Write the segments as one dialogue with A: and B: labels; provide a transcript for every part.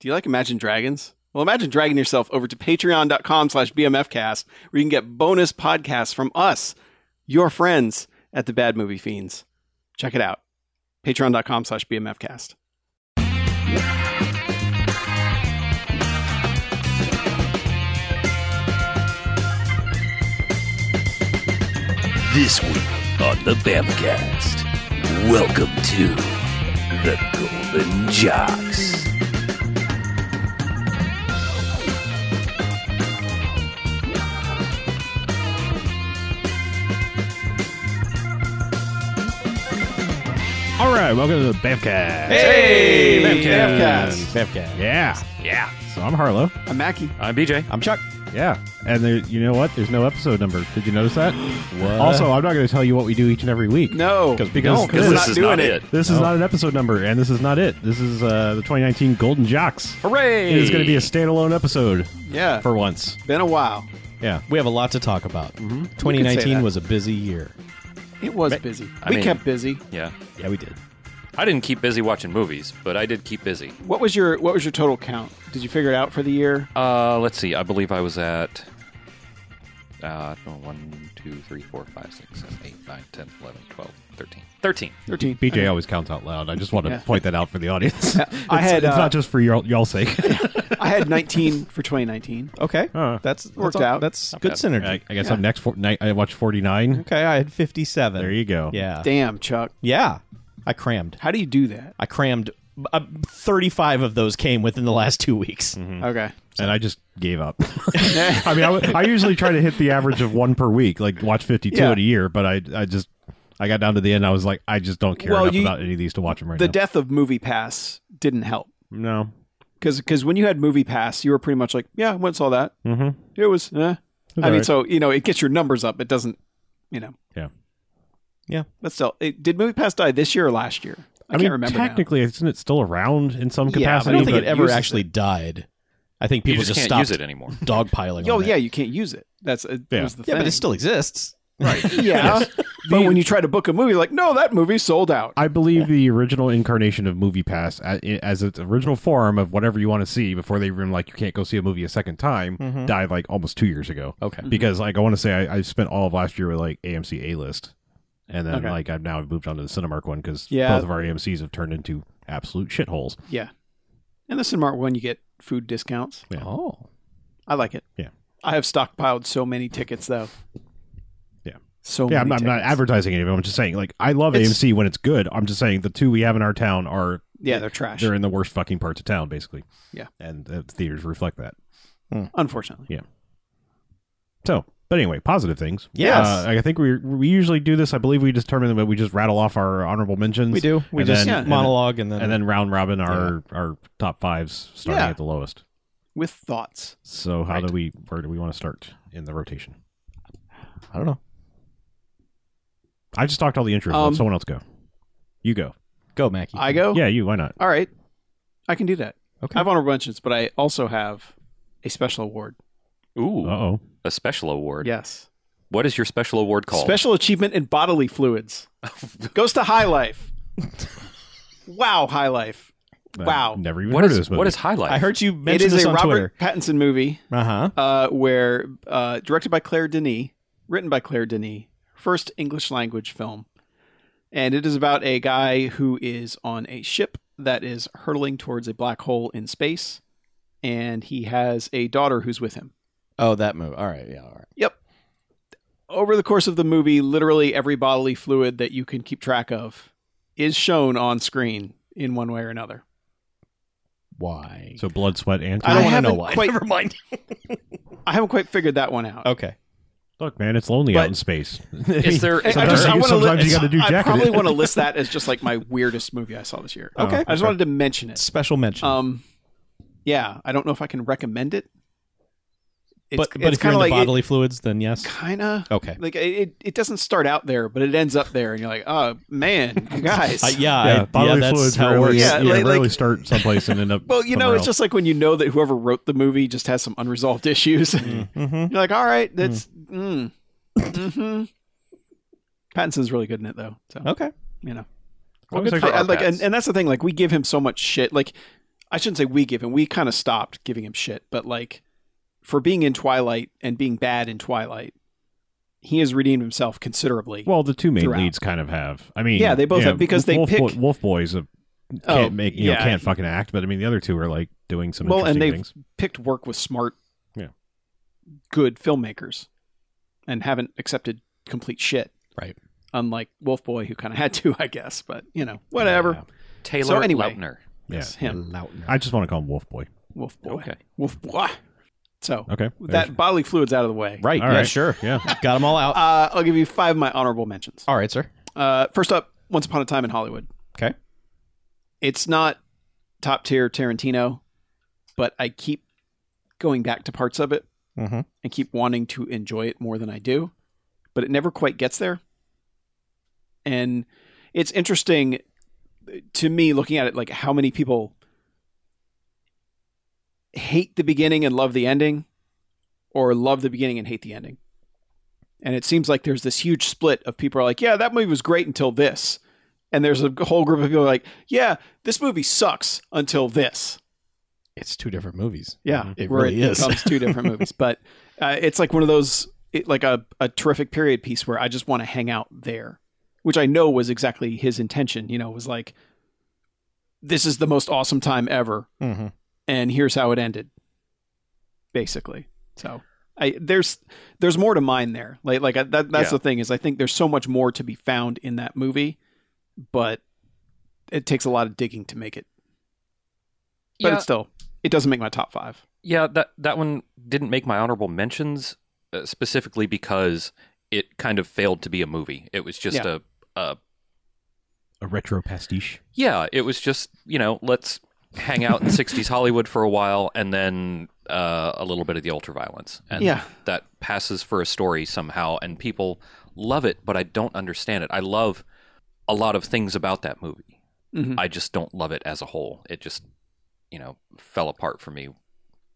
A: Do you like Imagine Dragons? Well, imagine dragging yourself over to patreon.com slash bmfcast, where you can get bonus podcasts from us, your friends at the Bad Movie Fiends. Check it out. Patreon.com slash bmfcast.
B: This week on the Bamcast, welcome to the Golden Jocks.
C: All right, welcome to the Bamcast.
A: Hey,
C: Bamcast. Yeah. Yeah. So I'm Harlow.
A: I'm Mackie.
D: I'm BJ.
C: I'm Chuck. Yeah. And there, you know what? There's no episode number. Did you notice that? Also, I'm not going to tell you what we do each and every week.
A: No,
C: Because- because-
A: No, 'cause
C: this
A: we're not
D: is
A: doing
D: not
A: it.
D: it.
C: This is not an episode number, and this is not it. This is uh, the 2019 Golden Jocks.
D: Hooray!
C: It is going to be a standalone episode
A: Yeah,
C: for once.
A: been a while.
C: Yeah.
E: We have a lot to talk about.
A: You can Mm-hmm. say
E: 2019
A: that.
E: was a busy year.
A: It was busy.
D: I
A: we
D: mean-
A: kept busy.
D: Yeah.
E: Yeah, we did.
D: I didn't keep busy watching movies, but I did keep busy.
A: What was your What was your total count? Did you figure it out for the year?
D: Uh, let's see. I believe I was at uh, no, 1, 2, 3, 4, 5, 6, 7, 8, 9, 10, 11, 12, 13. 13.
A: Thirteen.
C: BJ always counts out loud. I just want to
A: Yeah.
C: point that out for the audience.
A: I
C: It's-
A: had,
C: it's
A: uh,
C: not just for y'all, y'all's sake.
A: I had nineteen for 2019.
E: Okay.
C: Huh.
E: that's, that's
A: Worked
E: all-
A: out.
E: That's good
D: bad.
E: synergy.
C: I, I guess I'm next. For, night, I watched 49.
A: Mm-hmm.
E: okay, I had 57.
C: There you go.
E: Yeah.
A: Damn, Chuck.
E: Yeah. I crammed.
A: How do you do that?
E: I crammed. Uh, 35 of those came within the last two weeks.
A: Okay.
C: and I just gave up. I mean, I, w- I usually try to hit the average of one per week, like watch 52
A: Yeah.
C: in a year, but I, I just, I got down to the end. I was like, I just don't care
A: Well,
C: enough
A: you-
C: about any of these to watch them right
A: The
C: now.
A: death of Movie Pass didn't help
C: no.
A: because when you had Movie Pass, you were pretty much like, yeah, I went and saw that.
C: Mm-hmm.
A: It was. Eh. I mean,
C: alright.
A: so you know, it gets your numbers up. It doesn't. You know.
C: Yeah.
E: Yeah.
A: But still, it, did Movie Pass die this year or last year? I,
C: I, mean,
A: can't remember. now.
C: technically, isn't it still around in some
A: Yeah,
C: capacity?
E: I don't think
C: but
E: it ever
A: uses
E: actually died. I think
D: You
E: people
D: just,
E: just,
D: can't use
E: stopped
D: it anymore.
E: dogpiling
A: Oh
E: on
A: yeah,
E: it.
A: you can't use it. That's it
C: Yeah.
A: was the
E: Yeah,
A: thing.
E: but it still exists.
A: yeah. But when you try to book a movie, like no, that movie sold out.
C: I believe the original incarnation of MoviePass, a- as its original form of whatever you want to see before they even like you can't go see a movie a second time,
A: Mm-hmm.
C: died like almost two years ago.
E: Okay.
C: because like I want to say I, I spent all of last year with like AMC A List, and then
A: Okay.
C: like I've now moved on to the Cinemark one because
A: Yeah.
C: both of our AMC's have turned into absolute shitholes.
A: yeah. And the Cinemark one, you get food discounts.
C: Yeah.
E: Oh.
A: I like it.
C: Yeah.
A: I have stockpiled so many tickets though.
C: Yeah.
A: So
C: Yeah, I'm,
A: many
C: I'm not
A: tickets.
C: advertising any of them. I'm just saying like I love
A: It's-
C: AMC when it's good. I'm just saying the two we have in our town are
A: Yeah, they're trash.
C: they're in the worst fucking parts of town basically.
A: Yeah.
C: and the theaters reflect that.
A: Unfortunately,
C: So, but anyway, positive things.
E: Yes.
C: Uh, I think we we usually do this. I believe we determine that we just rattle off our honorable mentions.
E: We do. We
C: And
E: just
C: then-
A: Yeah.
C: and then-
E: monologue and then,
C: and then round robin our our top fives starting
A: Yeah.
C: at the lowest.
A: with thoughts.
C: So how
E: Right.
C: do we where do we want to start in the rotation?
E: I don't know.
C: I just talked all the intros.
A: Um, oh.
C: Let someone else go. You go.
E: Go, Mackie.
A: I go.
C: Yeah, you. Why not?
A: All right. I can do that.
E: Okay.
A: I have honorable mentions, but I also have a special award.
D: Ooh,
C: Uh oh.
D: a special award.
A: Yes.
D: What is your special award called?
A: Special achievement in bodily fluids goes to High Life. wow, High Life. Wow.
C: Never even
D: What
C: heard
D: is
C: of this movie.
D: what is highlight?
E: I heard you
A: It
E: mention
A: is
E: this
A: a
E: on
A: Robert
E: Twitter.
A: Pattinson movie
E: Uh-huh.
A: uh, where uh, directed by Claire Denis, written by Claire Denis, first English language film, and it is about a guy who is on a ship that is hurtling towards a black hole in space, and he has a daughter who's with him.
E: Oh, that move. All right. Yeah, all right.
A: Yep. Over the course of the movie, literally every bodily fluid that you can keep track of is shown on screen in one way or another.
E: Why?
C: So blood, sweat, and
A: I don't
E: wanna
A: haven't
E: know why.
A: quite-
E: Never mind.
A: I haven't quite figured that one out.
E: Okay.
C: look, man, it's lonely
A: But-
C: out in space.
D: Is there?
A: I- I
C: Sometimes
A: just- I
C: you-
A: wanna
C: sometimes
A: li-
C: you gotta do
A: I
C: jacket
A: probably
C: it.
A: want to list that as just like my weirdest movie I saw this year.
E: Oh, Okay.
A: I just wanted to mention it.
E: Special mention.
A: Um, yeah, I don't know if I can recommend it. It's,
E: but but
A: it's
E: if you're
A: kind
E: in
A: of like
E: the bodily fluids, then yes.
A: kind of
E: Okay.
A: like it, it. It doesn't start out there, but it ends up there, and you're like, oh man, you guys.
E: Uh, yeah, I-
C: Yeah,
E: yeah,
C: bodily
E: that's
C: fluids
E: how it
C: rarely,
E: works.
A: Yeah,
C: Yeah,
A: like-
C: rarely
A: like-
C: start someplace and end up.
A: Well, you know,
C: somewhere
A: it's just like when you know that whoever wrote the movie just has some unresolved issues.
E: Mhm.
A: You're like, all right, that's. Mm. hmm Pattinson's really good in it, though. So
E: Okay.
A: you know,
C: else.
A: I-
C: Well, it's
A: I-
C: like-
A: like, and, and that's the thing. Like, we give him so much shit. Like, I shouldn't say we give him. We kind of stopped giving him shit, but like for being in Twilight and being bad in Twilight, he has redeemed himself considerably.
C: Well, the two main
A: Throughout.
C: leads kind of have. I mean,
A: Yeah, they both have, because they
C: Wolf
A: pick-
C: Boy, Wolf Boys a, can't
A: Oh,
C: make you know
A: yeah.
C: can't fucking act, but I mean the other two are like doing some
A: Well, and
C: interesting
A: they've
C: things.
A: picked work with smart,
C: Yeah.
A: good filmmakers, and haven't accepted complete shit.
E: Right.
A: Unlike Wolf Boy, who kind of had to, I guess. But you know, whatever.
C: Yeah.
D: Taylor
A: So anyway-
D: Lautner.
C: Yeah.
A: Yes, him,
C: I just want to call him Wolf Boy.
A: Wolf Boy,
D: Okay.
A: Wolf Boy. So
C: Okay,
A: that bodily fluids out of the way.
E: Right.
C: All
E: yeah,
C: right.
E: sure.
C: Yeah.
E: Got them all out.
A: Uh, I'll give you five of my honorable mentions.
E: all right, sir.
A: Uh, first up, Once Upon a Time in Hollywood.
E: Oh. Okay.
A: It's not top tier Tarantino, but I keep going back to parts of it
E: Mm-hmm.
A: and keep wanting to enjoy it more than I do, but it never quite gets there. And it's interesting to me looking at it like how many people hate the beginning and love the ending or love the beginning and hate the ending. And it seems like there's this huge split of people are like, "Yeah, that movie was great until this." And there's a whole group of people like, "Yeah, this movie sucks until this."
E: It's two different movies.
A: Yeah,
E: Mm-hmm. It
A: where
E: really
A: it
E: is.
A: becomes two different movies, but uh, it's like one of those, it, like a a terrific period piece where I just want to hang out there, which I know was exactly his intention. You know, was like, this is the most awesome time ever,
E: Mm-hmm.
A: and here's how it ended, basically. So I there's there's more to mine there. Like like I, that that's
D: Yeah.
A: the thing is I think there's so much more to be found in that movie, but it takes a lot of digging to make it. But
D: yeah,
A: it's still it doesn't make my top five.
D: yeah, that that one didn't make my honorable mentions uh, specifically because it kind of failed to be a movie. It was just
A: Yeah.
D: a, a
C: A retro pastiche.
D: yeah, it was just you know let's hang out in '60s Hollywood for a while and then uh, a little bit of the ultraviolence. And
A: Yeah.
D: that passes for a story somehow, and people love it, but I don't understand it. I love a lot of things about that movie.
A: Mhm.
D: I just don't love it as a whole. It just you know fell apart for me.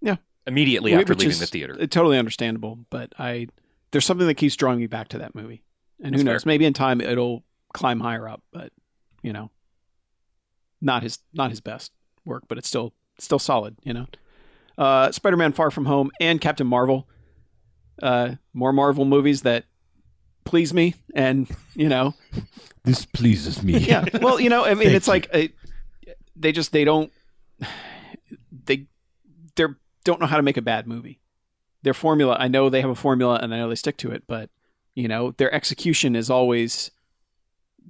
A: Yeah.
D: immediately
A: Wh-
D: after
A: which
D: leaving
A: is
D: the theater.
A: Totally understandable, but I there's something that keeps drawing me back to that movie, and who knows?
D: That's
A: Maybe in time it'll climb higher up, but you know, not his not his best work, but it's still still solid. You know, uh, Spider-Man: Far From Home and Captain Marvel, uh, more Marvel movies that please me, and you know,
C: This pleases me.
A: yeah. Well, you know, I mean,
E: Thank
A: it's like uh they just they don't they they don't know how to make a bad movie. Their formula, I know they have a formula, and I know they stick to it, but you know, their execution is always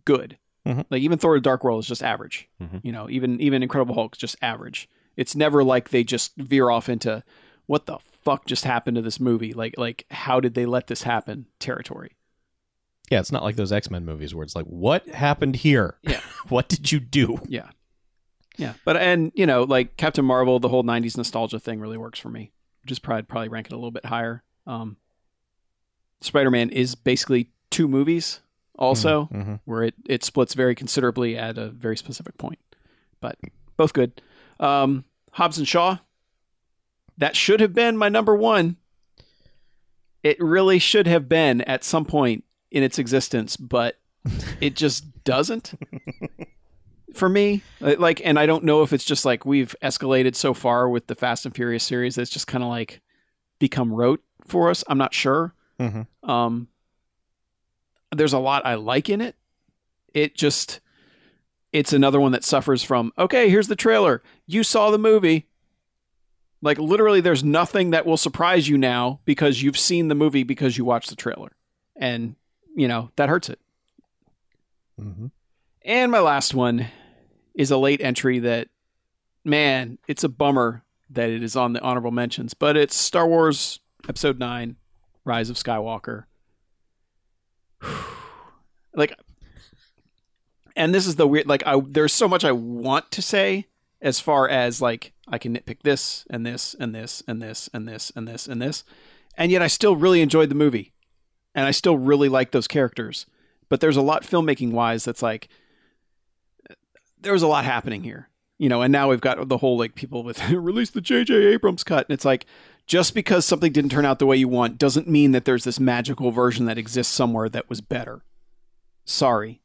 A: good.
E: Mhm.
A: Like even Thor: The Dark World is just average.
C: Mhm.
A: You know, even even Incredible Hulk is just average. It's never like they just veer off into what the fuck just happened to this movie. Like like how did they let this happen? Territory.
E: Yeah, it's not like those X Men movies where it's like, what happened here?
A: Yeah.
E: what did you do?
A: Yeah, but and you know, like Captain Marvel, the whole '90s nostalgia thing really works for me. Just probably probably rank it a little bit higher. Um, Spider-Man is basically two movies, also
E: Mm-hmm.
A: where it it splits very considerably at a very specific point, but both good. Um, Hobbs and Shaw, that should have been my number one. It really should have been at some point in its existence, but it just doesn't for me. uh, Like, and I don't know if it's just like we've escalated so far with the Fast and Furious series that it's just kind of like become rote for us. I'm not sure.
E: Mhm.
A: Um, there's a lot I like in it. It just, it's another one that suffers from, okay, here's the trailer. You saw the movie. Like literally, there's nothing that will surprise you now because you've seen the movie because you watched the trailer, and you know that hurts it.
E: Mm-hmm.
A: And my last one is a late entry that, man, it's a bummer that it is on the honorable mentions, but it's Star Wars Episode 9 Rise of Skywalker. like, and this is the weird, like, I, there's so much I want to say as far as, like, I can nitpick this and this and this and this and this and this and this. And yet I still really enjoyed the movie and I still really like those characters. But there's a lot filmmaking wise that's like, there was a lot happening here, you know, and now we've got the whole like people with release the JJ Abrams cut and it's like just because something didn't turn out the way you want doesn't mean that there's this magical version that exists somewhere that was better. Sorry.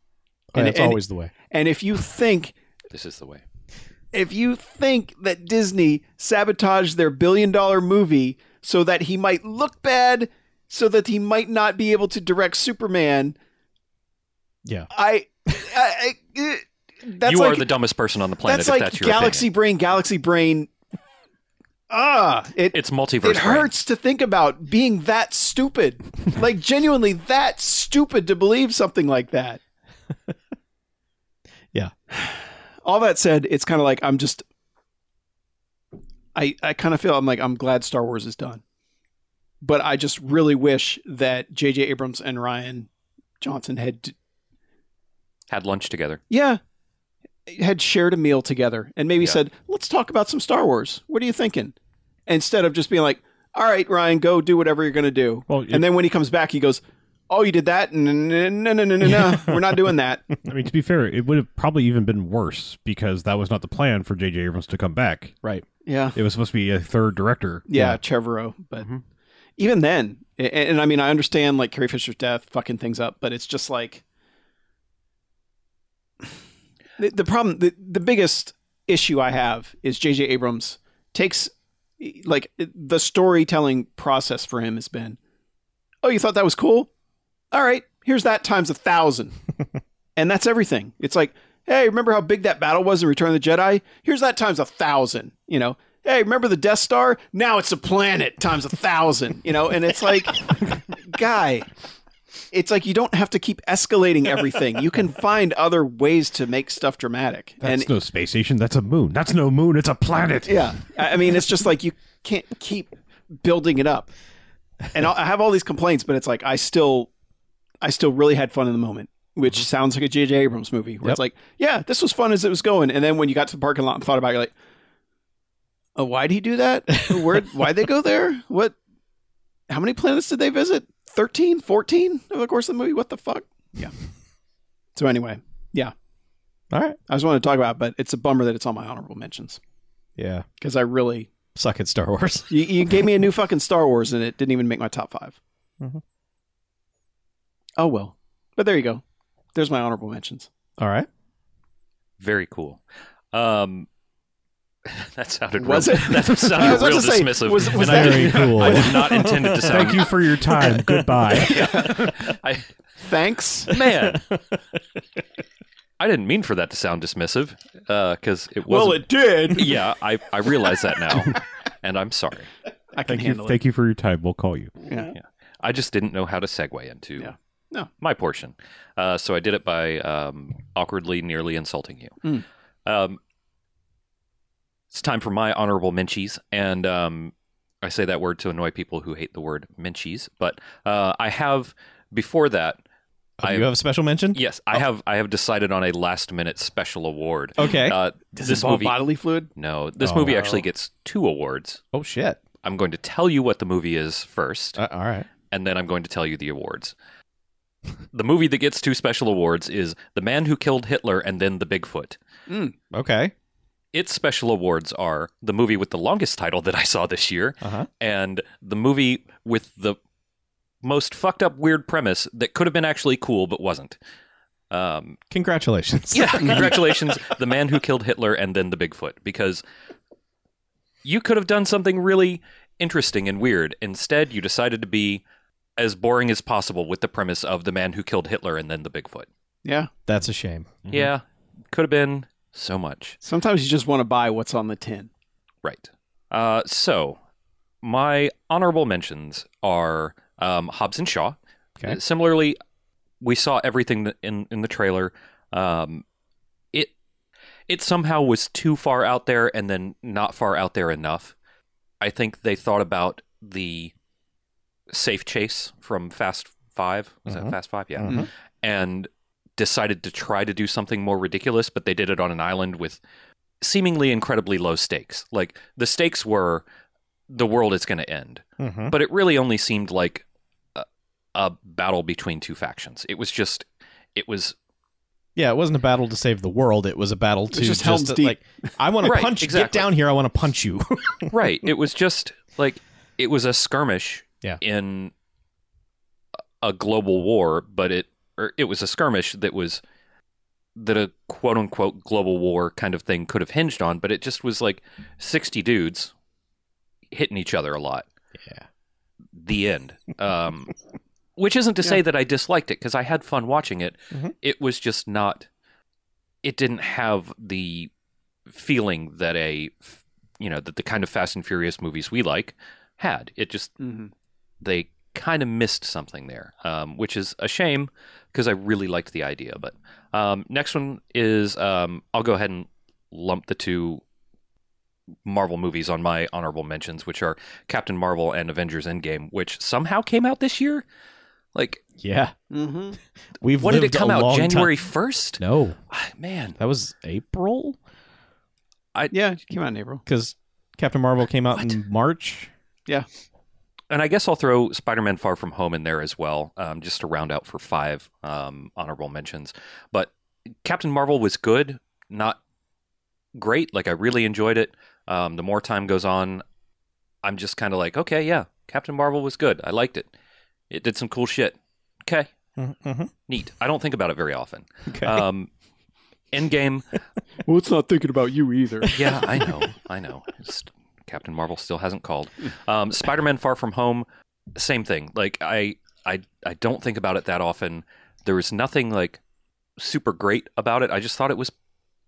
E: And
A: And-
E: it's
A: and-
E: always the way.
A: And if you think
D: this is the way.
A: if you think that Disney sabotaged their billion dollar movie so that he might look bad, so that he might not be able to direct Superman,
E: Yeah.
A: I, I, I eh, that's
D: you
A: like
D: are the dumbest person on the planet
A: that's
D: if
A: like
D: that's your
A: galaxy brain, galaxy brain. Ah, it
D: opinion. It's multiverse.
A: it hurts to think about being that stupid, like genuinely that stupid to believe something like that.
E: Yeah.
A: All that said, it's kind of like I'm just. I I kind of feel I'm like I'm glad Star Wars is done, but I just really wish that J.J. Abrams and Ryan Johnson had
D: brain. Had lunch together.
A: yeah had shared a meal together and maybe
D: Yeah.
A: said let's talk about some star wars what are you thinking instead of just being like all right ryan go do whatever you're going to do
C: Well, it-
A: and then when he comes back he goes oh you did that no no no no no no we're not doing that
C: I mean, to be fair, it would have probably even been worse because that was not the plan for J.J. Abrams to come back.
E: Right.
A: yeah
C: It was supposed to be a third director.
A: yeah, Trevorrow. But even then, and, and I mean, I understand like Carrie Fisher's death fucking things up, but it's just like the, the problem, the, the biggest issue I have is J.J. Abrams takes like the storytelling process for him has been, oh, you thought that was cool? All right, here's that times a thousand. and that's everything. It's like, hey, remember how big that battle was in Return of the Jedi? Here's that times a thousand, you know. Hey, remember the Death Star? Now it's a planet times a thousand, you know, and it's like guy. It's like you don't have to keep escalating everything. You can find other ways to make stuff dramatic.
C: That's
A: and
C: no space station. That's a moon. That's no moon. It's a planet.
A: yeah. I I mean, it's just like you can't keep building it up. And I'll- I have all these complaints, but it's like I still, I still really had fun in the moment, which sounds like a J.J. Abrams movie where it's like, yeah, this was fun as it was going, and then when you got to the parking lot and thought about, it, you're like, oh, why would he do that? Where? Why would they go there? What? How many planets did they visit? 13, 14 over the course of the movie. What the fuck? Yeah. So anyway,
E: All right.
A: I just wanted to talk about, it, but it's a bummer that it's on my honorable mentions
E: Yeah.
A: because I really
E: Suck at Star Wars.
A: You, you gave me a new fucking Star Wars, and it didn't even make my top 5 Mm-hmm.
E: Mhm.
A: Oh well, but there you go. There's my honorable mentions.
E: All right.
D: Very cool. Um, that sounded
A: Was
D: real,
A: it?
D: That
A: I
D: sounded
A: was about
D: real
A: to say,
D: dismissive.
A: was- was
D: and I
E: that-
D: did-
E: Very cool.
D: I did not intend it to sound.
C: Thank you for your time. Goodbye.
D: I,
A: Thanks.
D: man, I didn't mean for that to sound dismissive because it was.
A: did.
D: yeah, I, I realize that now, and I'm sorry.
A: I can
C: Thank you.
A: handle
C: Thank you for your time. We'll call you.
D: I just didn't know how to segue into
A: Yeah. No.
D: my portion. Uh, so I did it by um, awkwardly, nearly insulting you.
A: Mm.
D: Um, it's time for my honorable menchies. And um, I say that word to annoy people who hate the word menchies. But uh, I have, before that,
E: Oh,
D: I-
E: you have a special mention?
D: yes,
A: Oh.
D: I have I have decided on a last minute special award.
E: Okay.
D: Uh,
A: it. Does
D: this
A: it involve
D: movie,
A: bodily fluid?
D: no, this
C: Oh.
D: movie actually gets two awards.
E: oh shit. Uh,
D: I'm going to tell you what the movie is first
E: all right.
D: and then I'm going to tell you the awards. the movie that gets two special awards is The Man Who Killed Hitler and then The Bigfoot.
E: Okay.
D: Its special awards are the movie with the longest title that I saw this year
E: Uh-huh.
D: and the movie with the most fucked up weird premise that could have been actually cool but wasn't. Um,
E: Congratulations.
D: yeah, congratulations, The Man Who Killed Hitler and then The Bigfoot, because you could have done something really interesting and weird. Instead, you decided to be as boring as possible with the premise of The Man Who Killed Hitler and then The Bigfoot.
A: Yeah.
E: That's a shame.
D: Yeah, could have been so much.
A: Sometimes you just want to buy what's on the tin.
D: Right. Uh, so, my honorable mentions are um, Hobbs and Shaw.
E: Okay.
D: Uh, Similarly, we saw everything that- in in the trailer. Um, it it somehow was too far out there, and then not far out there enough. I think they thought about the safe chase from Fast Five. Was
E: Mhm.
D: that Fast Five? Yeah,
E: Mhm.
D: and decided to try to do something more ridiculous, but they did it on an island with seemingly incredibly low stakes. Like the stakes were the world is going to end,
E: Mm-hmm.
D: but it really only seemed like a, a battle between two factions. It was just, it was
E: Yeah, it wasn't a battle to save the world. It was a battle to
A: was just Helm's Deep.
E: like I want
D: Right,
E: to punch. Get
D: exactly.
E: down here. I want to punch you.
D: right. It was just like it was a skirmish
E: Yeah.
D: in a global war, but it or it was a skirmish that was that a quote unquote global war kind of thing could have hinged on, but it just was like 60 dudes hitting each other a lot.
E: Yeah.
D: The end. Um, which isn't to say that I disliked it because I had fun watching it.
E: Mhm.
D: It was just not, it didn't have the feeling that a, you know, that the kind of Fast and Furious movies we like had. It just,
A: hmm
D: they kind of missed something there, um, which is a shame because I really liked the idea. But um, next one is um, I'll go ahead and lump the two Marvel movies on my honorable mentions, which are Captain Marvel and Avengers Endgame, which somehow came out this year. Like,
E: Yeah.
A: hmm
E: We've
D: what did it
E: lived a
D: come out
E: long time-
D: January first? Ah,
E: No,
D: Man,
E: that was April
A: Yeah, it came out in April.
E: because Captain Marvel came out in March.
D: and I guess I'll throw Spider-Man: Far From Home in there as well, um, just to round out for five um, honorable mentions. But Captain Marvel was good, not great. Like I really enjoyed it. Um, the more time goes on, I'm just kind of like, okay, yeah, Captain Marvel was good. I liked it. It did some cool shit. Okay,
E: Mm-hmm.
D: neat. I don't think about it very often.
E: Okay.
D: Um, Endgame,
A: Well, it's not thinking about you either.
D: yeah, I know. I know. Just- Captain Marvel still hasn't called. Um, Spider-Man: Far From Home, same thing. Like I, I, I don't think about it that often. There was nothing like super great about it. I just thought it was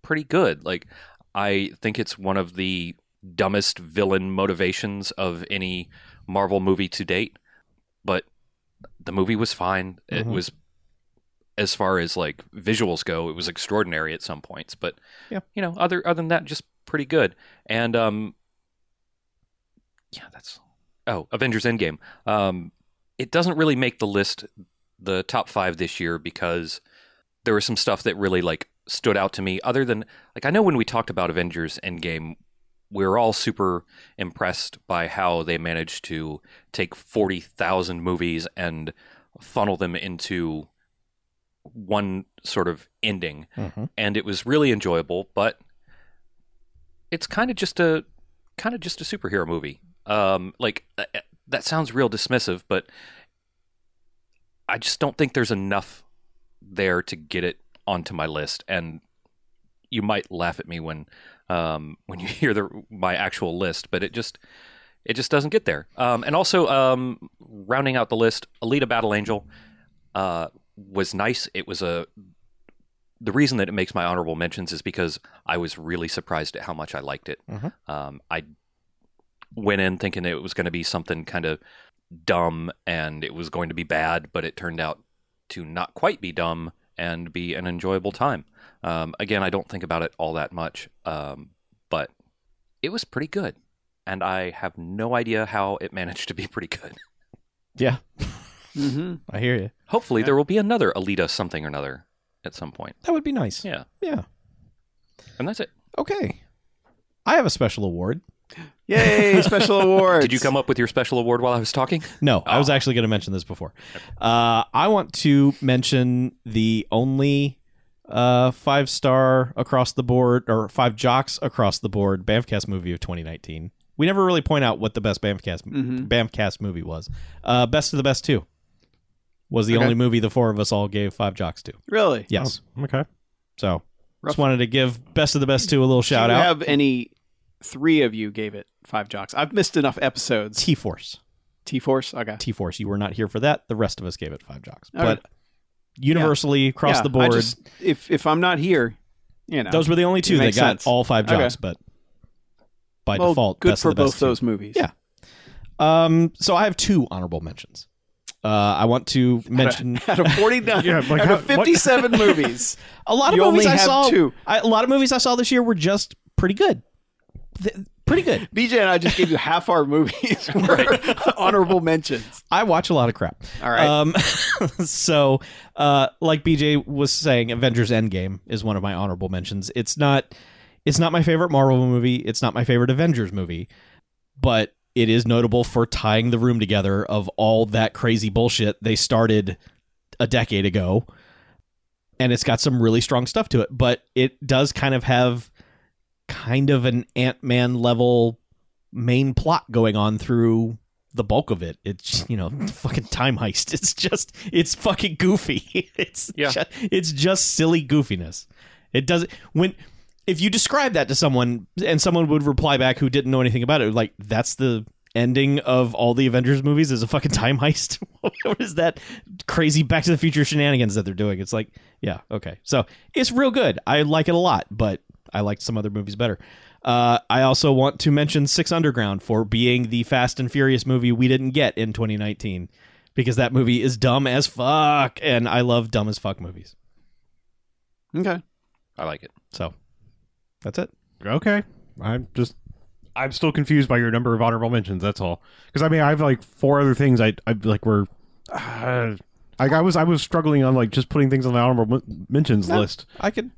D: pretty good. Like I think it's one of the dumbest villain motivations of any Marvel movie to date, but the movie was fine. It
E: Mhm.
D: was as far as like visuals go, it was extraordinary at some points, but
E: Yeah.
D: you know, other other than that just pretty good. And um yeah, that's oh, Avengers Endgame. Um it doesn't really make the list the top 5 this year because there was some stuff that really like stood out to me other than like I know when we talked about Avengers Endgame we were all super impressed by how they managed to take 40,000 movies and funnel them into one sort of ending
E: mm-hmm.
D: and it was really enjoyable but it's kind of just a kind of just a superhero movie um like uh, uh, that sounds real dismissive but i just don't think there's enough there to get it onto my list and you might laugh at me when um when you hear the my actual list but it just it just doesn't get there um and also um rounding out the list alita battle angel uh was nice it was a the reason that it makes my honorable mentions is because I was really surprised at how much I liked it.
E: Mhm.
D: Um, I went in thinking it was going to be something kind of dumb and it was going to be bad, but it turned out to not quite be dumb and be an enjoyable time. Um, again, I don't think about it all that much, um, but it was pretty good. And I have no idea how it managed to be pretty good.
E: Yeah,
A: hmm
E: I hear you.
D: Hopefully, there will be another Alita something or another at some point.
E: That would be nice.
D: Yeah.
E: Yeah.
D: And that's it.
E: Okay. I have a special award.
A: Yay, special awards.
D: Did you come up with your special award while I was talking?
E: No, I was
D: Oh.
E: actually going to mention this before. Uh, I want to mention the only uh, five star across the board or five jocks across the board Bamfcast movie of 2019. We never really point out what the best Bamfcast
A: Mhm.
E: Bamfcast movie was. Uh, best of the best two was the
A: Okay.
E: only movie the four of us all gave five jocks to.
A: Really?
E: Yes,
C: Okay.
E: so
A: Rough.
E: just wanted to give best of the best two a little shout
A: Do you
E: out.
A: have any? Three of you gave it five jocks. I've missed enough episodes.
E: T Force.
A: T Force. Okay.
E: T Force. You were not here for that. The rest of us gave it five jocks,
A: All
E: but
A: right.
E: universally across
A: Yeah,
E: the
A: I
E: board,
A: just- if if I'm not here, you know,
E: those were the only two that
A: makes
E: got
A: sense.
E: all five
A: Okay.
E: jocks. But by
A: well,
E: default,
A: good
E: best
A: for
E: of the
A: both
E: best two.
A: those movies.
E: Yeah. Um, so I have two honorable mentions. Uh, I want to mention
A: out of 49
C: Yeah, like,
A: out
C: how-
A: of 57 movies
E: a lot of
A: you
E: movies
A: only
E: I
A: have
E: saw.
A: two.
E: I, a lot of movies I saw this year were just pretty good. Th- pretty good.
A: bj and i just gave you half our movies honorable mentions
E: I watch a lot of crap.
A: All right.
E: Um, so, uh, like BJ was saying, Avengers Endgame is one of my honorable mentions. It's not, it's not my favorite Marvel movie. It's not my favorite Avengers movie, but it is notable for tying the room together of all that crazy bullshit they started a decade ago, and it's got some really strong stuff to it. But it does kind of have, kind of an Ant Man level main plot going on through the bulk of it. It's you know fucking time heist. It's just it's fucking goofy. It's
D: Yeah.
E: ju- it's just silly goofiness. It doesn't when if you describe that to someone and someone would reply back who didn't know anything about it like that's the ending of all the Avengers movies is a fucking time heist. what is that crazy Back to the Future shenanigans that they're doing? It's like yeah okay so it's real good. I like it a lot, but I liked some other movies better. Uh, I also want to mention Six Underground for being the Fast and Furious movie we didn't get in 2019 because that movie is dumb as fuck, and I love dumb as fuck movies.
A: Okay.
D: I like it.
E: So that's it.
C: Okay. I'm just I'm still confused by your number of honorable mentions. That's all. Because I mean, I have like four other things. I I like were uh, like I was I was struggling on like just putting things on the honorable men- mentions
E: No.
C: list.
E: I could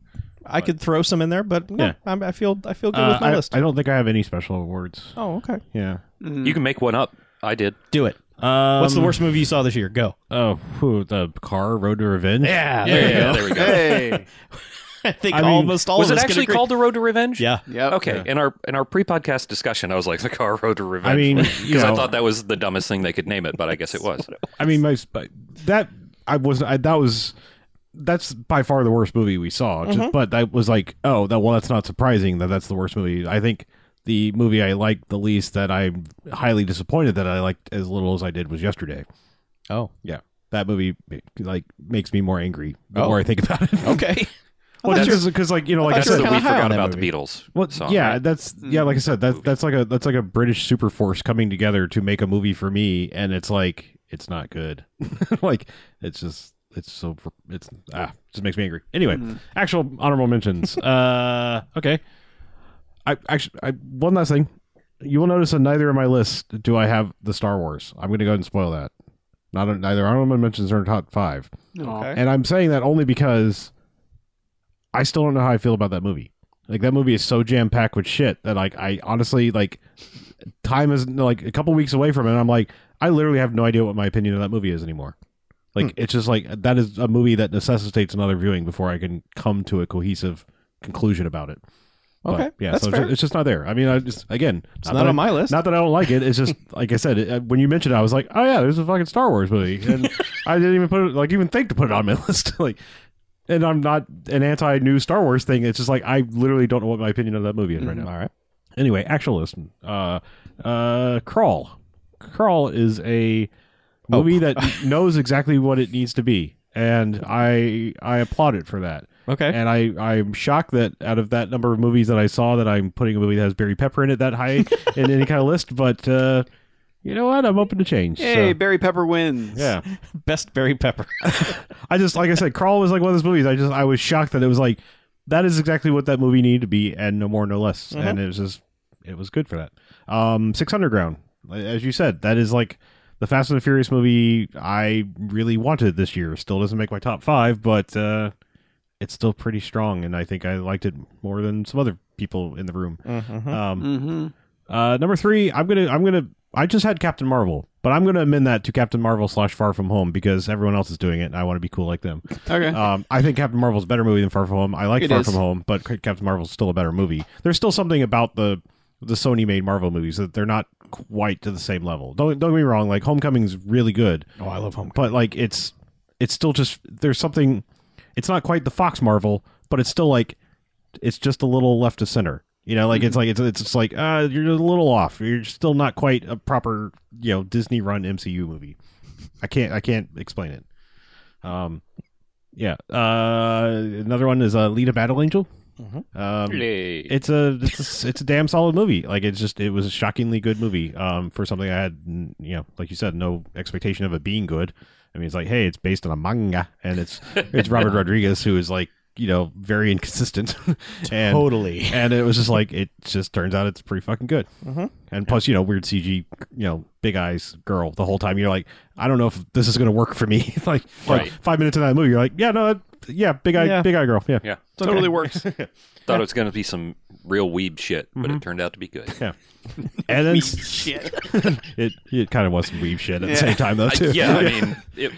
E: I could throw some in there, but no,
C: Yeah.
E: I'm, I feel I feel good
C: Uh,
E: with my
C: I,
E: list.
C: I don't think I have any special awards.
E: oh, okay.
C: Yeah.
D: You can make one up. I did.
E: Do it.
C: Um,
E: What's the worst movie you saw this year? Go.
C: Oh, whew, the car Road to Revenge.
E: Yeah.
D: yeah, there we go.
A: Hey.
E: I think
C: I mean,
E: almost all
D: was
E: of
D: it
E: us can
D: actually
E: agree.
D: called the Road to Revenge?
E: Yeah.
A: yep.
D: Okay. In our in our pre-podcast discussion, I was like the car Road to Revenge.
C: I mean, you
D: because I
C: know,
D: thought that was the dumbest thing they could name it, but I guess it was.
C: I mean, my, my- that I was I, that was that's by far the worst movie we saw. Just, But that was like, oh, that well, that's not surprising that that's the worst movie. I think the movie I liked the least that I'm highly disappointed that I liked as little as I did was yesterday.
E: Oh.
C: Yeah, that movie like makes me more angry the
E: Oh.
C: more I think about it.
E: Okay.
C: well,
D: that's-
C: just because like you know, like I
D: That's
E: you were
C: said,
D: the
E: kinda
D: we
E: high
D: forgot
E: on that
D: about
E: movie.
D: the Beatles.
C: Well,
D: song,
C: yeah,
D: right?
C: that's yeah. Like I said, that's that's like a that's like a British super force coming together to make a movie for me, and it's like it's not good. like it's just it's so it's ah just makes me angry. Anyway, actual honorable mentions. uh, okay. I actually I one last thing. You will notice on neither of my lists do I have the Star Wars. I'm going to go ahead and spoil that. Not on, neither honorable mentions are in top five,
A: Aw.
C: and I'm saying that only because I still don't know how I feel about that movie. Like that movie is so jam packed with shit that like I honestly like time is like a couple weeks away from it. And I'm like I literally have no idea what my opinion of that movie is anymore.
E: Hmm.
C: Like it's just like that is a movie that necessitates another viewing before I can come to a cohesive conclusion about it. But,
E: Okay,
C: yeah,
E: that's
C: so it's ju-
E: fair.
C: it's just not there. I mean, I just again,
E: It's not
C: that
E: on
C: I-
E: my list.
C: Not that I don't like it. It's just like I said it, uh, when you mentioned it, I was like, oh yeah, there's a fucking Star Wars movie, and I didn't even put it like even think to put it on my list. like, and I'm not an anti new Star Wars thing. It's just like I literally don't know what my opinion of that movie is right now.
E: Mm-hmm. All right.
C: Anyway, actual list. Uh, uh, Crawl. Crawl is a
E: Oh.
C: movie that knows exactly what it needs to be, and I I applaud it for that.
E: Okay.
C: And I, I'm shocked that out of that number of movies that I saw that I'm putting a movie that has Barry Pepper in it that high in any kind of list. But uh, you know what? I'm open to change.
A: Hey,
C: so,
A: Barry Pepper wins.
C: yeah.
E: Best Barry Pepper.
C: I just like I said, Crawl was like one of those movies. I just I was shocked that it was like that is exactly what that movie needed to be, and no more, no less. And it was just it was good for that. Um, Six Underground, as you said, that is like the Fast and the Furious movie I really wanted this year. Still doesn't make my top five, but uh, it's still pretty strong, and I think I liked it more than some other people in the room. Um,
A: Mm-hmm.
C: uh, number three, I'm gonna, I'm gonna, I just had Captain Marvel, but I'm gonna amend that to Captain Marvel slash Far From Home because everyone else is doing it, and I want to be cool like them.
A: Okay.
C: Um, I think Captain Marvel's a better movie than Far From Home. I like
A: It
C: Far
A: is.
C: From Home, but C- Captain Marvel's still a better movie. There's still something about the the Sony made Marvel movies that they're not quite to the same level. Don't don't get me wrong. Like Homecoming's really good,
E: Oh, I love Home.
C: but like it's it's still just there's something. It's not quite the Fox Marvel, but it's still like it's just a little left of center. You know, like it's like it's it's just like uh, you're a little off. You're still not quite a proper you know Disney run MCU movie. I can't I can't explain it. Um, yeah. Uh, another one is uh, Lita Battle Angel. Um,
D: Yay.
C: it's a it's a, it's a damn solid movie. Like it's just it was a shockingly good movie. Um, for something I had n- you know like you said no expectation of it being good. I mean it's like hey it's based on a manga and it's it's Robert Rodriguez who is like you know very inconsistent and
E: Totally.
C: and it was just like it just turns out it's pretty fucking good.
E: Mm-hmm.
C: And plus you know weird CG you know big eyes girl the whole time you're like I don't know if this is gonna work for me like, like,
D: Right.
C: five minutes into that movie you're like yeah no. It, yeah, big eye,
E: Yeah.
C: big eye girl. Yeah,
D: yeah.
A: Totally works.
D: Thought it was going to be some real weeb shit, but it turned out to be good.
C: Yeah. And then shit. it it kind of was some weeb shit at the same time though
D: I,
C: too.
D: yeah, I mean, it,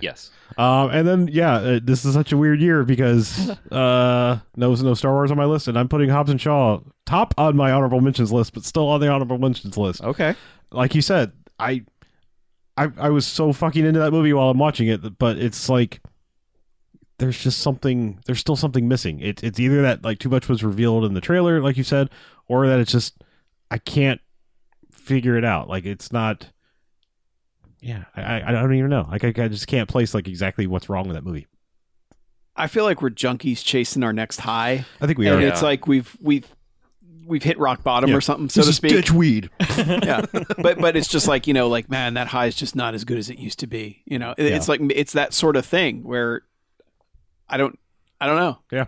D: yes.
C: Um, and then yeah, uh, this is such a weird year because uh, no no Star Wars on my list, and I'm putting Hobbs and Shaw top on my honorable mentions list, but still on the honorable mentions list.
E: Okay.
C: like you said, I, I, I was so fucking into that movie while I'm watching it, but it's like there's just something. There's still something missing. It's it's either that like too much was revealed in the trailer, like you said, or that it's just I can't figure it out. Like it's not. Yeah, I I I don't even know. Like I, I just can't place like exactly what's wrong with that movie.
A: I feel like we're junkies chasing our next high,
C: I think we
A: and
C: are.
D: Yeah.
A: it's like we've we've we've hit rock bottom
C: Yeah.
A: or something, so to speak.
C: weed.
A: yeah but but it's just like you know like man that high is just not as good as it used to be you know It- it's like it's that sort of thing where i don't i don't know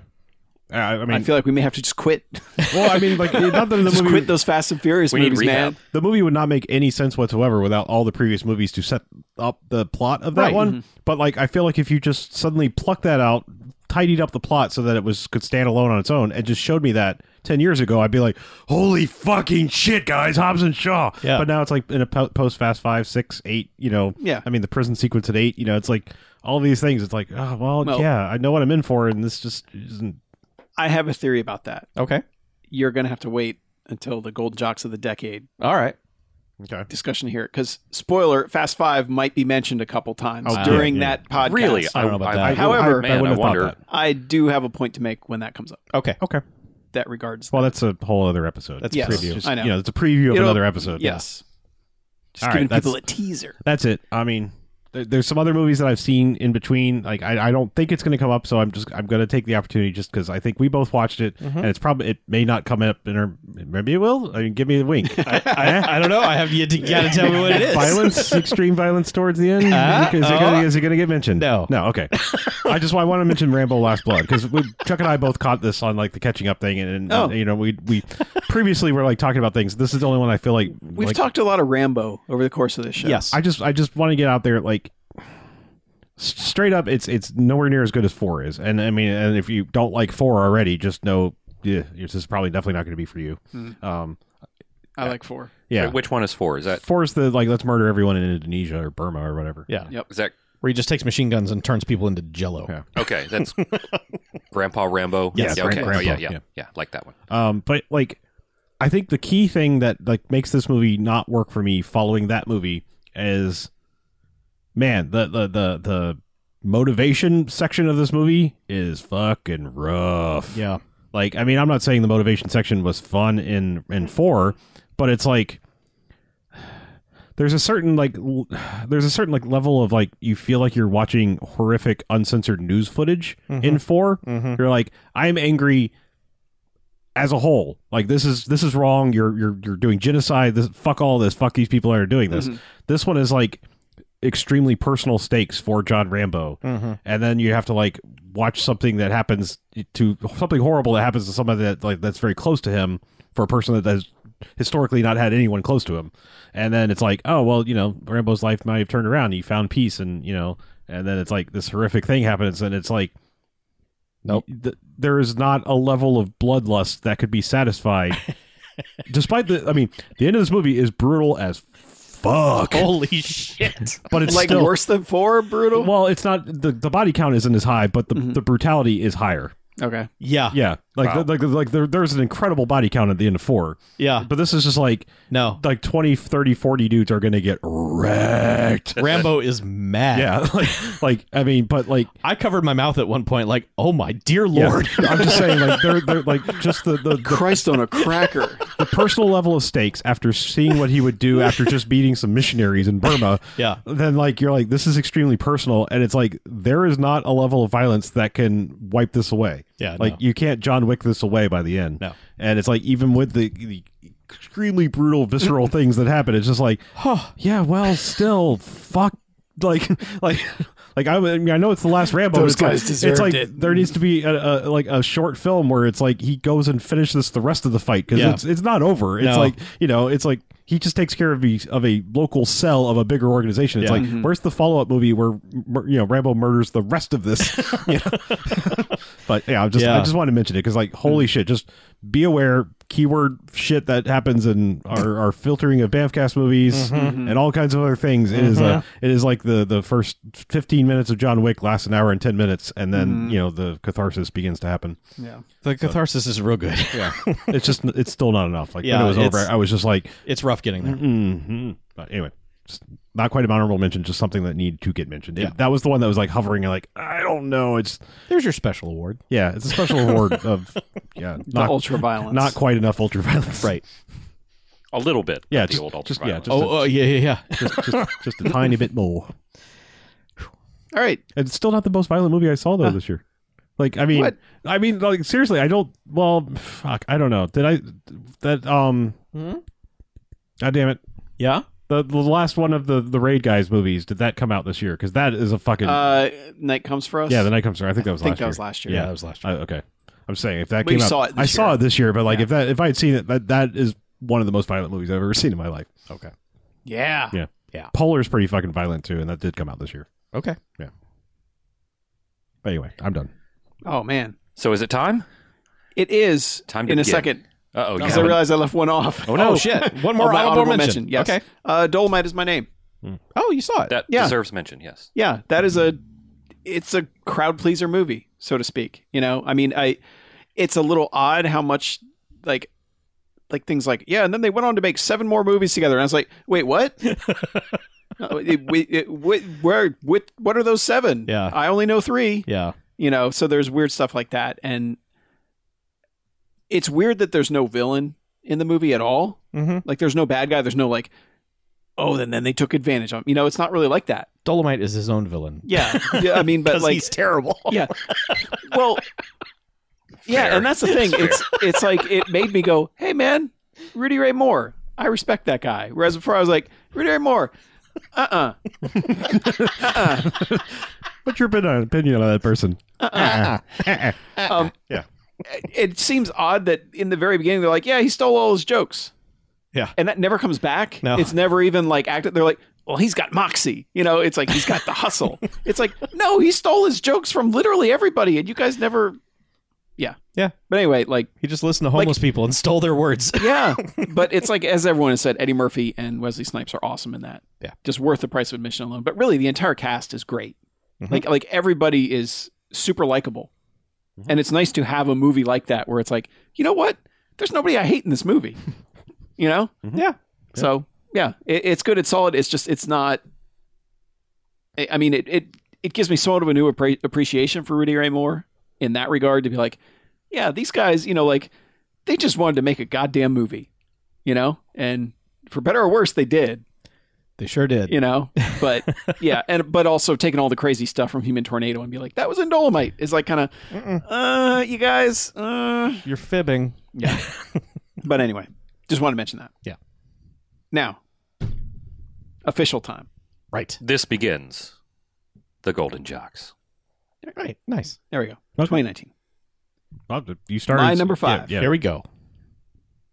C: I, I
A: i
C: mean,
A: feel like we may have to just quit
C: well, I mean, like not that the
A: just
C: movie
A: quit those fast and furious
D: We need
A: movies man
D: rehab.
C: the movie would not make any sense whatsoever without all the previous movies to set up the plot of that
A: Right. Mm-hmm.
C: one. But like, I feel like if you just suddenly plucked that out, tidied up the plot so that it was could stand alone on its own, and just showed me that ten years ago, I'd be like, "Holy fucking shit, guys! Hobbs and Shaw."
E: Yeah.
C: But now it's like in a po- post Fast Five, Six, Eight. You know,
A: Yeah.
C: I mean, the prison sequence at eight. You know, it's like all these things. It's like, oh well,
A: Well-
C: yeah, I know what I'm in for, and this just isn't.
A: i have a theory about that
E: Okay.
A: you're gonna have to wait until the gold jocks of the decade
E: All right.
C: Okay.
A: discussion here because spoiler fast five might be mentioned a couple times
C: Oh,
A: during
C: yeah, yeah.
A: that podcast
D: Really?
E: I don't know about that.
A: However-
D: man,
C: wouldn't
D: I
C: have thought
D: wonder.
C: that.
A: i do have a point to make when that comes up
E: Okay.
C: Okay.
A: that regards
C: Well, that's a whole other episode.
E: That's
C: a
A: Yes,
C: preview.
A: just- I know.
C: You know, it's a preview of
A: It'll-
C: another episode.
A: yes just
C: All right,
A: giving
C: that's-
A: people a teaser
C: That's it. I mean, there, there's some other movies that I've seen in between. Like, I, I don't think it's going to come up, so I'm just I'm going to take the opportunity just because I think we both watched it, and it's probably it may not come up in our maybe it will. I mean, give me the wink. Eh?
E: I, I don't know. I have yet to gotta tell me what it is.
C: violence, extreme violence towards the end.
E: Uh,
C: is, it
E: uh.
C: gonna, is it going to get mentioned?
E: No.
C: no. Okay, I just I want to mention Rambo: Last Blood because Chuck and I both caught this on like the catching up thing, and, and,
A: Oh.
C: you know we we previously were like talking about things. This is the only one I feel like
A: We've
C: like,
A: talked a lot of Rambo over the course of this show.
E: Yes.
C: I just I just want to get out there like s- straight up it's it's nowhere near as good as 4 is. And I mean and if you don't like 4 already just know yeah, this is probably definitely not going to be for you. Um
A: I like four.
C: yeah.
D: Hmm. Wait, which one is four? Is that
C: 4 is the like let's murder everyone in Indonesia or Burma or whatever.
E: yeah.
A: Yep.
D: is that
E: Where he just takes machine guns and turns people into jello.
C: Yeah.
D: okay? That's Grandpa Rambo.
C: Yes,
D: yeah, okay.
C: Gran-
D: Oh, yeah,
C: Grandpa,
D: yeah,
C: yeah.
D: yeah, Like that one.
C: Um, but like, I think the key thing that like makes this movie not work for me following that movie is, man, the the the the motivation section of this movie is fucking rough.
E: Yeah.
C: Like, I mean, I'm not saying the motivation section was fun in in four, but it's like there's a certain like l- there's a certain like level of like you feel like you're watching horrific uncensored news footage in 4 you You're like, I'm angry as a whole. Like this is this is wrong. You're you're you're doing genocide. This fuck all this. Fuck these people that are doing this. This one is like extremely personal stakes for John Rambo
E: Mm-hmm.
C: and then you have to like watch something that happens to something horrible that happens to somebody that like that's very close to him for a person that has historically not had anyone close to him and then it's like oh well you know rambo's life might have turned around he found peace and you know and then it's like this horrific thing happens and it's like
E: Nope.
C: th- there is not a level of bloodlust that could be satisfied despite the i mean the end of this movie is brutal as fuck
E: Holy shit.
C: but it's
A: like
C: still
A: worse than four, brutal.
C: well, it's not the, the body count isn't as high, but the,
A: Mhm.
C: the brutality is higher.
A: okay.
E: Yeah. Yeah.
C: Yeah, like
E: Mm-hmm. Wow.
C: the, like like there, there's an incredible body count at the end of four, but this is just like
E: No.
C: like 20, 30, 40 dudes are gonna get wrecked.
E: Rambo is mad.
C: yeah, like like I mean, but like
E: I covered my mouth at one point, like, oh my dear
C: yeah,
E: lord.
C: I'm just saying like they're they're like just the the, the
A: Christ on a cracker.
C: the personal level of stakes after seeing what he would do after just beating some missionaries in Burma.
E: Yeah.
C: Then like you're like this is extremely personal and it's like there is not a level of violence that can wipe this away.
E: Yeah,
C: Like
E: no.
C: you can't John Wick this away by the end.
E: No.
C: And it's like even with the, the extremely brutal visceral things that happen it's just like yeah, well still fuck like like like I, mean, I know it's the last Rambo.
A: Those
C: it's like-
A: guys deserved
C: it's like
A: it.
C: there needs to be a, a like a short film where it's like he goes and finishes the rest of the fight because
E: Yeah.
C: it's it's not over. It's
E: No.
C: like you know, it's like he just takes care of a, of a local cell of a bigger organization. It's
E: Yeah. Mm-hmm.
C: like where's the follow up movie where mur- you know Rambo murders the rest of this? You know? but yeah, I just I
E: Yeah. Mm.
C: just want to mention it because like holy shit, just be aware. Keyword shit that happens in our, our filtering of Bamfcast movies and all kinds of other things. It is a
E: Mm-hmm.
C: it is like the the first fifteen minutes of John Wick lasts an hour and ten minutes, and then
E: Mm-hmm.
C: you know the catharsis begins to happen.
A: Yeah.
E: The catharsis is real good.
C: Yeah, it's just it's still not enough. Like
E: Yeah,
C: when it was over,
E: it's-
C: I was just like,
E: It's rough tough getting there.
C: hmm But anyway, just not quite an honorable mention, just something that needed to get mentioned. It-
E: Yeah.
C: that was the one that was like hovering, like I don't know. It's
E: There's your special award.
C: yeah, it's a special award of yeah,
A: the
C: not
A: ultra violence.
C: not quite enough ultraviolence,
E: Right.
D: A little bit.
C: Yeah,
D: of the
C: just-
D: old
C: just- yeah,
D: ultraviolet.
C: just-
E: Oh, oh, yeah, yeah, yeah.
C: Just,
A: oh.
C: just just a tiny bit more.
A: All right.
C: And It's still not the most violent movie I saw though
A: Huh.
C: this year. Like I mean,
A: What?
C: I mean, like seriously, I don't. Well, fuck, I don't know. Did I that um?
E: Hmm?
C: God damn it.
E: Yeah.
C: The, the last one of the the raid guys movies did that come out this year? Because that is a fucking
A: Uh, night comes for us.
C: yeah. The night comes. I think that
A: I
C: was
A: think
C: last
A: that
C: year.
A: was last year.
C: Yeah.
E: that was last
C: I, okay, I'm saying if that
A: But you
C: came out,
A: saw it this
C: I saw
A: year.
C: it this year. But like
A: Yeah.
C: if that if I had seen it, that that is one of the most violent movies I've ever seen in my life. Okay,
A: Yeah.
C: Yeah. Polar's pretty fucking violent too, and that did come out this year.
E: Okay.
C: But anyway, I'm done.
A: Oh man,
D: so is it time?
A: it is
D: Time to
A: in a
D: begin.
A: second
D: Uh oh.
A: because I realized I left one off.
D: Oh, no.
E: shit! One more
A: Oh, my
E: honorable,
A: honorable
E: mention.
A: mention, yes.
E: Okay.
A: Uh, Dolomite is my name.
E: Oh, you saw it.
D: That
A: Yeah.
D: deserves mention, yes.
A: yeah that is a it's a crowd pleaser movie so to speak you know i mean i it's a little odd how much like like things like yeah and then they went on to make seven more movies together and i was like wait what Uh, it- we- it- wh- where what what are those seven
E: Yeah.
A: i only know three
E: yeah.
A: you know so there's weird stuff like that and it's weird that there's no villain in the movie at all
E: Mm-hmm.
A: like there's no bad guy there's no like oh then then they took advantage of you know it's not really like that
E: Dolomite is his own villain.
A: yeah, yeah i mean but like
E: terrible.
A: yeah. Well, yeah,
D: Fair.
A: and that's the thing.
D: Fair.
A: It's it's like it made me go, "Hey, man, Rudy Ray Moore, I respect that guy." Whereas before, I was like, "Rudy Ray Moore, uh,
C: What's your opinion, opinion on that person?
A: uh-uh, uh, uh." Um,
C: Yeah.
A: it- It seems odd that in the very beginning they're like, "Yeah, he stole all his jokes."
E: Yeah.
A: and that never comes back.
E: No.
A: It's never even like acted. They're like. Well, he's got moxie. You know, it's like he's got the hustle. it's like, no, he stole his jokes from literally everybody, and you guys never. Yeah.
E: Yeah.
A: But anyway, like,
E: He just listened to homeless people and stole their words.
A: yeah, but it's like as everyone has said, Eddie Murphy and Wesley Snipes are awesome in that.
E: Yeah.
A: just worth the price of admission alone. But really, the entire cast is great.
E: Mhm.
A: Like like everybody is super likable,
E: Mm-hmm.
A: and it's nice to have a movie like that where it's like, you know what? There's nobody I hate in this movie. you know?
C: Mhm.
E: Mm-hmm. Yeah.
A: So yeah, it, it's good. It's solid. It's just it's not. I, I mean, it it it gives me somewhat of a new appre- appreciation for Rudy Ray Moore in that regard to be like, yeah, these guys, you know, like they just wanted to make a goddamn movie, you know, and for better or worse, they did,
E: They sure did.
A: you know, but yeah, and but also taking all the crazy stuff from Human Tornado and be like, that was in Dolomite is like kind of,
E: Mm-mm.
A: uh, you guys, uh,
E: You're fibbing.
A: yeah. but anyway, just wanted to mention that.
E: Yeah.
A: Now, official time.
E: Right.
D: This begins the Golden Jocks.
E: Right. Nice.
A: There we go.
C: Okay.
A: 2019.
C: Well, you started
A: My number five.
C: Yeah, yeah.
E: Here we go.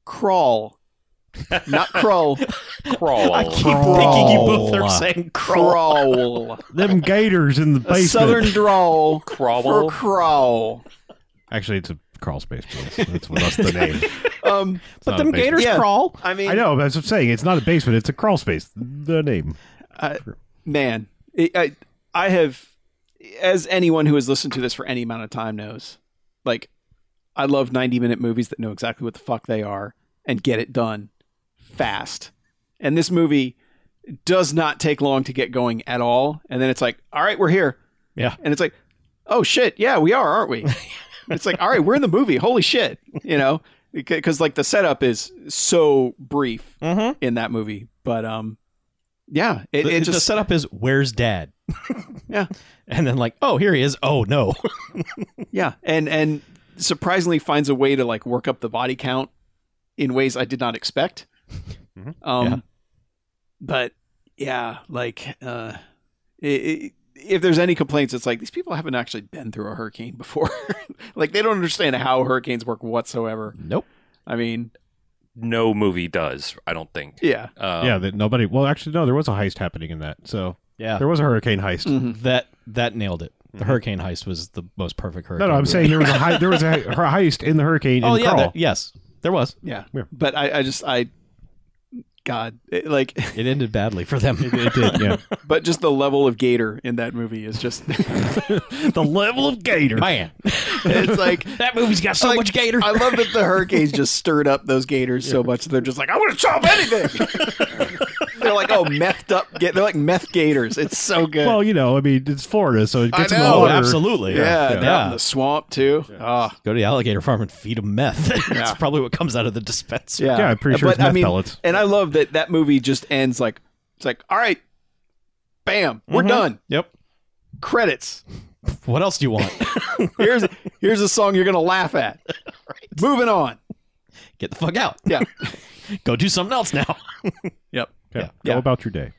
A: Crawl, not crawl.
D: Crawl.
C: Crawl.
E: saying
A: crawl.
C: them gators in the
A: A
C: basement.
A: southern drawl. For
D: Crawl.
A: crawl.
C: Actually, it's a crawl space place. That's what that's the name.
A: Um,
E: But
C: not
E: them
C: a basement.
E: gators
A: Yeah.
E: crawl.
A: I mean,
C: I know. That's what I'm saying. It's not a basement. It's a crawl space. The name.
A: man, it, I, I have, as anyone who has listened to this for any amount of time knows, like, I love 90 minute movies that know exactly what the fuck they are and get it done fast. And this movie does not take long to get going at all. And then it's like, all right, we're here.
E: Yeah.
A: And it's like, oh shit, yeah, we are, aren't we? it's like, all right, we're in the movie. Holy shit. You know, because like the setup is so brief
E: Mm-hmm.
A: in that movie. But, um, yeah, it,
E: the,
A: it
E: the
A: just
E: setup is where's dad?
A: Yeah.
E: And then like, oh, here he is. Oh no.
A: Yeah, and and surprisingly finds a way to like work up the body count in ways I did not expect.
C: Mhm.
A: Um,
E: Yeah.
A: but yeah, like uh, i i if there's any complaints, it's like these people haven't actually been through a hurricane before. like they don't understand how hurricanes work whatsoever.
E: nope.
A: I mean,
D: No movie does, I don't think.
A: yeah,
D: Um,
C: yeah, that nobody. Well, actually, no. There was a heist happening in that. So
E: Yeah.
C: there was a hurricane heist.
A: Mhm.
E: That that nailed it. The hurricane heist was the most perfect hurricane.
C: No, no. I'm
E: movie.
C: saying there was a hei- there was a he- heist in the hurricane.
E: Oh
C: in
E: yeah.
C: Crawl.
E: there- yes. There was.
A: yeah,
C: Yeah.
A: But I, I just I God, It- like,
E: It ended badly for them.
C: It did, yeah.
A: but just the level of Gator in that movie is just,
C: the level of gator.
E: Man,
A: it's like.
E: that movie's got so
A: like,
E: much gator.
A: I love that the hurricanes just stirred up those gators so much that they're just like, I want to chop anything. they're like, oh, methed up. Ga- they're like meth gators. It's so good.
C: Well, you know, I mean, it's Florida, so it
A: I
C: gets in the
A: know,
E: oh,
C: water.
E: absolutely.
A: yeah, down
E: Yeah.
A: in the swamp too. Ah,
E: Go to the alligator farm and feed them meth. That's
A: Yeah.
E: probably what comes out of the dispenser.
A: yeah.
C: Yeah, I'm pretty sure
A: But,
C: it's meth
A: I mean,
C: pellets.
A: And I love that that movie just ends like it's like, all right, bam, we're
C: Mm-hmm.
E: Mhm.
A: done.
E: Yep.
A: Credits.
E: What else do you want?
A: Here's here's a song you're gonna laugh at. Moving on.
E: Get the fuck out.
A: Yeah.
E: Go do something else now.
A: Yep.
C: Yeah.
A: Yeah.
C: Go about your day.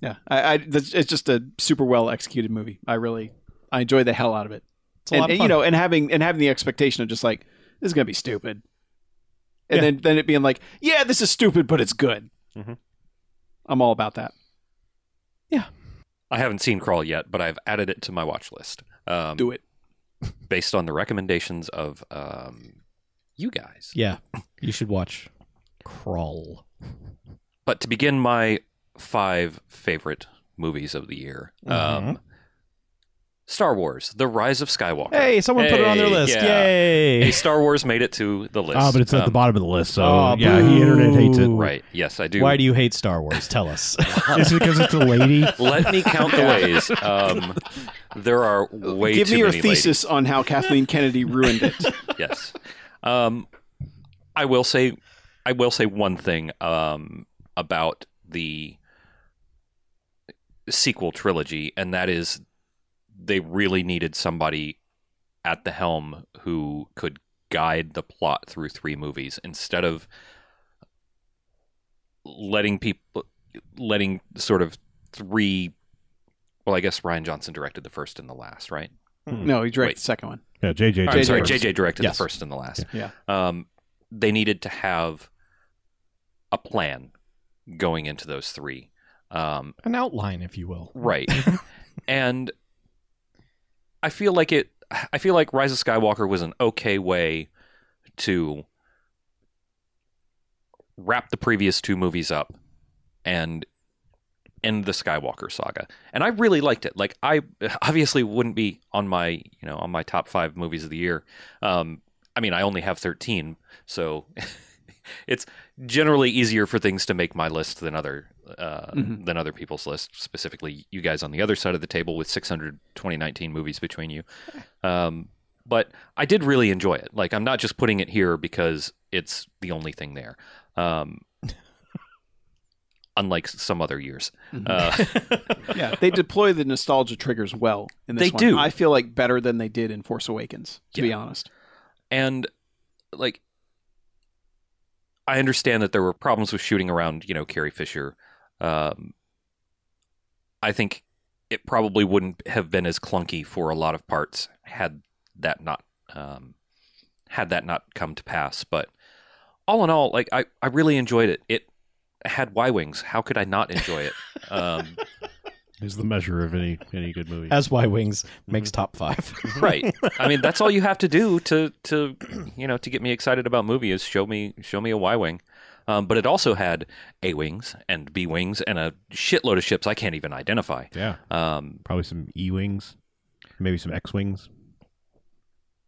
A: Yeah. I, I that's- it's just a super well executed movie. I really I enjoy the hell out of it.
E: It's a
A: and,
E: lot of
A: and,
E: fun.
A: you know, and having and having the expectation of just like this is gonna be stupid, and
E: Yeah. Mm-hmm.
A: then then it being like, yeah, this is stupid, but it's good.
D: Mhm.
A: I'm all about that.
D: I haven't seen Crawl yet, but I've added it to my watch list. Um,
A: Do it.
D: based on the recommendations of um, you guys.
E: yeah. You should watch Crawl.
D: But to begin my five favorite movies of the year,
C: Mm-hmm.
D: um, Star Wars: The Rise of Skywalker.
E: Hey, someone put it on their
D: Hey,
E: list.
D: yeah.
E: Yay.
D: Hey, Star Wars made it to the list.
C: Ah, but it's at
D: Um,
C: the bottom of the list, so
E: Aw,
C: yeah, the internet hates it.
E: boo.
D: Right? Yes, I do.
E: Why do you hate Star Wars? Tell us.
C: Is it because it's a lady?
D: Let me count the ways. Um, there are way
A: Uh, Give
D: too
A: me your
D: many ladies.
A: thesis on how Kathleen Kennedy ruined it.
D: yes. Um, I will say, I will say one thing um, about the sequel trilogy, and that is they really needed somebody at the helm who could guide the plot through three movies instead of letting people letting sort of three well i guess ryan johnson directed the first and the last right
A: No, he directed
D: Wait.
A: the second one.
C: Yeah, JJ.
D: I'm
A: JJ
D: sorry,
A: directed.
D: JJ directed
E: Yes.
D: the first and the last.
A: Yeah.
D: Um, they needed to have a plan going into those three. Um,
E: An outline, if you will.
D: right. and I feel like it. I feel like Rise of Skywalker was an okay way to wrap the previous two movies up and end the Skywalker saga. And I really liked it. Like I obviously wouldn't be on my you know on my top five movies of the year. Um, I mean I only have thirteen, so it's generally easier for things to make my list than other uh,
A: Mhm.
D: than other people's lists. Specifically, you guys on the other side of the table with 600 2019 movies between you. Um, but I did really enjoy it. Like I'm not just putting it here because it's the only thing there. Um, unlike some other years. Uh,
A: Yeah, they deploy the nostalgia triggers well in this
D: They
A: one.
D: do.
A: I feel like better than they did in Force Awakens, to be honest.
D: and like I understand that there were problems with shooting around, you know, Carrie Fisher. Um, I think it probably wouldn't have been as clunky for a lot of parts had that not um, had that not come to pass. But all in all, like I, I really enjoyed it. It had Y wings. How could I not enjoy it? Um,
C: Is the measure of any any good movie?
E: As Y Wings makes top five.
D: right i mean that's all you have to do to to you know to get me excited about movie is show me show me a y-wing um, but it also had a wings and b wings and a shitload of ships i can't even identify
C: yeah,
D: um,
C: probably some E wings, maybe some X wings.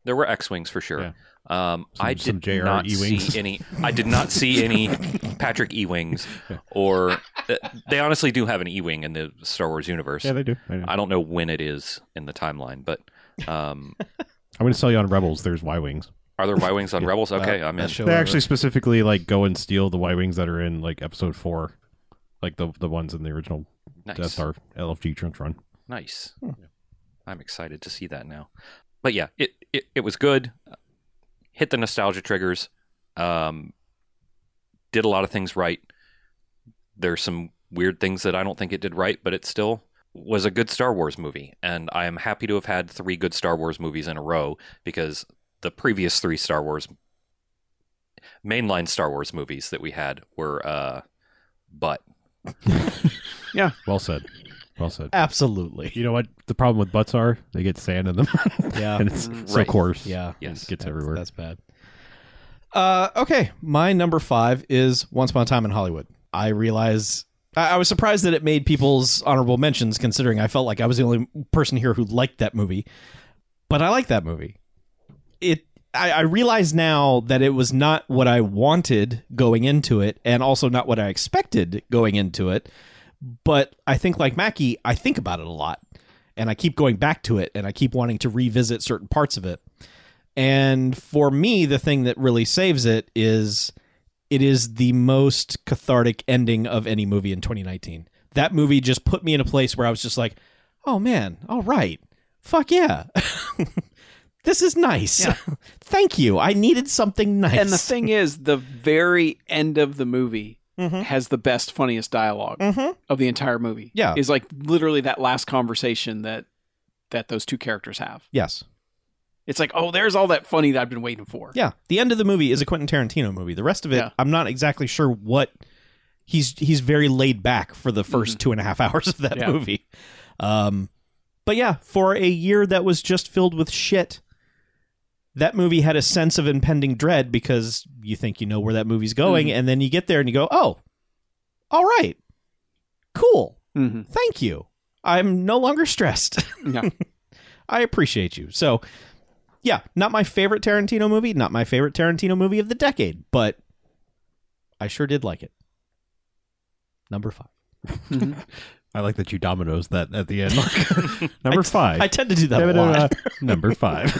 D: there were x-wings for sure um,
C: Some-
D: i
C: some E
D: did
C: JR
D: not
C: E-wings.
D: see any i did not see any patrick e-wings or uh, they honestly do have an e-wing in the star wars universe
C: Yeah, they do. I know.
D: i don't know when it is in the timeline but um,
C: I'm going to sell you on Rebels. There's Y wings.
D: are there y-wings on rebels okay
E: That-
D: i'm
E: that
D: in
E: show
C: They
E: over.
C: actually specifically like go and steal the Y wings that are in like Episode Four, like the the ones in the original Death
D: nice
C: Star LFG Trunk Run.
D: Nice. I'm excited to see that now. But yeah, it, it, it was good. Hit the nostalgia triggers. Um, did a lot of things right. There's some weird things that I don't think it did right, but it still was a good Star Wars movie. And I am happy to have had three good Star Wars movies in a row because the previous three Star Wars mainline Star Wars movies that we had were uh but
C: Well said. Well said.
E: Absolutely.
C: You know what the problem with butts are? They get sand in them,
E: Yeah.
C: and it's so
D: Right.
C: coarse.
E: yeah.
D: yes.
C: gets
E: That's-
C: everywhere.
E: That's bad. Uh, okay. My number five is Once Upon a Time in Hollywood. I realize I, I was surprised that it made people's honorable mentions, considering I felt like I was the only person here who liked that movie. But I like that movie. It I, I realize now that it was not what I wanted going into it, and also not what I expected going into it. But I think, like Mackie, I think about it a lot, and I keep going back to it, and I keep wanting to revisit certain parts of it. And for me, the thing that really saves it is it is the most cathartic ending of any movie in 2019. That movie just put me in a place where I was just like, oh man, all right. Fuck yeah. this is nice. Thank you. I needed something nice.
A: And the thing is, the very end of the movie
E: Mhm.
A: has the best, funniest dialog
E: Mhm.
A: of the entire movie.
E: Yeah.
A: is like literally that last conversation that that those two characters have.
E: Yes.
A: It's like, oh, there's all that funny that I've been waiting for.
E: Yeah. The end of the movie is a Quentin Tarantino movie. The rest of it,
A: Yeah.
E: I'm not exactly sure what he's he's very laid back for the 1st two and a half hours of that
A: Mm-hmm. Yeah.
E: movie. Um but yeah, for a year that was just filled with shit, that movie had a sense of impending dread because you think you know where that movie's going,
A: Mm-hmm.
E: and then you get there and you go, Oh, all right. Cool.
A: hmm
E: Thank you. I'm no longer stressed.
A: Yeah.
E: I appreciate you. So, yeah, not my favorite Tarantino movie, not my favorite Tarantino movie of the decade, but I sure did like it. Number five.
A: Mm-hmm.
C: I like that you dominoes that at the end. Like, number five.
E: I tend to do that a
C: Da-da-da-da.
E: lot.
C: number five.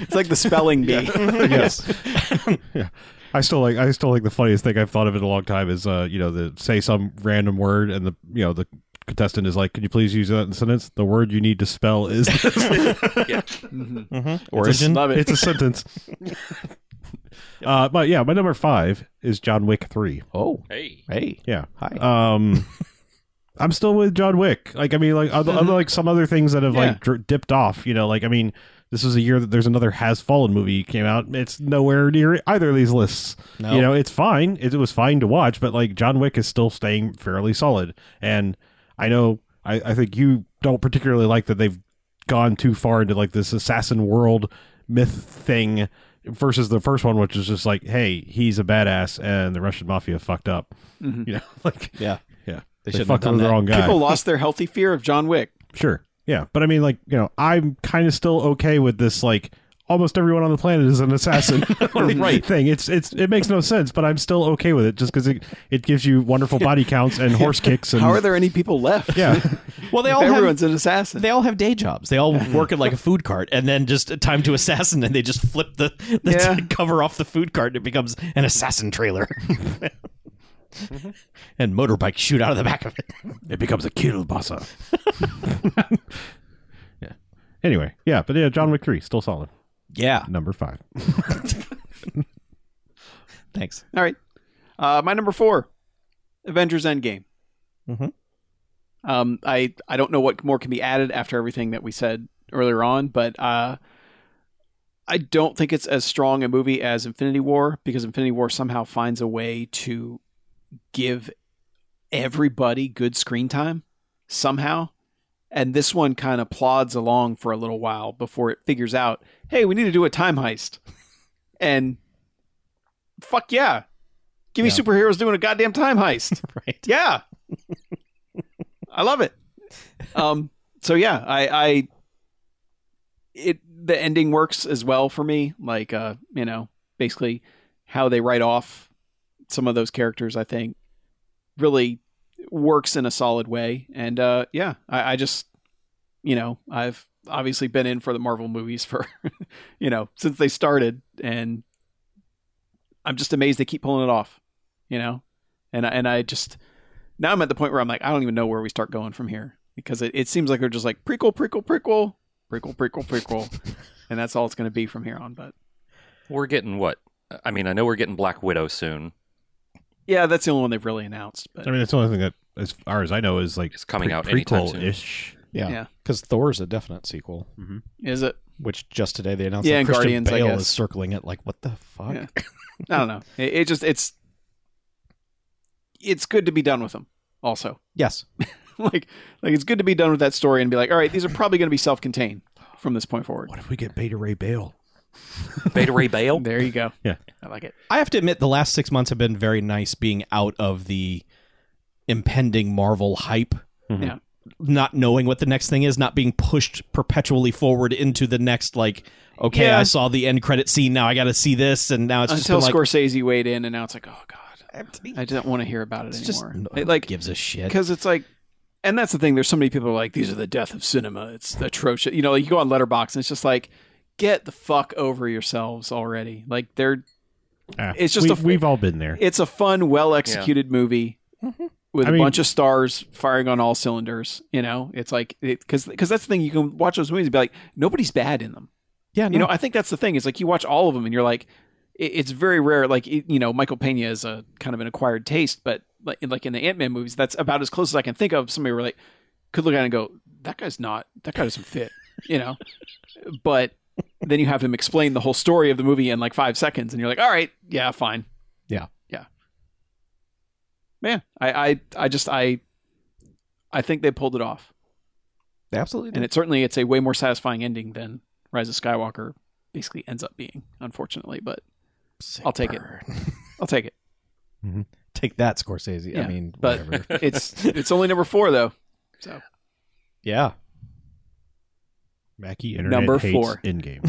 A: It's like the spelling bee.
C: yes. yeah. I still like. I still like the funniest thing I've thought of in a long time is, uh, you know, the say some random word and the you know the contestant is like, "Could you please use that in a sentence? The word you need to spell is."
E: Mhm.
A: Just
E: Origin.
A: love it.
C: it's a sentence. uh, but yeah, my number five is John Wick three.
E: Oh,
D: Hey.
E: hey.
C: Yeah.
E: Hi.
C: Um, I'm still with John Wick. Like, I mean, like, other, other, like some other things that have
A: Yeah.
C: like dri dipped off. You know, like, I mean, this was a year that there's another Has Fallen movie came out. It's nowhere near either of these lists.
E: No.
C: You know, it's fine. It, it was fine to watch, but like John Wick is still staying fairly solid. And I know, I, I think you don't particularly like that they've gone too far into like this assassin world myth thing versus the first one, which is just like, hey, he's a badass, and the Russian mafia fucked up.
A: Mhm.
C: You know, like
E: Mm-hmm. yeah.
C: yeah. They,
E: They shouldn't
C: fucked
E: have
C: over
E: done
C: the
E: that.
C: wrong guy.
A: People lost their healthy fear of John Wick.
C: Sure. Yeah. But I mean, like, you know, I'm kind of still okay with this, like, almost everyone on the planet is an assassin like,
E: Right.
C: thing. It's, it's, it makes no sense, but I'm still okay with it just because it, it gives you wonderful body counts and horse kicks. And,
A: How are there any people left?
C: Yeah.
E: Well, they
A: If
E: all have
A: everyone's an assassin.
E: they all have day jobs. They all work at like a food cart, and then just time to assassin, and they just flip the, the
A: Yeah.
E: cover off the food cart, and it becomes an assassin trailer, Mm-hmm. and motorbikes shoot out of the back of it.
C: It becomes a kielbasa. yeah. Anyway. Yeah. But yeah, John Wick 3, still solid.
E: Yeah,
C: Number five.
E: thanks.
A: All right. Uh, my number four, Avengers Endgame.
E: Mhm.
A: Um, I I don't know what more can be added after everything that we said earlier on, but uh, I don't think it's as strong a movie as Infinity War because Infinity War somehow finds a way to give everybody good screen time somehow, and this one kind of plods along for a little while before it figures out, hey, we need to do a time heist, and fuck yeah. Give me
E: Yeah.
A: superheroes doing a goddamn time heist.
E: Right.
A: yeah. I love it. Um so yeah, I I it the ending works as well for me, like uh, you know, basically how they write off some of those characters I think really works in a solid way. And uh yeah, I, I just you know, I've obviously been in for the Marvel movies for you know, since they started and I'm just amazed they keep pulling it off, you know. And I, and I just now I'm at the point where I'm like I don't even know where we start going from here because it, it seems like they're just like prequel, prequel, prequel, prequel, prequel, prequel, and that's all it's going to be from here on. But
D: We're getting what? I mean, I know we're getting Black Widow soon.
A: yeah, that's the only one they've really announced. But
C: I mean, that's the only thing that, as far as I know, is like
D: It's coming out anytime soon.
C: ish.
A: Yeah.
E: because Thor's a definite sequel.
A: is it?
E: Which just today they announced
A: Yeah,
E: that
A: and
E: Christian
A: Guardians, I
E: Bale
A: guess.
E: is circling it. Like, what the fuck?
A: Yeah. I don't know. It, it just it's it's good to be done with them. Also,
E: Yes.
A: like like it's good to be done with that story and be like, all right, these are probably going to be self-contained from this point forward.
C: What if we get Beta Ray Bale?
D: Beta Ray Bale.
A: There you go.
C: Yeah.
A: I like it.
E: I have to admit, the last six months have been very nice being out of the impending Marvel hype.
C: Mhm.
A: Yeah.
E: Not knowing what the next thing is, not being pushed perpetually forward into the next, like, okay,
A: Yeah.
E: I saw the end credit scene, now I got to see this, and now it's just
A: Until
E: been like,
A: Scorsese weighed in, and now it's like, oh god, I don't want to hear about it
E: it's just
A: anymore.
E: no
A: It, like,
E: gives a shit.
A: because it's like, and that's the thing. There's so many people who are like, these are the death of cinema. It's atrocious. You know, like you go on Letterbox, and it's just like, get the fuck over yourselves already. Like they're,
C: Ah,
A: It's just
C: we,
A: a f-
C: we've all been there.
A: it's a fun, well executed movie. With
C: Mm-hmm. I
A: a
C: mean-
A: bunch of stars firing on all cylinders, you know, it's like because because that's the thing you can watch those movies and be like nobody's bad in them.
E: Yeah,
A: You know, I think that's the thing. Is like you watch all of them, and you're like, it, it's very rare. Like it, you know, Michael Pena is a kind of an acquired taste, but like like in the Ant Man movies, that's about as close as I can think of. Somebody where like could look at it and go, that guy's not. That guy doesn't fit. You know, but then you have him explain the whole story of the movie in like five seconds, and you're like, all right, yeah, fine.
E: Yeah.
A: yeah. Man, I I I just I I think they pulled it off
E: absolutely.
A: and it certainly it's a way more satisfying ending than Rise of Skywalker basically ends up being, unfortunately. But I'll take it. I'll take it.
E: Take that, Scorsese.
A: Yeah,
E: I mean,
A: but-
E: whatever.
A: It's it's only number four though. So
E: yeah.
C: Mackie internet
A: Number
C: hates
A: four.
C: Endgame.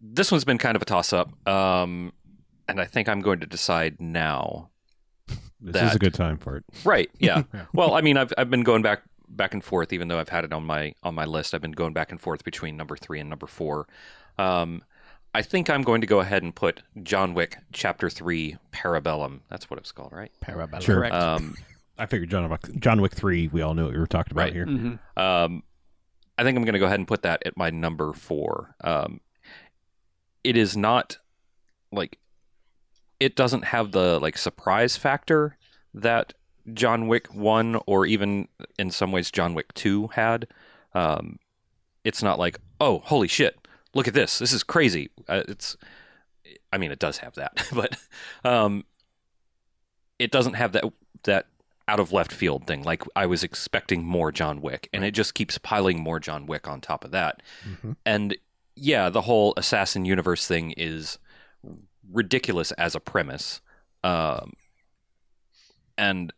D: This one's been kind of a toss up, um, and I think I'm going to decide now.
C: This
D: That-
C: is a good time for it.
D: Right? Yeah.
C: Yeah.
D: well, I mean, I've I've been going back back and forth, even though I've had it on my on my list. I've been going back and forth between number three and number four. Um, I think I'm going to go ahead and put John Wick Chapter Three Parabellum. That's what it's called, right?
E: Parabellum.
C: Sure.
A: correct.
D: Um,
C: I figured John Wick, John Wick three. We all knew what we were talking about
D: Right.
C: here.
A: Mhm.
D: Um, I think I'm going to go ahead and put that at my number four. Um, it is not like it doesn't have the like surprise factor that John Wick one or even in some ways John Wick two had. Um, it's not like oh holy shit look at this this is crazy. Uh, it's I mean it does have that but um, it doesn't have that that out of left field thing. Like I was expecting more John Wick, and it just keeps piling more John Wick on top of that.
E: Mhm.
D: And yeah, the whole Assassin Universe thing is ridiculous as a premise, um, and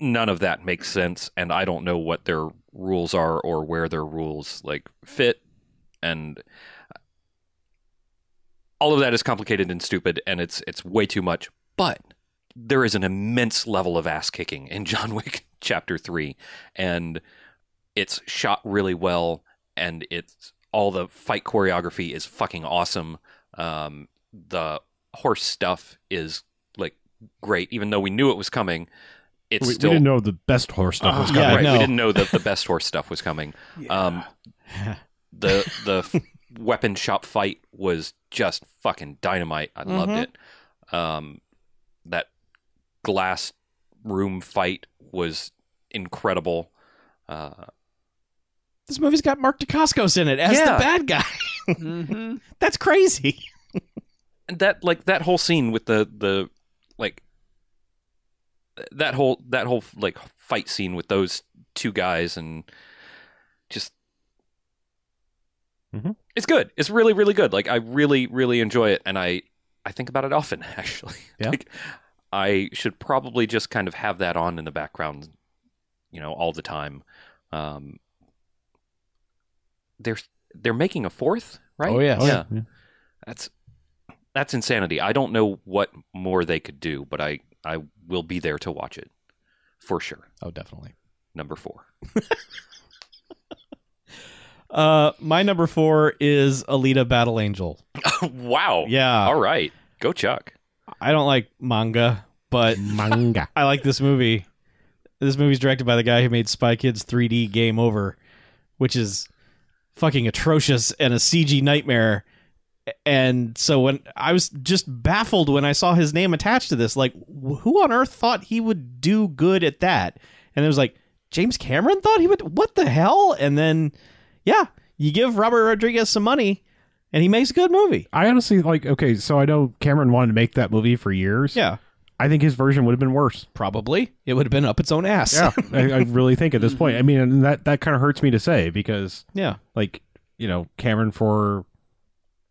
D: none of that makes sense. And I don't know what their rules are or where their rules like fit, and all of that is complicated and stupid, and it's it's way too much. But there is an immense level of ass kicking in John Wick Chapter 3 and it's shot really well and it's all the fight choreography is fucking awesome. Um the horse stuff is like great even though we knew it was coming. It's
C: We, we
D: still
C: didn't know the best horror stuff was
A: Ah,
C: coming.
E: yeah,
D: right,
E: no.
D: we didn't know that the best horse stuff was coming. Um the the weapon shop fight was just fucking dynamite. I loved
E: Mhm.
D: it. Um, that glass room fight was incredible. Uh,
E: this movie's got Mark DeCascos in it as
D: Yeah.
E: the bad guy.
A: Mhm.
E: That's crazy.
D: and that like that whole scene with the the like that whole that whole like fight scene with those two guys and just
C: Mhm.
D: it's good. It's really really good. Like I really really enjoy it, and I I think about it often actually.
E: Yeah.
D: like, I should probably just kind of have that on in the background, you know, all the time. Um, they're they're making a fourth, right?
E: Oh, yes.
C: Oh,
D: yeah. That's that's insanity. I don't know what more they could do, but I I will be there to watch it for sure.
E: Oh, definitely.
D: Number four.
E: Uh, my number four is Alita Battle Angel.
D: wow.
E: Yeah,
D: Oh, All right. Go Chuck.
E: I don't like manga, but
C: Manga.
E: I like this movie. This movie's directed by the guy who made Spy Kids 3D Game Over, which is fucking atrocious and a CG nightmare. And so when I was just baffled when I saw his name attached to this, like wh- who on earth thought he would do good at that? And it was like James Cameron thought he would. What the hell? And then, yeah, you give Robert Rodriguez some money, and he makes a good movie.
C: I honestly like. Okay, so I know Cameron wanted to make that movie for years.
E: Yeah,
C: I think his version would have been worse.
E: probably it would have been up its own ass.
C: Yeah, I, I really think at this
E: Mm-hmm.
C: point. I mean, and that that kind of hurts me to say because
E: yeah,
C: like you know Cameron for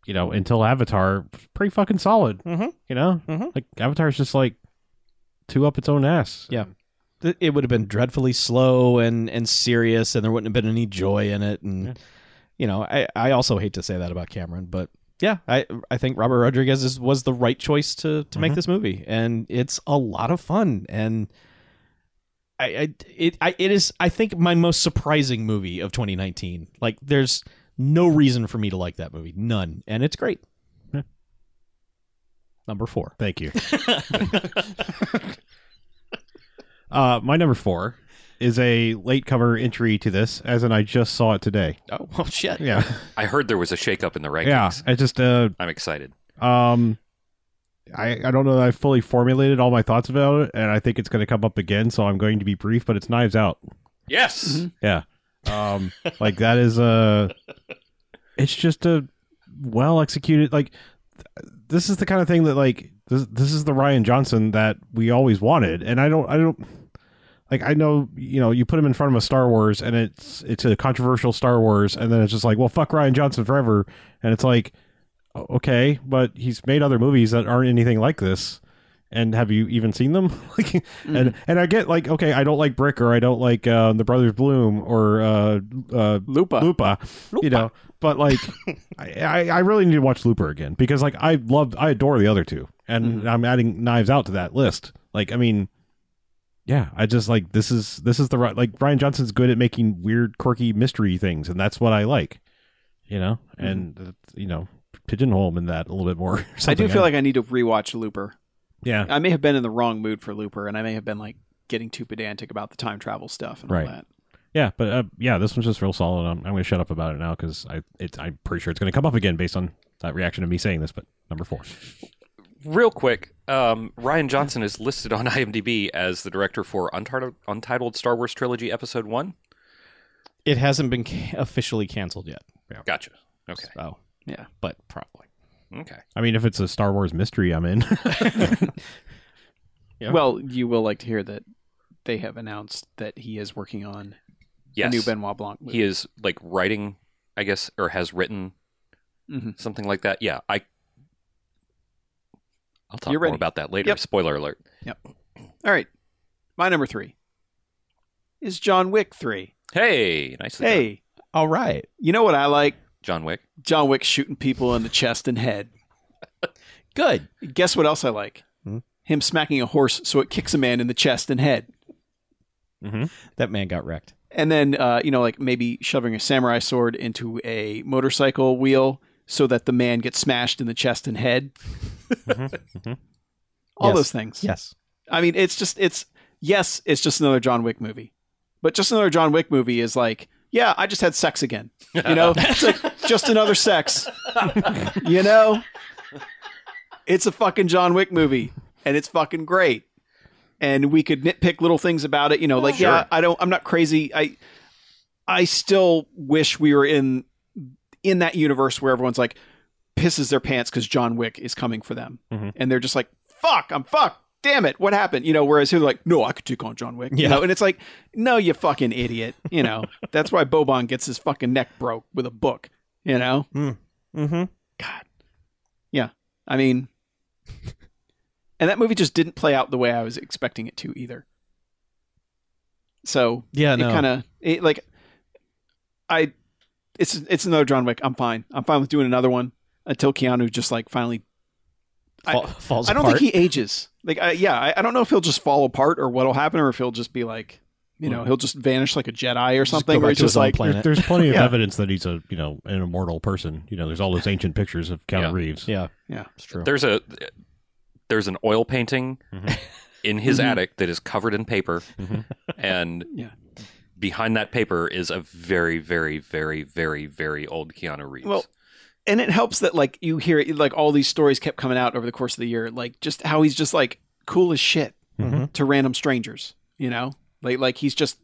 C: you know, until Avatar, pretty fucking solid.
E: Mhm.
C: You know,
E: Mhm.
C: like Avatar's just like two up its own ass.
E: Yeah. Th- It would have been dreadfully slow and and serious, and there wouldn't have been any joy in it. And
C: Yeah.
E: you know, I I also hate to say that about Cameron, but yeah, I I think Robert Rodriguez is, was the right choice to to make this movie, and it's a lot of fun and. I, I it I it is I think my most surprising movie of 2019. Like there's no reason for me to like that movie, none, and it's great.
C: Yeah.
E: Number four.
C: Thank you. uh, my number four is a latecomer entry to this, as in I just saw it today.
E: Oh well, shit.
C: Yeah,
D: I heard there was a shakeup in the rankings.
C: yeah. I just uh,
D: I'm excited.
C: Um, I I don't know that I fully formulated all my thoughts about it, and I think it's going to come up again, so I'm going to be brief. But it's Knives Out.
D: Yes.
A: Mhm.
C: Mm-hmm. Um, like that is a, it's just a well executed. Like th- this is the kind of thing that like this this is the Ryan Johnson that we always wanted, and I don't I don't. Like I know, you know, you put him in front of a Star Wars, and it's it's a controversial Star Wars, and then it's just like, well, fuck Ryan Johnson forever, and it's like, o- okay, but he's made other movies that aren't anything like this, and have you even seen them? like, and
A: Mm-hmm.
C: and I get like, okay, I don't like Brick, or I don't like uh, the Brothers Bloom, or uh, uh,
A: Lupa.
C: Lupa, you know, but like, I, I I really need to watch Looper again because like I love, I adore the other two, and
A: Mm-hmm.
C: I'm adding Knives Out to that list. Like, I mean, yeah, I just like this is this is the right like Brian Johnson's good at making weird, quirky mystery things, and that's what I like, you know, and uh, you know, pigeonhole him in that a little bit more. or
A: Mm-hmm. I do
C: something.
A: feel like I need to rewatch Looper.
C: yeah,
A: I may have been in the wrong mood for Looper, and I may have been like getting too pedantic about the time travel stuff and
C: Right.
A: all that.
C: yeah, but uh, yeah, this one's just real solid. I'm, I'm going to shut up about it now because I it's I'm pretty sure it's going to come up again based on that reaction to me saying this. But number four,
D: Real quick, um, Ryan Johnson is listed on IMDb as the director for Untitled, Untitled Star Wars Trilogy Episode One.
E: It hasn't been ca- officially canceled yet.
D: Gotcha. Okay.
E: So
A: Yeah.
E: but probably.
D: Okay.
C: I mean, if it's a Star Wars mystery, I'm in. Yeah.
A: Well, you will like to hear that they have announced that he is working on
D: Yes.
A: a new Benoit Blanc movie.
D: he is like writing, I guess, or has written
A: Mhm.
D: something like that. Yeah. I. I'll talk
A: You're
D: more
A: ready.
D: about that later.
A: Yep.
D: Spoiler alert.
A: All right, my number three is John Wick three.
D: Hey, nicely done,
A: Hey,
E: All right.
A: you know what I like?
D: John Wick.
A: John Wick shooting people in the chest and head.
E: Good.
A: Guess what else I like?
E: Hmm?
A: Him smacking a horse so it kicks a man in the chest and head.
E: That man got wrecked.
A: and then uh, you know like maybe shoving a samurai sword into a motorcycle wheel so that the man gets smashed in the chest and head all
E: Yes.
A: those things
E: Yes.
A: i mean it's just it's yes it's just another john wick movie but just another john wick movie is like yeah i just had sex again you know it's like just another sex you know it's a fucking john wick movie and it's fucking great and we could nitpick little things about it you know like yeah
D: Sure.
A: i don't i'm not crazy i i still wish we were in in that universe where everyone's like pisses their pants because john wick is coming for them
C: Mhm.
A: and they're just like fuck i'm fucked damn it what happened you know whereas here they're like no i could take on john wick you
E: Yeah.
A: know and it's like no you fucking idiot you know that's why Boban gets his fucking neck broke with a book you know
E: Mm-hmm.
A: God. Yeah. I mean, and that movie just didn't play out the way I was expecting it to either. So
E: Yeah.
A: it
E: No.
A: kind of it like I it's it's another John Wick. I'm fine. I'm fine with doing another one until Keanu just like finally. I-
E: Fa- falls
A: I don't
E: apart.
A: think he ages. Like I, yeah, I, I don't know if he'll just fall apart or what'll happen, or if he'll just be like, you know, he'll just vanish like a Jedi or something,
E: go
A: or he's
E: back to his
A: just
E: own
A: like,
E: planet.
C: There's plenty of
A: Yeah.
C: evidence that he's a you know an immortal person. You know, there's all those ancient pictures of Keanu
D: Yeah.
C: Reeves.
E: Yeah.
A: Yeah.
E: It's true.
D: There's a there's an oil painting
C: Mhm.
D: in his
A: Mhm.
D: attic that is covered in paper,
C: Mhm.
D: and
A: Yeah.
D: behind that paper is a very, very, very, very, very old Keanu Reeves.
A: Well, and it helps that like you hear it, like all these stories kept coming out over the course of the year, like just how he's just like cool as shit
E: Mm-hmm.
C: Mhm.
A: to random strangers, you know, like like he's just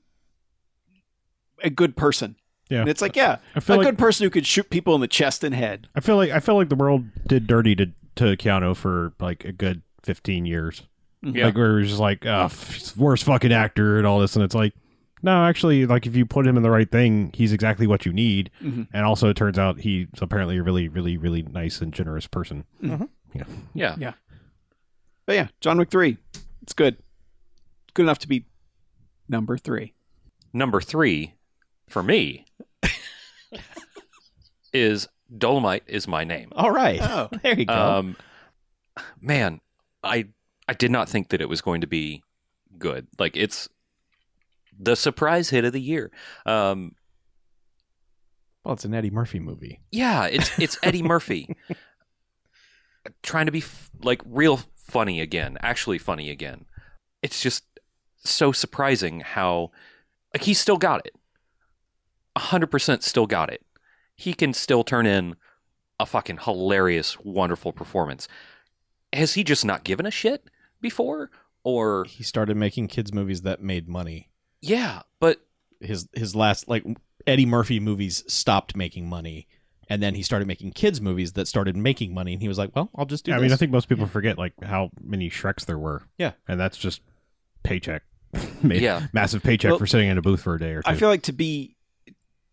A: a good person.
C: Yeah.
A: and it's like yeah,
C: I
A: a
C: feel like
A: good person who could shoot people in the chest and head.
C: I feel like I feel like the world did dirty to to Keanu for like a good 15 years.
A: Mhm.
D: Yeah.
C: Like we were just like, oh, f- he's the worst fucking actor and all this, and it's like, no, actually, like if you put him in the right thing, he's exactly what you need.
A: Mhm.
C: And also, it turns out he's apparently a really, really, really nice and generous person.
D: Yeah.
A: But yeah, John Wick 3. It's good. Good enough to be number 3.
D: Number three for me is Dolomite is my name.
E: All right.
A: Oh.
E: There you go.
D: Um, man, I I did not think that it was going to be good. Like it's the surprise hit of the year. Um,
E: well, it's an Eddie Murphy movie.
D: yeah, it's it's Eddie Murphy trying to be f- like real funny again, actually funny again. It's just so surprising how like he still got it. 100% still got it. He can still turn in a fucking hilarious wonderful performance. Has he just not given a shit before or
E: He started making kids movies that made money.
D: yeah, but
E: His his last like Eddie Murphy movies stopped making money, and then he started making kids movies that started making money, and he was like, "Well, I'll just do."
C: Yeah, I
E: this.
C: mean, I think most people forget like how many Shreks there were.
E: Yeah.
C: and that's just paycheck, Ma-
D: Yeah.
C: massive paycheck
A: Well,
C: for sitting in a booth for a day or two.
A: I feel like to be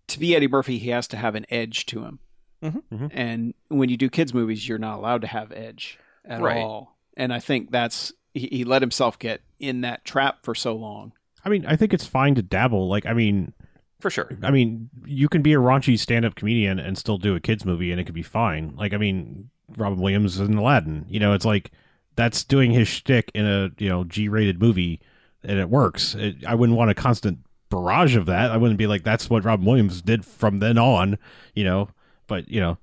A: to be Eddie Murphy, he has to have an edge to him.
E: Mhm.
C: Mhm.
A: And when you do kids movies, you're not allowed to have edge at
D: Right.
A: all. And I think that's he, he let himself get in that trap for so long.
C: I mean, I think it's fine to dabble. Like, I mean,
D: for sure.
C: I mean, you can be a raunchy stand-up comedian and still do a kids movie, and it could be fine. Like, I mean, Robin Williams in Aladdin. You know, it's like that's doing his shtick in a you know G-rated movie, and it works. It, I wouldn't want a constant barrage of that. I wouldn't be like that's what Robin Williams did from then on. You know, but you know,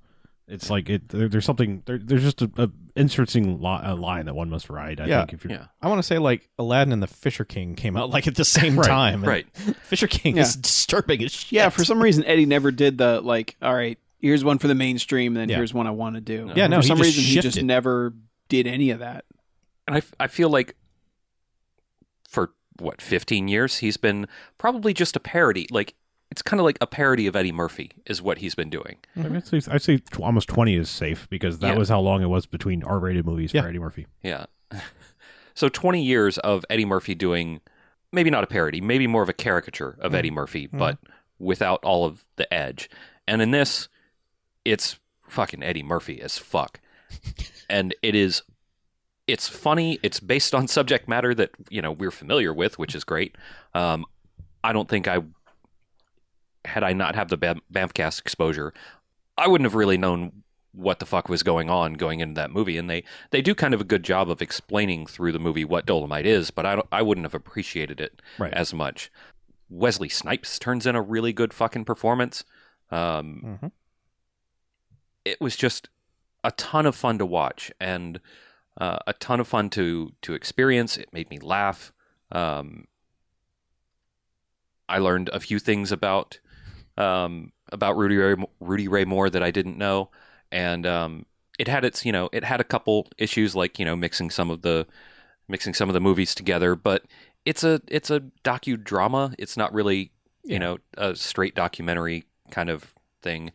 C: it's like it. There, there's something. There, there's just a, a interesting li- a line that one must ride. I
E: Yeah.
C: think if you're
D: Yeah.
E: I want to say like Aladdin and the Fisher King came out like at the same
C: Right,
E: time. and
D: Right.
E: Fisher King is disturbing as shit.
A: Yeah, for some reason Eddie never did the like, all right, here's one for the mainstream and then
E: Yeah.
A: here's one I want to do.
E: Yeah, no,
A: for
E: he
A: some
E: just
A: reason he just
E: shifted.
A: never did any of that.
D: and I, f- I feel like for what 15 years he's been probably just a parody like it's kind of like a parody of eddie murphy is what he's been doing
C: I mean, I'd say, I'd say tw- almost 20 is safe because that
D: Yeah.
C: was how long it was between R rated movies
E: Yeah.
C: for Eddie Murphy.
D: yeah so 20 years of eddie murphy doing maybe not a parody maybe more of a caricature of eddie murphy but without all of the edge and in this it's fucking eddie murphy as fuck and it is it's funny it's based on subject matter that you know we're familiar with which is great um, i don't think i had i not have the Bam- bamfcast exposure i wouldn't have really known what the fuck was going on going into that movie and they they do kind of a good job of explaining through the movie what dolomite is but i don't, i wouldn't have appreciated it
C: Right.
D: as much wesley snipes turns in a really good fucking performance um,
E: Mhm.
D: it was just a ton of fun to watch and uh, a ton of fun to to experience. It made me laugh. Um, I learned a few things about um, about Rudy Ray, Rudy Ray Moore that I didn't know, and um, it had its you know it had a couple issues like you know mixing some of the mixing some of the movies together, but it's a it's a docudrama. It's not really you know a straight documentary kind of thing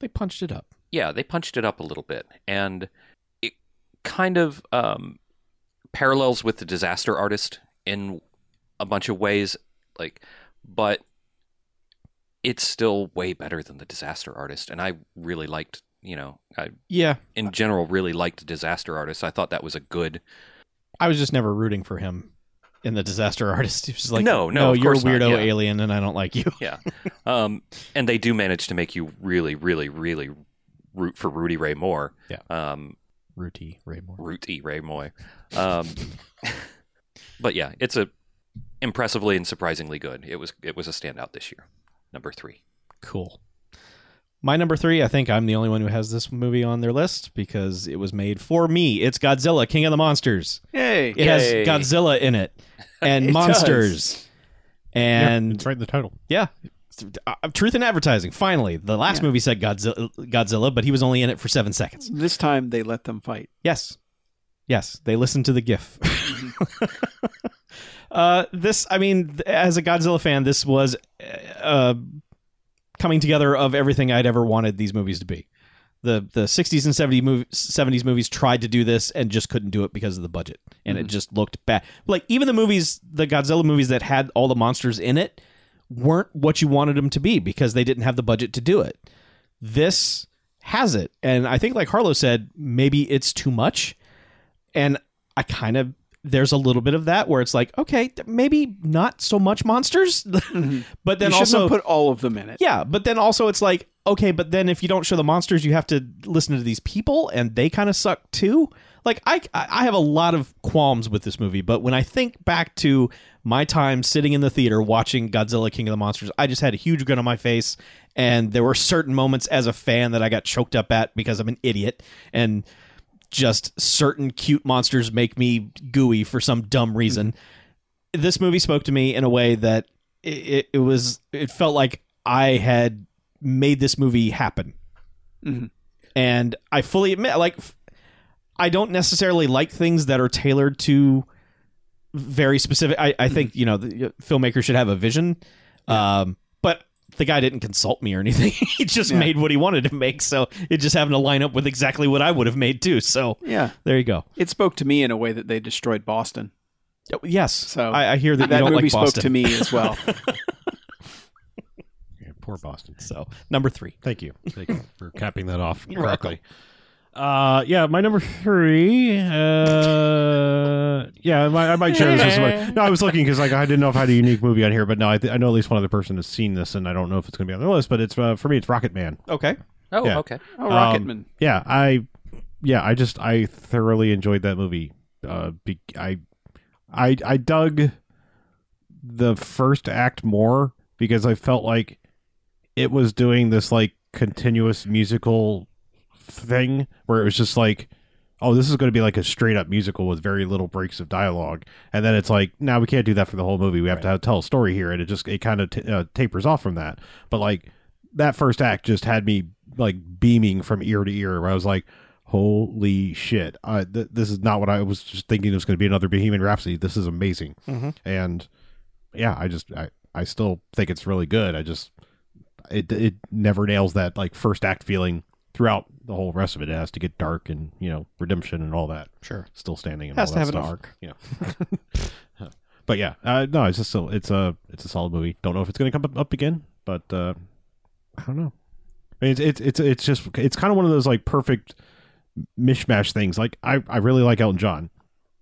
E: They punched it up.
D: yeah, they punched it up a little bit, and it kind of um, parallels with the disaster artist in a bunch of ways, like, but it's still way better than the disaster artist, and I really liked, you know, I
E: Yeah.
D: in general really liked disaster artist. I thought that was a good
E: I was just never rooting for him in the disaster artist. He was just like,
D: No, no, of
E: you're a
D: course not,
E: weirdo
D: yeah.
E: alien and I don't like you.
D: um, and they do manage to make you really, really, really root for Rudy Ray Moore.
E: Yeah.
D: Um,
E: Rooty Raymore.
D: Root E. Ray Moy. Um, but yeah, it's a impressively and surprisingly good. It was it was a standout this year, number three.
E: Cool. My number three, I think I'm the only one who has this movie on their list because it was made for me. It's Godzilla, King of the Monsters.
A: Hey.
E: It
D: Yay.
E: has Godzilla in it and
A: It
E: monsters.
C: yeah,
E: And
C: it's right in the title.
E: Yeah. Uh, Truth in advertising. Finally, the last
A: Yeah.
E: movie said Godzilla, Godzilla, but he was only in it for seven seconds.
A: This time they let them fight.
E: Yes, yes, they listened to the GIF. uh, this, I mean, th- as a Godzilla fan, this was uh, coming together of everything I'd ever wanted these movies to be. The the 60s and 70 mov- 70s movies tried to do this and just couldn't do it because of the
A: Mm-hmm.
E: budget, and it just looked bad. Like even the movies, the Godzilla movies that had all the monsters in it, weren't what you wanted them to be because they didn't have the budget to do it. This has it. And I think, like Harlow said, maybe it's too much. And I kind of, there's a little bit of that where it's like, okay, th- maybe not so much monsters, but then
A: Mm-hmm. you shouldn't
E: also
A: have put all of them in it.
E: yeah, but then also it's like, okay, but then if you don't show the monsters, you have to listen to these people, and they kind of suck too. Like I, I have a lot of qualms with this movie, but when I think back to my time sitting in the theater watching Godzilla King of the Monsters, I just had a huge grin on my face, and there were certain moments as a fan that I got choked up at because I'm an idiot, and just certain cute monsters make me gooey for some dumb reason. This movie spoke to me in a way that it, it, it was it felt like I had made this movie happen.
A: Mhm.
E: And I fully admit like f- I don't necessarily like things that are tailored to very specific I, I think,
A: Mm-hmm.
E: you know, the filmmaker should have a vision. Um but the guy didn't consult me or anything. he just
A: Yeah.
E: made what he wanted to make, so it just happened to line up with exactly what I would have made too. So
A: Yeah.
E: there you go.
A: It spoke to me in a way that they destroyed Boston.
E: Oh, Yes.
A: So,
E: I, I hear that,
A: That
E: you don't
A: movie
E: like
A: spoke
E: Boston.
A: to me as well.
C: Yeah, poor Boston.
E: So number three.
C: Thank you. Thank you for capping that off
E: You're
C: correctly. Uh, yeah, my number three. Uh, yeah, I might, I might share this with somebody. No, I was looking because like I didn't know if I had a unique movie on here, but no, I, th- I know at least one other person has seen this, and I don't know if it's going to be on their list. But it's uh, for me, it's Rocket Man.
E: Okay.
D: Oh,
C: Yeah.
D: okay.
A: Oh,
C: Um,
A: Rocketman.
C: Yeah, I, yeah, I just I thoroughly enjoyed that movie. Uh, be, I, I, I dug the first act more because I felt like it was doing this like continuous musical thing where it was just like, oh, this is going to be like a straight up musical with very little breaks of dialogue, and then it's like, now we can't do that for the whole movie. We have to have, tell a story here, and it just it kind of t- uh, tapers off from that. But like that first act just had me like beaming from ear to ear where I was like, holy shit. Uh, th- this is not what I was just thinking it was going to be another Bohemian Rhapsody. This is amazing.
E: Mhm.
C: And yeah, I just, I, I still think it's really good. I just, it, it never nails that like first act feeling throughout the whole rest of it. It has to get dark and, you know, redemption and all that.
E: Sure.
C: Still standing and
E: Has
C: all
E: to
C: that
E: have an
C: stuff.
E: arc.
C: You know. but yeah, uh, no, it's just, a, it's a, it's a solid movie. Don't know if it's going to come up, up again, but, uh, I don't know. I mean, it's it's it's it's just it's kind of one of those like perfect mishmash things. Like I I really like Elton John.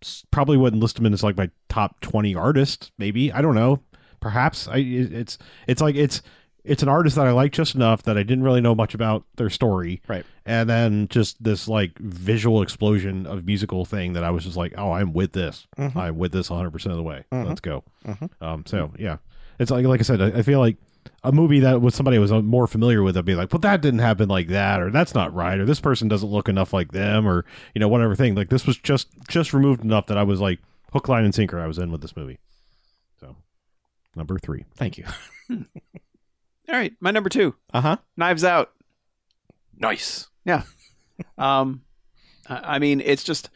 C: S- Probably wouldn't list him in as like my top twenty artist. Maybe I don't know. Perhaps I it- it's it's like it's it's an artist that I like just enough that I didn't really know much about their story.
E: Right.
C: And then just this like visual explosion of musical thing that I was just like, oh, I'm with this.
E: Mhm.
C: I'm with this 100 percent of the way.
E: Mhm.
C: Let's go.
E: Mhm.
C: Um. So yeah, it's like like I said, I, I feel like a movie that was somebody I was uh, more familiar with, I'd be like, well, that didn't happen like that, or that's not right, or this person doesn't look enough like them, or you know, whatever thing. Like this was just just removed enough that I was like hook, line, and sinker. I was in with this movie. So number three,
E: Thank you.
A: All right. My number two
E: Uh huh.
A: Knives Out.
D: Nice.
A: Um, I I mean, it's just,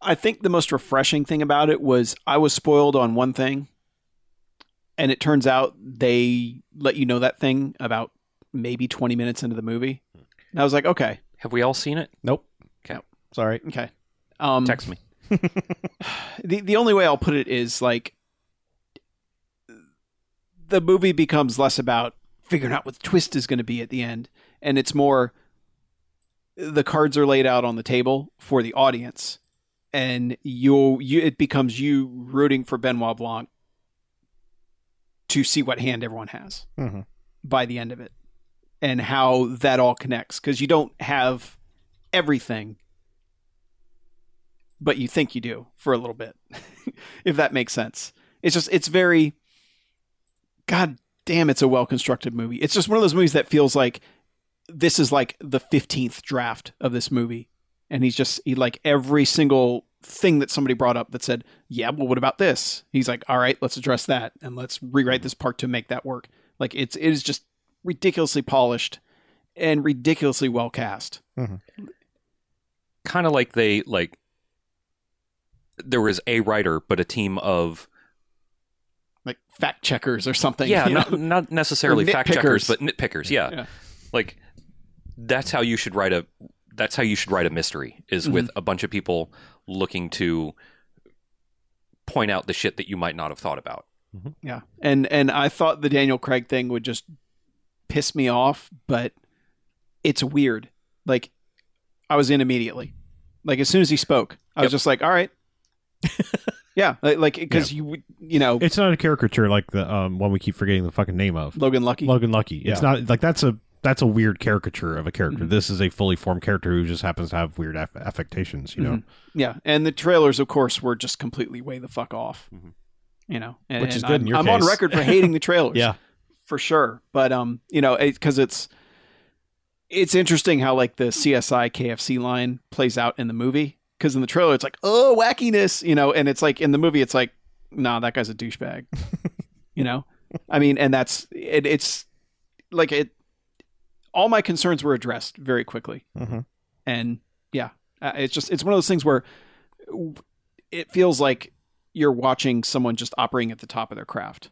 A: I think the most refreshing thing about it was I was spoiled on one thing, and it turns out they let you know that thing about maybe 20 minutes into the movie. And I was like, okay,
D: Have we all seen it?
E: Sorry.
A: okay. Um,
D: Text me.
A: the the only way I'll put it is like the movie becomes less about figuring out what the twist is going to be at the end and it's more the cards are laid out on the table for the audience and you you it becomes you rooting for Benoit Blanc to see what hand everyone has
D: Mm-hmm.
E: Mhm.
A: by the end of it and how that all connects cuz you don't have everything but you think you do for a little bit, if that makes sense. It's just, it's very, god damn, it's a well constructed movie. It's just one of those movies that feels like this is like the 15th draft of this movie. And he's just, he like every single thing that somebody brought up that said, yeah, well, what about this? He's like, all right, let's address that and let's rewrite this part to make that work. Like it's, it is just ridiculously polished and ridiculously well cast.
D: Kind of like they like there was a writer, but a team of
A: Like fact checkers or something.
D: yeah,
A: you know?
D: not, not necessarily
A: Or
D: fact checkers,
A: nitpickers.
D: but nitpickers. Yeah.
A: Yeah.
D: like that's how you should write a that's how you should write a mystery is with a bunch of people looking to point out the shit that you might not have thought about.
A: Yeah. And and I thought the Daniel Craig thing would just piss me off, but it's weird. Like I was in immediately. Like as soon as he spoke, I was
D: Yep.
A: just like, "All right." yeah, like- like because you would- you know,
C: It's not a caricature like the um, one we keep forgetting the fucking name of.
A: Logan Lucky.
C: Logan Lucky. It's
E: Yeah.
C: not like that's a that's a weird caricature of a character.
A: Mm-hmm.
C: This is a fully formed character who just happens to have weird aff- affectations. You know,
A: Yeah, and the trailers, of course, were just completely way the fuck off.
D: Mhm.
A: You know, and,
E: Which is
A: and
E: good
A: I'm,
E: in your
A: I'm on
E: case.
A: record for hating the trailers.
E: Yeah.
A: for sure. But um, you know, because it's it's interesting how like the CSI KFC line plays out in the movie. Because in the trailer, it's like oh wackiness, you know, and it's like in the movie, it's like nah, that guy's a douchebag, you know. I mean, and that's it, it's like it. All my concerns were addressed very quickly
E: Mhm.
A: and yeah uh, it's just it's one of those things where it feels like you're watching someone just operating at the top of their craft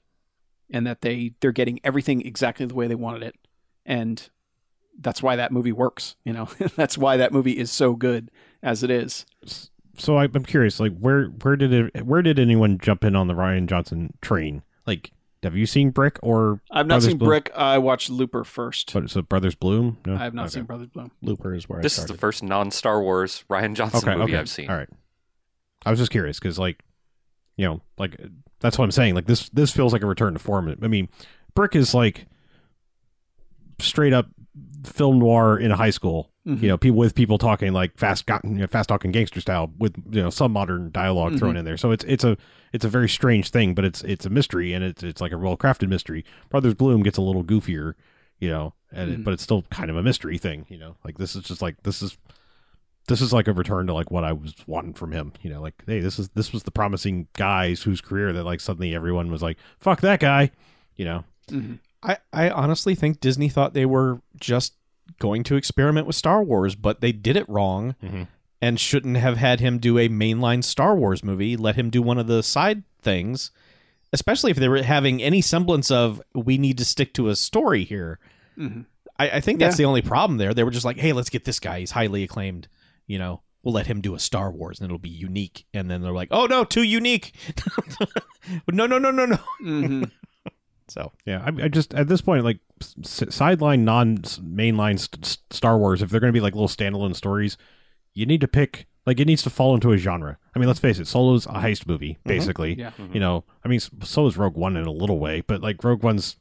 A: and that they they're getting everything exactly the way they wanted it and that's why that movie works you know that's why that movie is so good as it is
C: so I, I'm curious, like where where did it, where did anyone jump in on the Ryan Johnson train? Like, have you seen Brick or
A: i've not
C: Brothers
A: seen
C: Bloom?
A: brick i watched looper first
C: But so Brothers Bloom? No,
A: i have not
C: Okay.
A: seen brothers bloom
E: Looper is where
D: This is
E: I
D: the
E: started.
D: first non-Star Wars Ryan Johnson
C: okay,
D: movie
C: okay.
D: I've seen.
C: All right, I was just curious because, like, you know, like that's what I'm saying. Like this this feels like a return to form. I mean, Brick is like straight up film noir in high school.
A: Mhm.
D: Mm-hmm.
C: You know, people with people talking like fast gotten, you know, fast talking gangster style with you know some modern dialog
D: Mm-hmm.
C: thrown in there. So it's it's a it's a very strange thing, but it's it's a mystery and it's it's like a well crafted mystery. Brothers Bloom gets a little goofier, you know, and it,
A: Mhm.
C: but it's still kind of a mystery thing. You know, like this is just like this is this is like a return to like what I was wanting from him. You know, like hey, this is this was the promising guys whose career that like suddenly everyone was like, fuck that guy. You know,
A: Mhm.
E: I, I honestly think Disney thought they were just going to experiment with Star Wars, but they did it wrong
C: Mhm.
E: and shouldn't have had him do a mainline Star Wars movie. Let him do one of the side things, especially if they were having any semblance of we need to stick to a story here.
A: Mhm.
E: I, I think that's
A: Yeah.
E: the only problem there. They were just like, hey, let's get this guy. He's highly acclaimed. You know, we'll let him do a Star Wars and it'll be unique. And then they're like, oh, no, too unique. no, no, no, no, no.
A: Mhm.
E: So,
C: yeah. I, I just at this point like s- sideline non s- mainline st- st- Star Wars if they're going to be like little standalone stories, you need to pick like it needs to fall into a genre. I mean, let's face it, Solo's a heist movie basically.
A: Yeah.
C: You know, I mean, s- so is Rogue One in a little way, but like Rogue One's,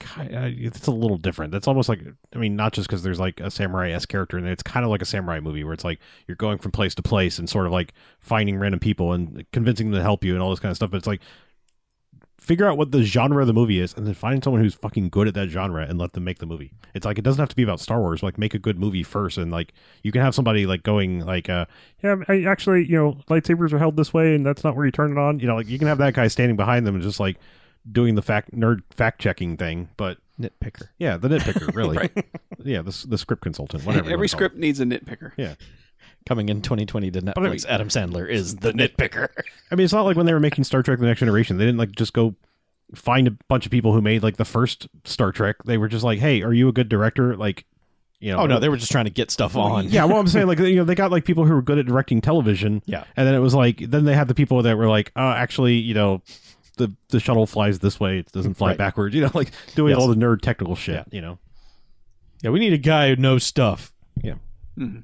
C: ki- uh, it's a little different. That's almost like, I mean, not just because there's like a samurai s character, and it's kind of like a samurai movie where it's like you're going from place to place and sort of like finding random people and convincing them to help you and all this kind of stuff. But it's like figure out what the genre of the movie is, and then find someone who's fucking good at that genre and let them make the movie. It's like it doesn't have to be about Star Wars. Like make a good movie first, and like you can have somebody like going like, uh, yeah, I actually, you know, lightsabers are held this way, and that's not where you turn it on. You know, like you can have that guy standing behind them and just like doing the fact nerd fact checking thing. But
E: nitpicker.
C: yeah, the nitpicker really, yeah, the s- the script consultant, whatever. you wanna
A: every
C: call
A: script needs a nitpicker
E: coming in 2020 to
C: I mean-
E: Netflix, Adam Sandler is the nitpicker.
C: it. I mean, it's not like when they were making Star Trek: The Next Generation, they didn't like just go find a bunch of people who made like the first Star Trek. They were just like, hey, are you a good director? Like. You know,
E: Oh no, they were just trying to get stuff on.
C: Yeah, well, I'm saying like you know they got like people who were good at directing television.
E: Yeah.
C: and then it was like then they had the people that were like, uh, actually, you know, the the shuttle flies this way, it doesn't fly
E: Right.
C: backwards. You know, like doing
E: Yes.
C: all the nerd technical shit. You know,
E: Yeah, we need a guy who knows stuff. Mm-hmm.
A: Mhm.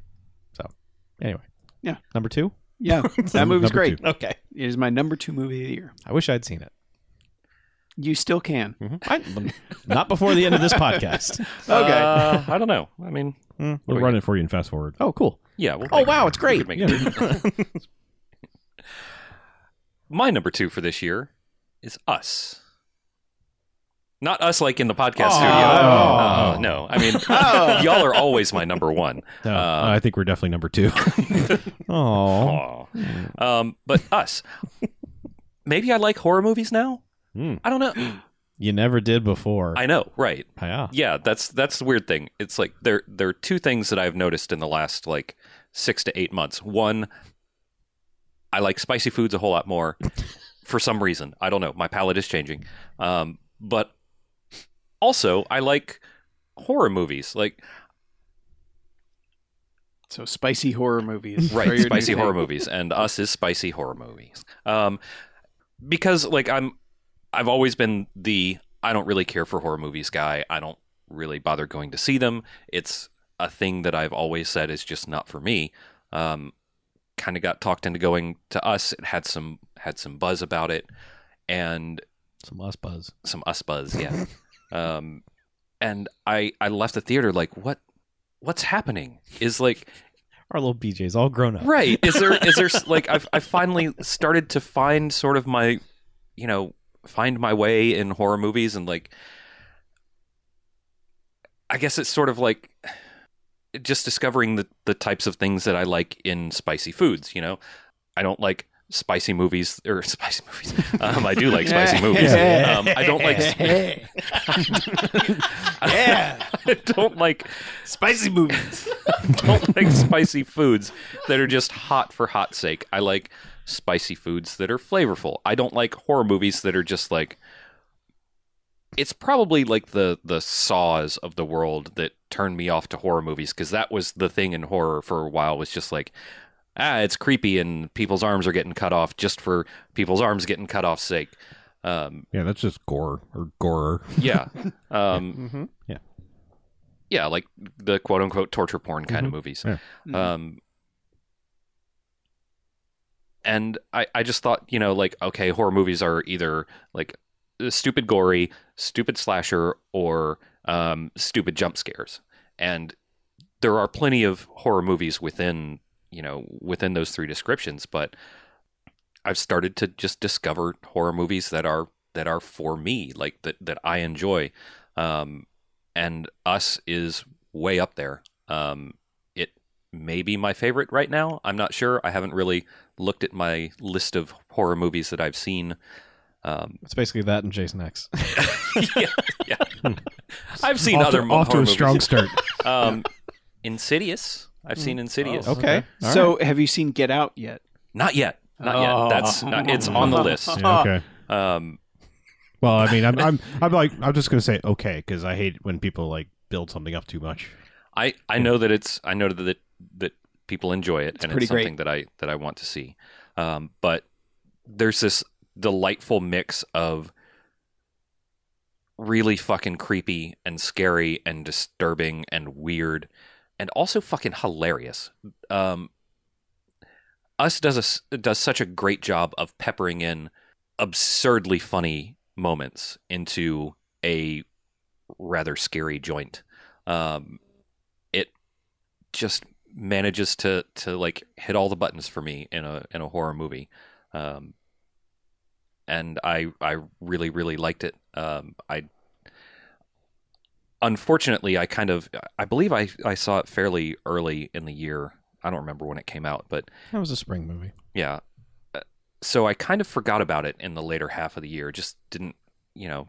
E: Anyway.
A: Yeah.
E: Number 2?
A: yeah that movie's
C: Number
A: great
C: two.
E: Okay.
A: it is my number two movie of the year
E: I wish I'd seen it.
A: you still can
C: Hmm.
E: I, not before the end of this podcast.
A: Okay.
D: Uh, I don't know. I mean,
C: we'll
E: Mm.
D: Okay.
C: run it for you in fast forward.
E: Oh, cool.
D: yeah. We'll
E: Oh,
D: make it
E: wow,
D: work.
E: it's great.
D: We can make it work. My number two for this year is Us. Not us like in the podcast
E: Oh.
D: studio.
E: Oh.
D: Uh, no, I mean
A: Oh.
D: y'all are always my number one.
C: No,
D: Uh,
C: I think we're definitely number two.
E: Oh.
D: Aw. Um, but Us. Maybe I like horror movies now.
C: Hmm.
D: I don't know.
E: You never did before.
D: I know, right?
E: yeah.
D: yeah that's that's the weird thing it's like there there are two things that i've noticed in the last like six to eight months one i like spicy foods a whole lot more for some reason i don't know my palate is changing um, but also i like horror movies like
A: So spicy horror movies, are
D: right
A: your
D: spicy
A: new thing.
D: horror movies and us is spicy horror movies um, because like i'm I've always been the I don't really care for horror movies guy. I don't really bother going to see them. It's a thing that I've always said is just not for me. Um, kind of got talked into going to us. It had some had some buzz about it, and
E: Some less buzz.
D: some us buzz, yeah. um, and I I left the theater like what what's happening is like
E: Our little BJ's all grown up.
D: Right. Is there is there like I've I finally started to find sort of my you know, find my way in horror movies and like I guess it's sort of like just discovering the the types of things that I like in spicy foods, you know. I don't like spicy movies or spicy movies. Um, I do like spicy movies. Um, I don't like
A: Yeah.
D: I don't like
A: Spicy movies.
D: don't like spicy foods that are just hot for hot sake. I like spicy foods that are flavorful. I don't like horror movies that are just like it's probably like the the saws of the world that turned me off to horror movies because that was the thing in horror for a while was just like ah it's creepy and people's arms are getting cut off just for people's arms getting cut off sake. Um,
C: Yeah, that's just gore or gorer.
D: yeah. Um,
E: Mm-hmm.
D: yeah, like the quote unquote torture porn kind of movies.
C: Yeah.
A: Mhm.
D: Um, and I, I just thought, you know, like, okay, horror movies are either like stupid gory, stupid slasher, or um, stupid jump scares. And there are plenty of horror movies within, you know, within those three descriptions, but I've started to just discover horror movies that are that are for me, like that that I enjoy. Um, and Us is way up there. Um, it may be my favorite right now. I'm not sure. I haven't really looked at my list of horror movies that I've seen. Um,
E: It's basically that and Jason X.
D: yeah, yeah. I've seen
C: off
D: other
C: to,
D: mo-
C: off to
D: horror
C: a strong
D: movies. Mm.
C: start.
D: Um, Insidious. I've seen Insidious.
E: Okay. All
A: so, have you seen Get Out yet?
D: Not yet. Not
A: Oh.
D: yet. That's not, it's on the list.
C: Yeah, okay.
D: Um,
C: Well, I mean, I'm I'm I'm like I'm just gonna say okay because I hate when people like build something up too much.
D: I I know that it's I know that that people enjoy it and
A: pretty
D: it's something that I that I want to see. Um, but there's this delightful mix of really fucking creepy and scary and disturbing and weird and also fucking hilarious. Um, Us does a s does such a great job of peppering in absurdly funny moments into a rather scary joint. Um, it just manages to to like hit all the buttons for me in a in a horror movie. Um, and I I really really liked it. Um, I unfortunately I kind of I believe I I saw it fairly early in the year. I don't remember when it came out, but
E: That was a spring movie.
D: yeah. Uh, So I kind of forgot about it in the later half of the year. Just didn't, you know,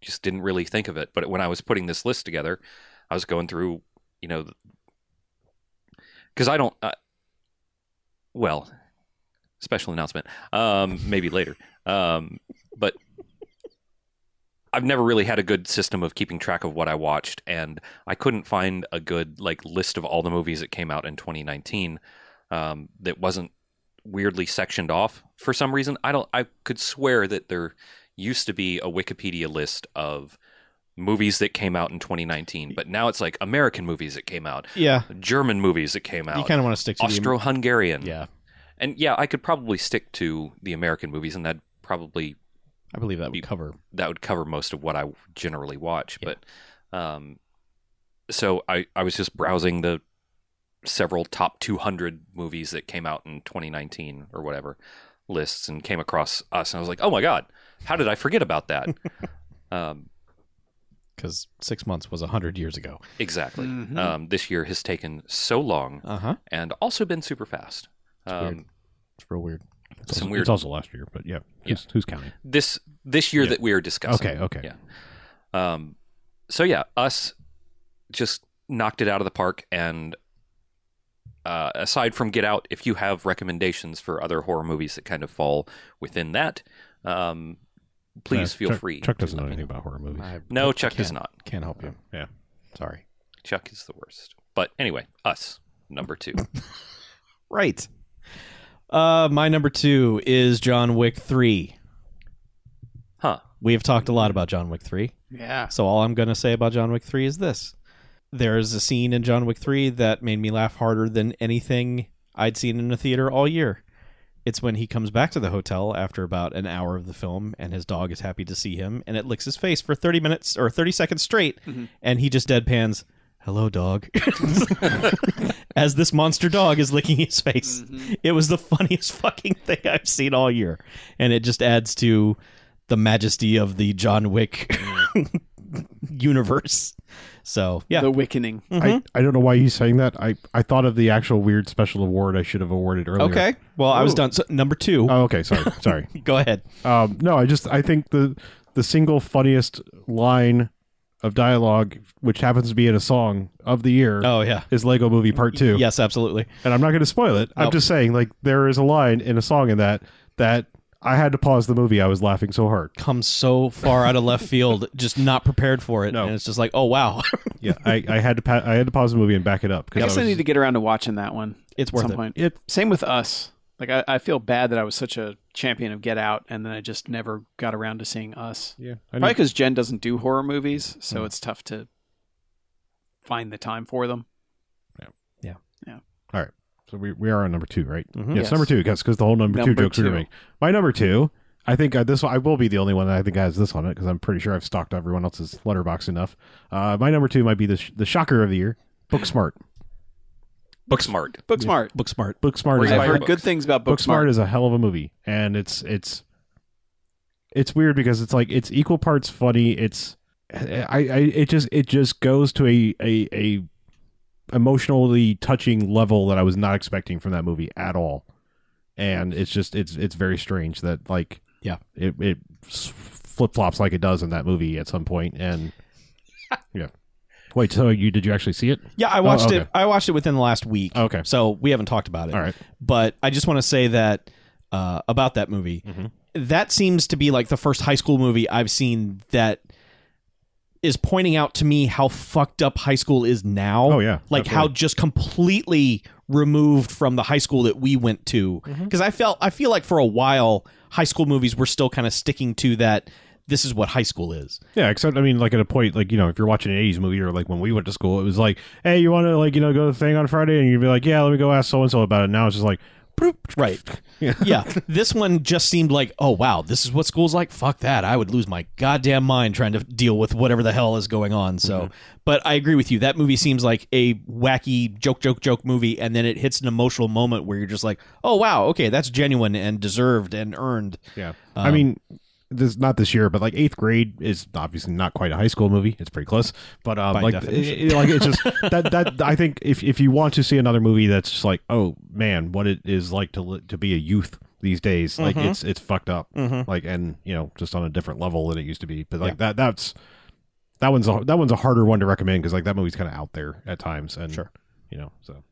D: just didn't really think of it. But when I was putting this list together, I was going through, you know, because I don't, uh, well, special announcement, um, maybe later. Um, but I've never really had a good system of keeping track of what I watched, and I couldn't find a good like list of all the movies that came out in 2019 um, that wasn't weirdly sectioned off for some reason. I don't. I could swear that there used to be a Wikipedia list of movies that came out in 2019, but now it's like American movies that came out,
E: Yeah.
D: German movies that came out,
E: You kind of want to stick to the
D: Austro-Hungarian.
E: Yeah.
D: and yeah, I could probably stick to the American movies, and that'd probably
E: I believe that
D: You-
E: would cover.
D: that would cover most of what I generally watch. But um, so I I was just browsing the several top 200 movies that came out in 2019 or whatever lists and came across us, and I was like, oh my god, how did I forget about that? um,
E: because six months was a hundred years ago.
D: exactly.
E: Mm-hmm.
A: Mhm.
D: Um, this year has taken so long
E: Uh huh.
D: and also been super fast.
E: weird.
D: Um,
E: It's real weird.
C: It's
D: Some
C: also,
D: weird-
C: It's also last year, but yeah. Who's, who's counting?
D: this this year
C: Yeah.
D: that we are discussing.
C: Okay, okay.
D: Yeah. Um, so yeah, us just knocked it out of the park. And uh, aside from Get Out, if you have recommendations for other horror movies that kind of fall within that, um, please
C: Uh,
D: feel
C: Chuck-
D: free.
C: Chuck
D: to
C: doesn't
D: let
C: know
D: me
C: anything about horror movies.
E: I
D: No, Chuck does
E: can't-
D: not.
E: Can't help you.
C: Yeah.
E: Sorry.
D: Chuck is the worst. But anyway, us number two.
E: Right. Uh, my number two is John Wick three.
D: Huh.
E: We have talked a lot about John Wick 3.
A: Yeah.
E: So all I'm going to say about John Wick 3 is this. There is a scene in John Wick 3 that made me laugh harder than anything I'd seen in a theater all year. It's when he comes back to the hotel after about an hour of the film and his dog is happy to see him and it licks his face for 30 minutes or 30 seconds straight
A: Mhm.
E: and he just deadpans, "Hello dog." As this monster dog is licking his face.
A: Mhm.
E: It was the funniest fucking thing I've seen all year. And it just adds to the majesty of the John Wick universe. So, yeah.
A: The Wickening.
E: Mhm.
C: I, I don't know why he's saying that. I, I thought of the actual weird special award I should have awarded earlier.
E: okay. Well, I was
A: Ooh.
E: done. So, number two.
C: Oh, okay. Sorry. Sorry.
E: Go ahead.
C: Um, no, I just I think the the single funniest line of dialogue, which happens to be in a song of the year,
E: Oh, yeah.
C: is Lego Movie Part Two.
E: Yes, absolutely.
C: and I'm not going to spoil it.
E: Oh.
C: I'm just saying, like, there is a line in a song in that that I had to pause the movie. I was laughing so hard.
E: Comes so far out of left field, just not prepared for it.
C: No.
E: And it's just like, oh, wow.
C: Yeah, I, I had to pa- I had to pause the movie and back it up
A: I guess
C: was,
A: I need to get around to watching that one
E: it's
A: at
E: worth
A: some
E: it.
A: point.
C: it.
A: Same with Us. Like I, I feel bad that I was such a champion of Get Out, and then I just never got around to seeing Us.
C: Yeah, I
A: Probably
C: need,
A: because Jen doesn't do horror movies, so
C: Hmm.
A: it's tough to find the time for them.
C: so we, we are on number two, right?
E: Mhm.
C: Yes,
A: Mm-hmm. Yes.
C: number two. Because the whole number,
A: Number
C: two jokes we we're
A: two.
C: doing. My number two. I think uh, this one, I will be the only one that I think has this on it because I'm pretty sure I've stocked everyone else's letterbox enough. Uh, my number two might be the sh- the shocker of the year, Booksmart.
D: Booksmart.
A: Book smart.
E: Book smart.
C: Booksmart is
D: Where's
C: a
A: I've
D: my
A: heard
D: books?
A: good things about Book
C: Booksmart
A: Smart.
C: is a hell of a movie, and it's it's it's weird because it's like it's equal parts funny. It's I, I it just it just goes to a a a emotionally touching level that I was not expecting from that movie at all, and it's just it's it's very strange that like
E: Yeah.
C: it it flip flops like it does in that movie at some point and yeah. Wait, so you did you actually see it?
E: Yeah, I watched it.
C: okay.
E: I watched it within the last week.
C: Okay.
E: So we haven't talked about it.
C: All right.
E: But I just want to say that uh, about that movie.
C: Mhm.
E: That seems to be like the first high school movie I've seen that is pointing out to me how fucked up high school is now.
C: Oh yeah.
E: Like how just completely removed from the high school that we went to.
C: Mm-hmm.
E: Because I felt I feel like for a while high school movies were still kind of sticking to that. This is what high school is.
C: Yeah, except I mean, like at a point, like you know, if you're watching an '80s movie or like when we went to school, it was like, "Hey, you want to like you know go to the thing on Friday?" And you'd be like, "Yeah, let me go ask so and so about it." Now it's just like, "Bloop."
E: Right. Yeah. This one just seemed like, oh wow, this is what school's like. Fuck that. I would lose my goddamn mind trying to deal with whatever the hell is going on. So, but I agree with you. That movie seems like a wacky joke, joke, joke movie, and then it hits an emotional moment where you're just like, oh wow, okay, that's genuine and deserved and earned.
C: yeah.
E: Um,
C: I mean, this not this year, but like eighth grade is obviously not quite a high school movie. It's pretty close, but um,
E: By
C: like,
E: definition.
C: it- it- like it's just that that I think if if you want to see another movie that's just like, oh man, what it is like to li- to be a youth these days, like
E: Mhm.
C: it's it's fucked up.
E: Mm-hmm.
C: like and you know just on a different level than it used to be but like that that's that one's a, that one's a harder one to recommend because like that movie's kind of out there at times and
E: Sure.
C: you know so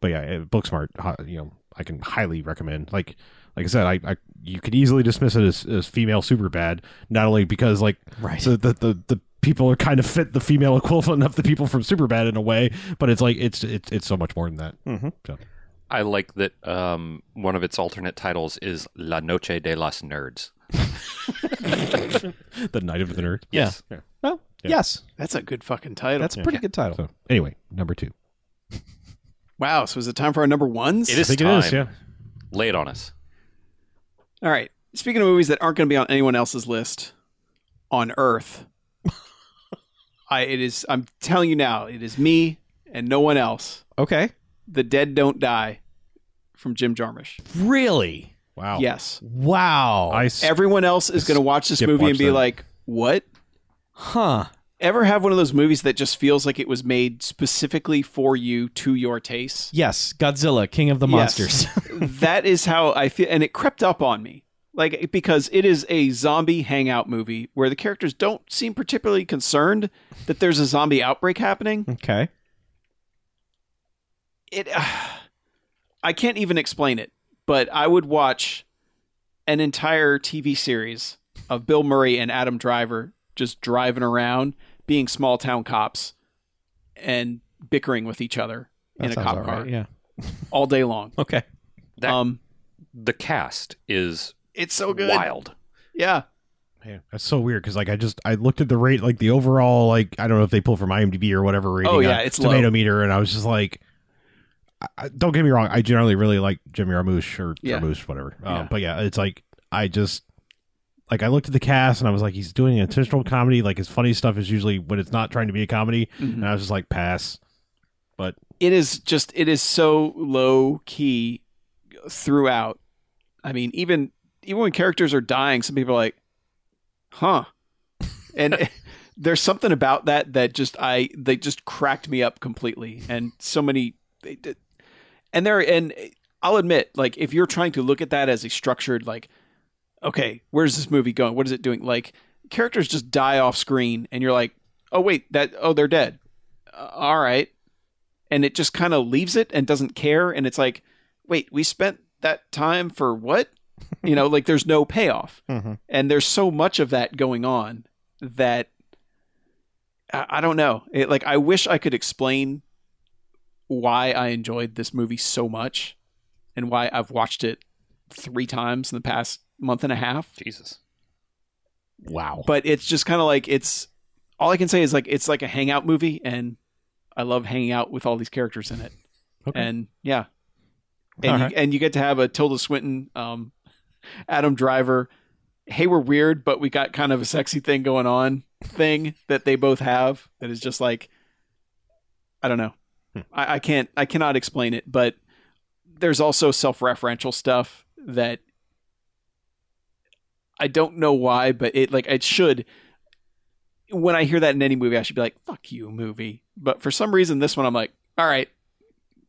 C: but yeah it, booksmart hi- you know i can highly recommend like like i said i, I you could easily dismiss it as, as female super bad not only because like
E: Right.
C: so the, the the people are kind of fit the female equivalent of the people from superbad in a way but it's like it's it's, it's so much more than that
D: I like that um, one of its alternate titles is La Noche de las Nerds.
C: the night of the nerd
E: Yeah. Well,
C: Yeah.
E: yes,
A: That's a good fucking title.
E: that's a pretty good title.
C: so anyway number two
A: wow. So is it time for our number ones?
D: It is
C: i think
D: time.
C: it is yeah
D: Lay it on us.
A: All right. Speaking of movies that aren't going to be on anyone else's list on Earth, I it is. I'm telling you now, it is me and no one else.
E: Okay.
A: The Dead Don't Die from Jim Jarmusch.
E: Really?
C: wow
A: Yes.
E: Wow.
C: i s-
A: Everyone else is going to watch this
C: Skip
A: movie
C: watch
A: and be
C: that.
A: like, "What?"
E: huh.
A: Ever have one of those movies that just feels like it was made specifically for you to your taste?
E: Yes. Godzilla, King of the
A: Yes.
E: Monsters.
A: that is how I feel, and it crept up on me, like because it is a zombie hangout movie where the characters don't seem particularly concerned that there's a zombie outbreak happening.
E: okay.
A: It, I can't even explain it, but I would watch an entire TV series of Bill Murray and Adam Driver just driving around, being small town cops, and bickering with each other
E: That
A: in a
E: sounds
A: cop
E: all
A: car
E: right, Yeah.
A: all day long.
E: Okay.
D: That
A: um,
D: the cast is
A: it's so Oh, good.
D: wild.
A: Yeah.
C: Man, that's so weird because like I just I looked at the rate like the overall like I don't know if they pull from IMDb or whatever rating.
A: Oh, yeah,
C: uh,
A: it's low.
C: tomato meter, and I was just like, I, I- don't get me wrong, I generally really like Jimmy Jarmusch or
A: Yeah.
C: Jarmusch whatever. Um,
A: Yeah.
C: But yeah, it's like I just like I looked at the cast and I was like, he's doing an intentional comedy. Like his funny stuff is usually when it's not trying to be a comedy,
A: Mm.
D: Mm-hmm.
C: and I was just like, pass.
A: it is just it is so low key throughout. I mean, even even when characters are dying, some people are like, "Huh," and there's something about that that just I they just cracked me up completely. And so many, they did- and there and I'll admit, like if you're trying to look at that as a structured, like, okay, where's this movie going? What is it doing? Like characters just die off screen, and you're like, "Oh wait, that oh they're dead." Uh, all right and it just kind of leaves it and doesn't care and it's like wait we spent that time for what you know like there's no payoff
E: Mhm.
A: and there's so much of that going on that i, I don't know it, like i wish i could explain why i enjoyed this movie so much and why i've watched it three times in the past month and a half
D: Jesus.
C: Wow.
A: but it's just kind of like it's all i can say is like it's like a hangout movie and i love hanging out with all these characters in it
C: Okay.
A: and yeah and
E: All
A: you,
E: right.
A: and you get to have a tilda swinton um adam driver hey we're weird but we got kind of a sexy thing going on thing that they both have that is just like i don't know I, I can't i cannot explain it but there's also self-referential stuff that I don't know why, but it like it should. When I hear that in any movie, I should be like, "Fuck you, movie." But for some reason, this one, I'm like, "All right,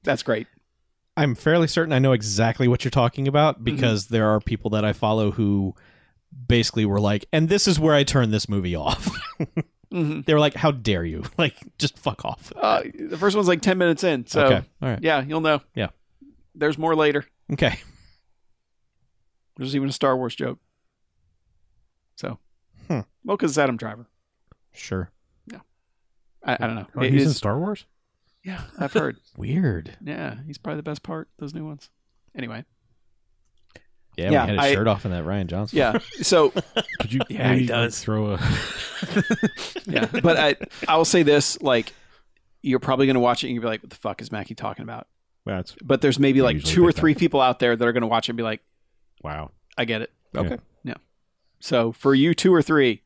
A: that's great."
E: I'm fairly certain I know exactly what you're talking about because there are people that I follow who basically were like, and this is where I turn this movie off.
A: hmm
E: they were like, how dare you? Like, just fuck off.
A: Uh, the first one's like ten minutes in, so
E: okay. All right.
A: yeah, you'll know.
E: Yeah.
A: there's more later.
E: Okay.
A: There's even a Star Wars joke. So,
E: Hmm.
A: well, because it's Adam Driver.
E: Sure.
A: I, I don't know.
C: Oh,
A: It
C: he's in
A: is-
C: Star Wars.
A: yeah, I've heard.
E: Weird.
A: yeah, he's probably the best part. Those new ones. Anyway,
E: Yeah,
A: Yeah,
E: we had his
A: I-
E: shirt off in that Ryan Johnson.
A: yeah. So
C: Could you?
A: Yeah, he
C: maybe, like,
A: does.
C: throw a.
A: yeah. But I I will say this, like you're probably gonna watch it and you'll be like, What the fuck is Mackie talking about?
C: That's
A: But there's maybe
C: I
A: like
C: usually
A: two or
C: think that.
A: three people out there that are gonna watch it and be like,
C: wow.
A: I get it.
C: Okay.
A: Yeah. So for you two or three,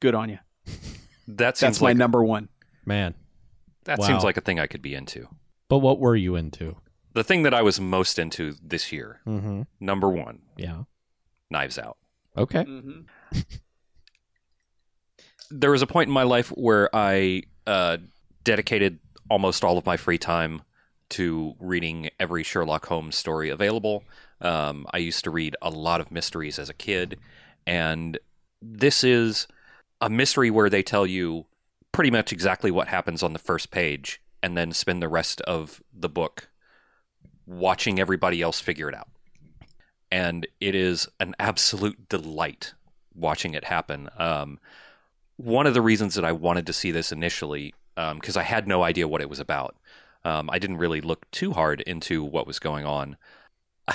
A: good on you.
D: That seems
A: That's my
D: like
A: number one.
E: Man.
D: that
E: Wow.
D: seems like a thing I could be into.
E: But what were you into?
D: The thing that I was most into this year,
E: Mm-hmm.
D: number one,
E: Yeah.
D: Knives Out.
E: Okay.
C: Mm-hmm.
D: There was a point in my life where I uh, dedicated almost all of my free time to reading every Sherlock Holmes story available. Um, I used to read a lot of mysteries as a kid, and this is a mystery where they tell you pretty much exactly what happens on the first page and then spend the rest of the book watching everybody else figure it out. And it is an absolute delight watching it happen. Um, one of the reasons that I wanted to see this initially, because I had no idea what it was about, um, I didn't really look too hard into what was going on.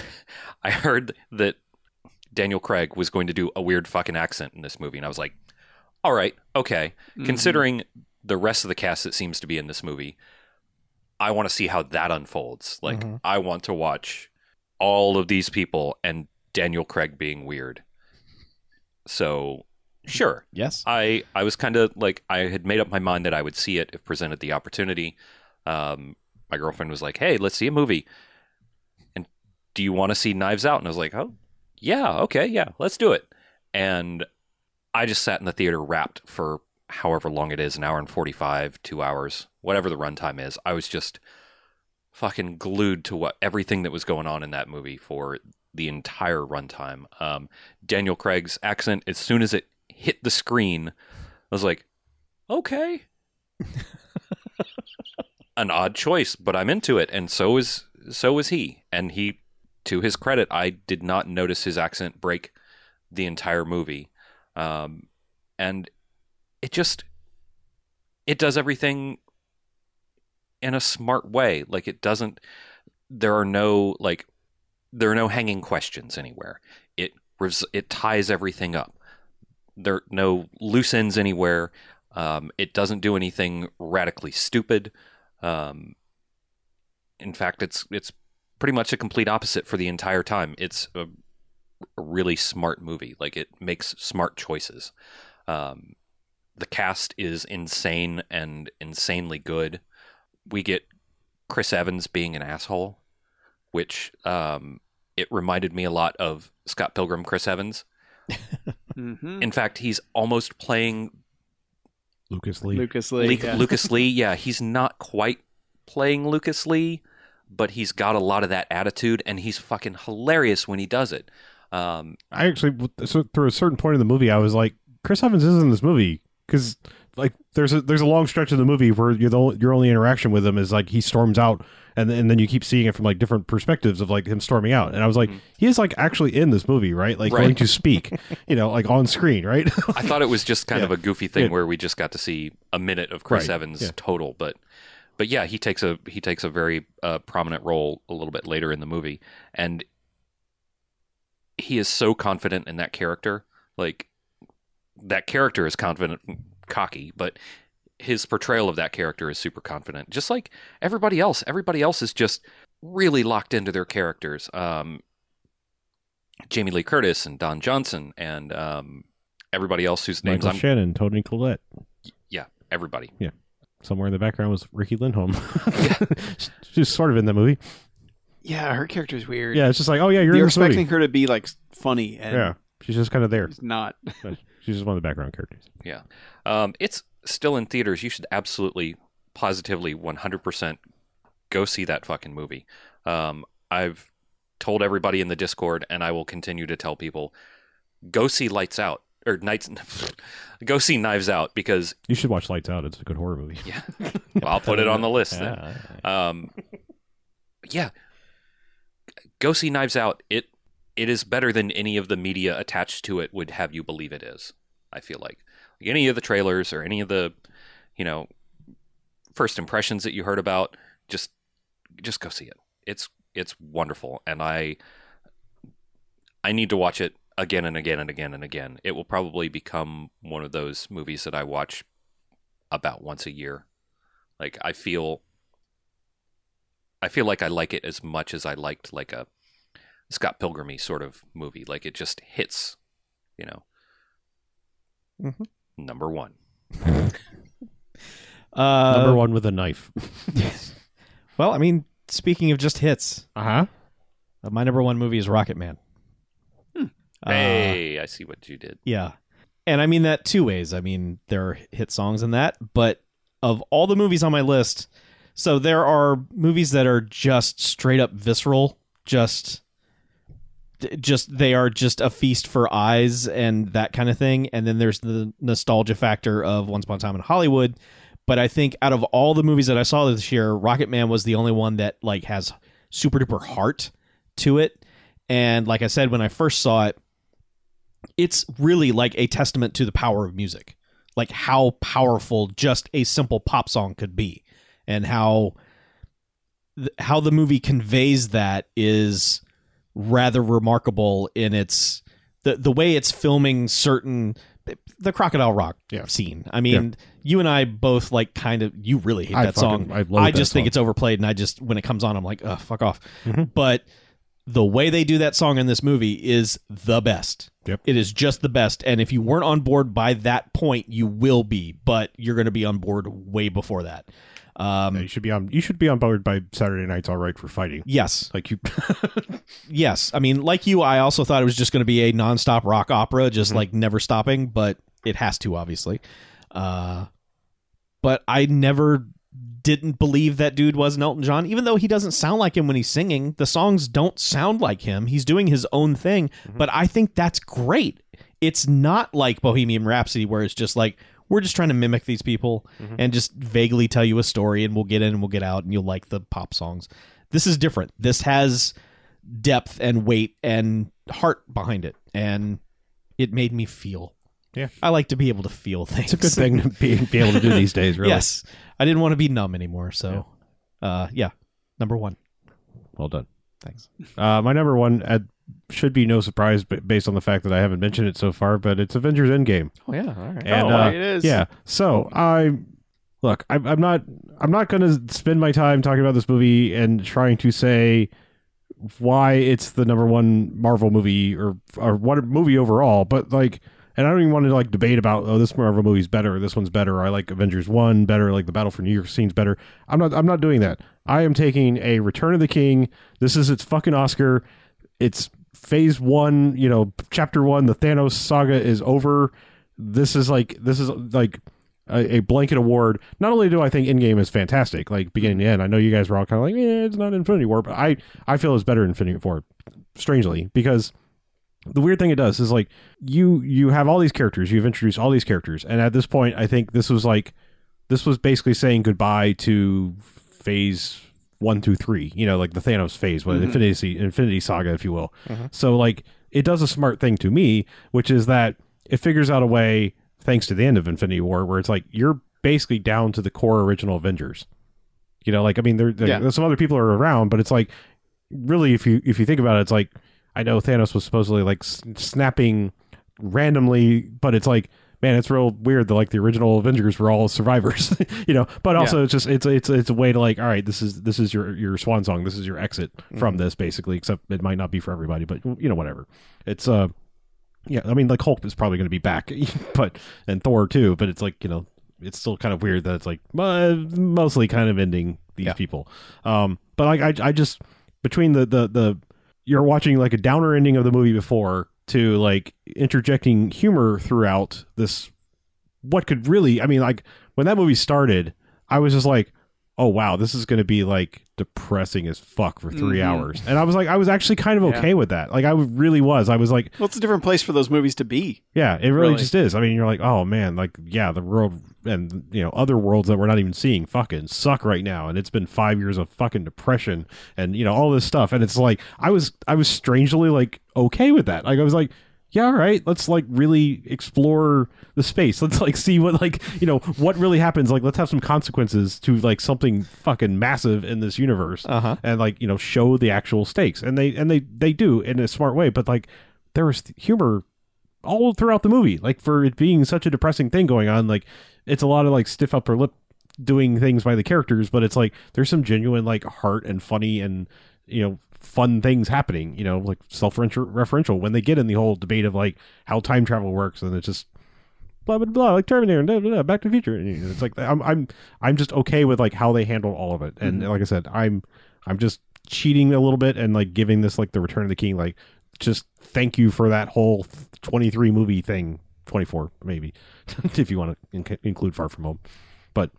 D: I heard that Daniel Craig was going to do a weird fucking accent in this movie, and I was like, all right, okay
A: Mm-hmm.
D: considering the rest of the cast that seems to be in this movie i want to see how that unfolds like
E: Mhm.
D: i want to watch all of these people and daniel craig being weird so sure
E: Yes.
D: i i was kind of like i had made up my mind that i would see it if presented the opportunity um my girlfriend was like hey let's see a movie and do you want to see knives out and i was like oh yeah okay yeah let's do it and i just sat in the theater wrapped for however long it is an hour and 45 two hours whatever the runtime is i was just fucking glued to what everything that was going on in that movie for the entire runtime um, daniel craig's accent as soon as it hit the screen i was like okay an odd choice but i'm into it and so is so is he and he to his credit i did not notice his accent break the entire movie um, and it just it does everything in a smart way like it doesn't there are no like there are no hanging questions anywhere it res- it ties everything up there are no loose ends anywhere. Um, it doesn't do anything radically stupid. Um, in fact, it's it's pretty much a complete opposite for the entire time. It's a, a really smart movie. Like it makes smart choices. Um, the cast is insane and insanely good. We get Chris Evans being an asshole, which um, it reminded me a lot of Scott Pilgrim, Chris Evans.
A: hmm
D: In fact, he's almost playing
C: Lucas Lee.
A: Lucas Lee.
D: Luke-
A: yeah.
D: Lucas Lee. Yeah, he's not quite playing Lucas Lee, but he's got a lot of that attitude, and he's fucking hilarious when he does it. Um,
C: I actually, so through a certain point in the movie, I was like, Chris Evans is in this movie because like there's a there's a long stretch of the movie where you're the, only- your only interaction with him is like he storms out and and then you keep seeing it from like different perspectives of like him storming out and I was like
D: Mhm.
C: he is like actually in this movie right like
D: Right.
C: going to speak you know like on screen right
D: I thought it was just kind
C: Yeah.
D: of a goofy thing
C: Yeah.
D: where we just got to see a minute of Chris
C: Right.
D: Evans
C: Yeah.
D: total, but but yeah, he takes a he takes a very uh, prominent role a little bit later in the movie, and he is so confident in that character. Like that character is confident, and cocky, but his portrayal of that character is super confident. Just like everybody else, everybody else is just really locked into their characters. Um, Jamie Lee Curtis and Don Johnson and um, everybody else whose names
C: Michael
D: I'm
C: Shannon Tony Collette
D: everybody.
C: somewhere in the background was Ricky Lindholm she's sort of in that movie
A: Yeah, her character is weird.
C: yeah it's just like oh yeah you're,
A: you're,
C: in this
A: expecting
C: movie
A: her to be like funny, and
C: yeah she's just kind of there
A: it's not.
C: she's just one of the background characters
D: Um, it's still in theaters. You should absolutely, positively, 100% go see that fucking movie. Um, I've told everybody in the Discord, and I will continue to tell people go see Lights Out or Nights. go see Knives Out because
C: you should watch Lights Out it's a good horror movie
D: yeah, well, I'll put it on the list then. Um, yeah, go see Knives Out. It it is better than any of the media attached to it would have you believe it is. I feel like, like any of the trailers or any of the, you know, first impressions that you heard about. Just just go see it. It's it's wonderful, and I I need to watch it again and again and again and again. It will probably become one of those movies that I watch about once a year. Like I feel I feel like I like it as much as I liked like a Scott Pilgrimy sort of movie. Like it just hits, you know.
E: Mhm.
D: Number one.
E: Uh,
C: number one with a knife
E: Well, I mean, speaking of just hits,
C: uh huh
E: uh, my number one movie is Rocket Man. Uh,
D: hey, I see what you did.
E: yeah. And I mean that two ways. I mean, there are hit songs in that, but of all the movies on my list, so there are movies that are just straight up visceral, just th- just they are just a feast for eyes and that kind of thing and then there's the nostalgia factor of once upon a time in hollywood but i think out of all the movies that i saw this year rocket man was the only one that like has super duper heart to it and like i said when i first saw it it's really like a testament to the power of music like how powerful just a simple pop song could be and how th- how the movie conveys that is rather remarkable in its the the way it's filming certain the crocodile rock
C: Yeah.
E: scene i mean you and i both like kind of you really hate
C: I
E: that
C: fucking-
E: song
C: I love that
E: just think
C: song.
E: it's overplayed and i just when it comes on i'm like oh fuck off
C: Mhm.
E: but the way they do that song in this movie is the best
C: Yep.
E: it is just the best and if you weren't on board by that point you will be but you're going to be on board way before that um
C: Yeah, you should be on. You should be on board by Saturday nights. All right for fighting.
E: Yes,
C: Like you,
E: yes. I mean, like you, I also thought it was just going to be a nonstop rock opera, just like never stopping, but it has to, obviously. Uh, but I never didn't believe that dude was an Elton John, even though he doesn't sound like him when he's singing. The songs don't sound like him. He's doing his own thing,
C: Mm-hmm.
E: but I think that's great. It's not like Bohemian Rhapsody, where it's just like, we're just trying to mimic these people
C: Mm-hmm.
E: and just vaguely tell you a story, and we'll get in and we'll get out, and you'll like the pop songs. This is different. This has depth and weight and heart behind it, and it made me feel.
C: Yeah.
E: I like to be able to feel
C: it's
E: things.
C: a good thing to be, be able to do these days. Really.
E: Yes, I didn't want to be numb anymore. So, uh, yeah, number one.
C: Well done.
E: Thanks.
C: Uh, my number one at should be no surprise b- based on the fact that I haven't mentioned it so far, but it's Avengers Endgame.
E: Oh yeah, all right.
C: And
A: oh,
C: uh,
A: it is.
C: yeah, so I look, I'm, I'm not, I'm not going to spend my time talking about this movie and trying to say why it's the number one Marvel movie or or what movie overall, but like, and I don't even want to like debate about oh this Marvel movie's better, or this one's better, or I like Avengers one better, like the Battle for New York scene's better. I'm not, I'm not doing that. I am taking a Return of the King. This is its fucking Oscar. It's phase one, you know, chapter one. The Thanos saga is over. This is like this is like a, a blanket award. Not only do I think Endgame is fantastic, like beginning to end. I know you guys were all kind of like, yeah, it's not Infinity War, but I I feel it's better than Infinity War, strangely, because the weird thing it does is like you you have all these characters, you've introduced all these characters, and at this point, I think this was like this was basically saying goodbye to phase one, two, three. You know, like the Thanos phase, what
A: Mhm.
C: Infinity Infinity Saga, if you will.
E: Mhm.
C: So like it does a smart thing to me, which is that it figures out a way, thanks to the end of Infinity War, where it's like you're basically down to the core original Avengers. You know, like I mean, there, there
A: Yeah.
C: some other people are around, but it's like really, if you if you think about it, it's like I know Thanos was supposedly like s- snapping randomly, but it's like man, it's real weird that like the original Avengers were all survivors, you know. But also, it's just it's it's it's a way to like, all right, this is this is your your swan song, this is your exit from this basically. Except it might not be for everybody, but you know, whatever. It's uh, yeah, I mean, like Hulk is probably going to be back, but and Thor too. But it's like you know, it's still kind of weird that it's like uh, mostly kind of ending these
E: Yeah.
C: people. Um, but like I I just between the the the you're watching like a downer ending of the movie before to like interjecting humor throughout this what could really i mean like when that movie started i was just like oh wow this is going to be like depressing as fuck for 3
A: Mhm.
C: hours and i was like i was actually kind of
A: Yeah.
C: okay with that like i really was i was like
A: Well, it's a different place for those movies to be.
C: yeah, it really,
A: Really.
C: just is. I mean, you're like, oh man, like yeah, the world and you know other worlds that we're not even seeing fucking suck right now, and it's been five years of fucking depression and you know all this stuff, and it's like I was I was strangely like okay with that. Like I was like. Yeah, all right. Let's like really explore the space. Let's like see what like you know what really happens. Like let's have some consequences to like something fucking massive in this universe
E: Uh huh.
C: and like you know show the actual stakes and they and they they do in a smart way but like there was humor all throughout the movie like for it being such a depressing thing going on like it's a lot of like stiff upper lip doing things by the characters but it's like there's some genuine like heart and funny and you know fun things happening you know like self-referential when they get in the whole debate of like how time travel works and it's just blah blah blah like Terminator, blah, blah, blah, Back to the Future. And It's like I'm I'm I'm just okay with like how they handle all of it. And like I said, I'm I'm just cheating a little bit and like giving this like the Return of the King like just thank you for that whole 23 movie thing, 24 maybe if you want to inc- include Far From Home, but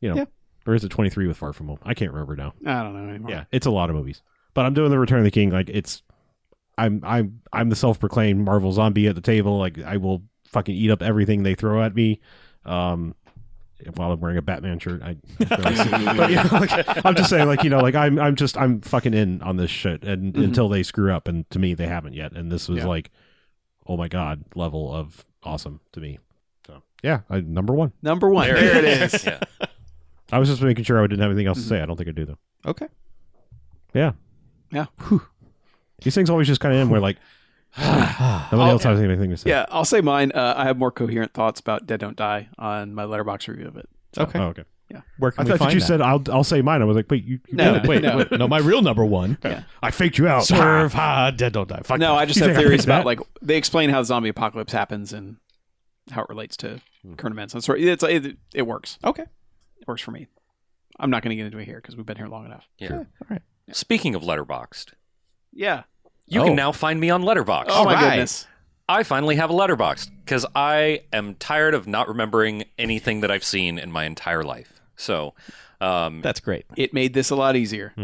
C: you know.
E: Yeah.
C: Or is it 23 with Far From Home? I can't remember now.
A: I don't know anymore.
C: Yeah, it's a lot of movies. But I'm doing the Return of the King. Like it's, I'm I'm I'm the self-proclaimed Marvel zombie at the table. Like I will fucking eat up everything they throw at me. Um, while I'm wearing a Batman shirt, I. but yeah, like, I'm just saying, like you know, like I'm I'm just I'm fucking in on this shit, and
A: Mhm.
C: until they screw up, and to me they haven't yet. And this was
A: Yeah.
C: like, oh my god, level of awesome to me. So yeah, I, number one.
A: Number one. There it is.
D: yeah.
C: I was just making sure I didn't have anything else
A: Mhm.
C: to say. I don't think I do though.
E: Okay.
C: Yeah.
A: Yeah.
C: Whew. These things always just kind of end where like
D: Uh-huh.
C: nobody
A: I'll-
C: else has anything to say.
A: Yeah, I'll say mine. Uh, I have more coherent thoughts about Dead Don't Die on my letterbox review of it.
E: okay.
C: Oh, okay.
E: Where can
C: I
E: we
C: thought that
E: find
C: you
E: that?
C: said I'll I'll say mine. I was like, wait, you, you
A: No,
C: did it. wait,
A: no.
C: wait,
E: no, my real number one.
C: I faked you out.
E: Swerve, ha, dead don't die. Fuck
A: no, I just
C: You
A: have
C: think I
A: theories
C: did
A: about
C: that?
A: like they explain how the zombie apocalypse happens and how it relates to current events. And so it's it, it works.
E: Okay.
A: It works for me. I'm not going to get into it here because we've been here long enough.
D: Yeah.
E: All right.
D: Speaking of Letterboxd,
A: Yeah.
D: you
E: Oh.
D: can now find me on Letterboxd.
A: Oh my
E: right.
A: goodness.
D: I finally have a Letterboxd because I am tired of not remembering anything that I've seen in my entire life. So, um,
E: That's great.
A: It made this a lot easier.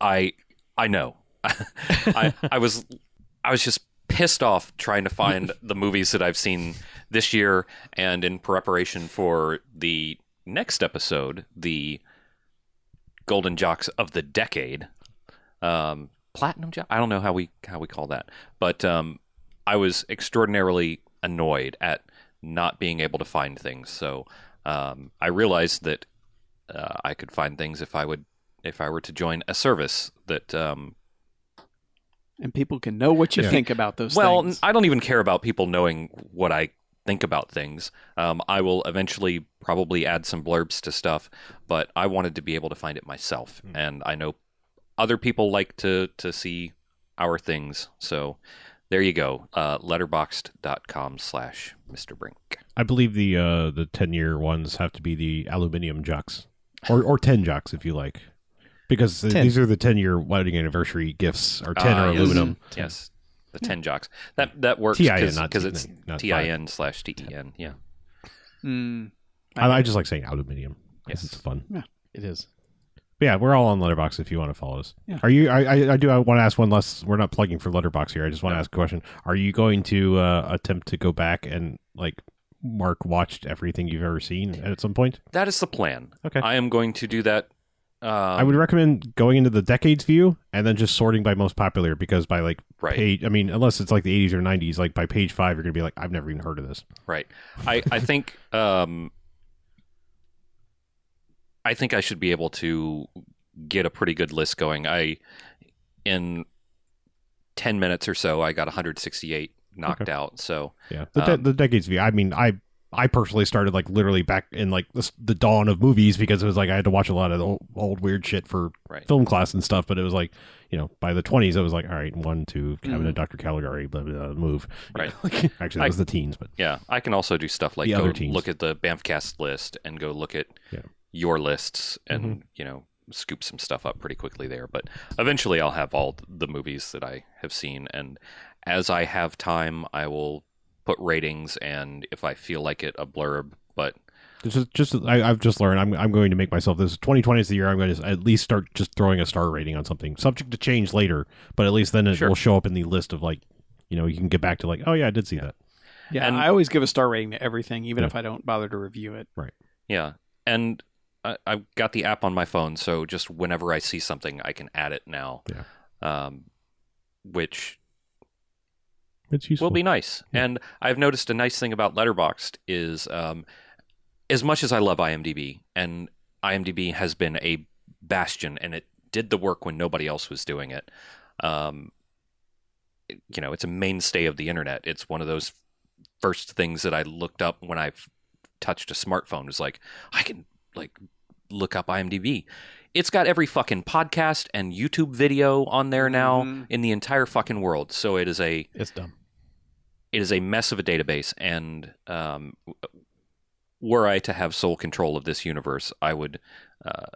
D: I I know. I I was I was just pissed off trying to find the movies that I've seen this year and in preparation for the next episode, the Golden Jocks of the decade. Um Platinum Jock I don't know how we how we call that. But um I was extraordinarily annoyed at not being able to find things. So um, I realized that uh, I could find things if I would if I were to join a service that um,
A: and people can know what you
C: Yeah.
A: think about those
D: well,
A: things.
D: I don't even care about people knowing what I think about things. Um, I will eventually probably add some blurbs to stuff, but I wanted to be able to find it myself,
C: Hmm.
D: and I know other people like to to see our things. So there you go, uh, letterboxd.com slash Mr. Brink.
C: I believe the uh, the ten year ones have to be the aluminium jocks, or or ten jocks if you like, because th-
E: Tin.
C: these are the ten year wedding anniversary gifts. Or ten
D: Ah,
C: are
D: yes.
C: aluminum.
D: Yes, the ten jocks. That that works
C: TIN,
D: because
C: not
D: it's
C: TIN, not
D: tin slash ten. Yeah.
A: Mm.
C: I, I just like saying aluminium.
D: Yes.
C: Yes, it's fun.
E: It is.
C: But yeah, we're all on Letterbox. If you want to follow us,
A: Yeah.
C: are you? I, I, I do. I want to ask one less. We're not plugging for Letterbox here. I just want to ask a question. Are you going to uh, attempt to go back and like Mark watched everything you've ever seen at some point?
D: That is the plan.
C: Okay.
D: I am going to do that. Um,
C: I would recommend going into the decades view and then just sorting by most popular because by like
D: right.
C: page, I mean, unless it's like the 80s or 90s, like by page five, you're gonna be like, I've never even heard of this.
D: Right. I, I think um, I think I should be able to get a pretty good list going. I in ten minutes or so, I got 168 knocked out. So
C: Yeah, the, de-
D: Um,
C: the decades view. I mean, I I personally started like literally back in like the, s- the dawn of movies because it was like I had to watch a lot of the old, old weird shit for
D: Right.
C: film class and stuff. But it was like you know by the twenties, it was like all right, one, two, Cabinet,
A: Mhm.
C: Doctor Caligari, blah, blah blah, move. You
D: Mm-hmm. Right.
C: know, like, actually, that
D: I-
C: was the teens, but
D: yeah, I can also do stuff like
C: The
D: go
C: other teams.
D: look at the Bamfcast list and go look at
C: Yeah. Mm-hmm.
D: your lists and you know scoop some stuff up pretty quickly there. But eventually, I'll have all the movies that I have seen, and as I have time, I will put ratings and if I feel like it, a blurb. But
C: it's just just I, I've just learned I'm I'm going to make myself this 2020 is the year I'm going to at least start just throwing a star rating on something, subject to change later. But at least then it
D: Sure.
C: will show up in the list of like you know you can get back to like oh yeah I did see that.
A: yeah,
D: and-
A: I always give a star rating to everything, even
C: Yeah.
A: if I don't bother to review it.
D: yeah, and I, I've got the app on my phone, so just whenever I see something, I can add it now.
C: Yeah.
D: Um, which
C: It's useful.
D: will be nice.
C: Yeah.
D: And I've noticed a nice thing about Letterboxd is, um, as much as I love IMDb, and IMDb has been a bastion, and it did the work when nobody else was doing it. Um, it- you know, it's a mainstay of the internet. It's one of those first things that I looked up when I f- touched a smartphone. It's like I can like look up IMDb. It's got every fucking podcast and YouTube video on there now
C: Mm-hmm.
A: Mhm.
D: in the entire fucking world. So it is a
E: It's dumb.
D: it is a mess of a database and um, were i to have sole control of this universe i would uh,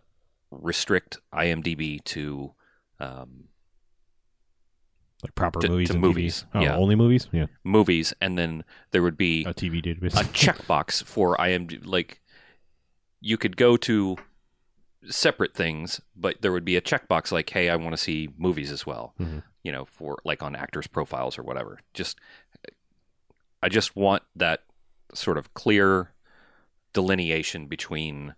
D: restrict imdb to um,
C: like proper
D: to-
C: movies
D: to
C: and
D: movies,
C: TVs. Oh,
D: yeah.
C: only movies. Yeah,
D: movies and then there would be
C: a TV database.
D: a checkbox for imdb like you could go to separate things but there would be a checkbox like hey i want to see movies as well
C: Mhm.
D: you know for like on actors profiles or whatever just i just want that sort of clear delineation between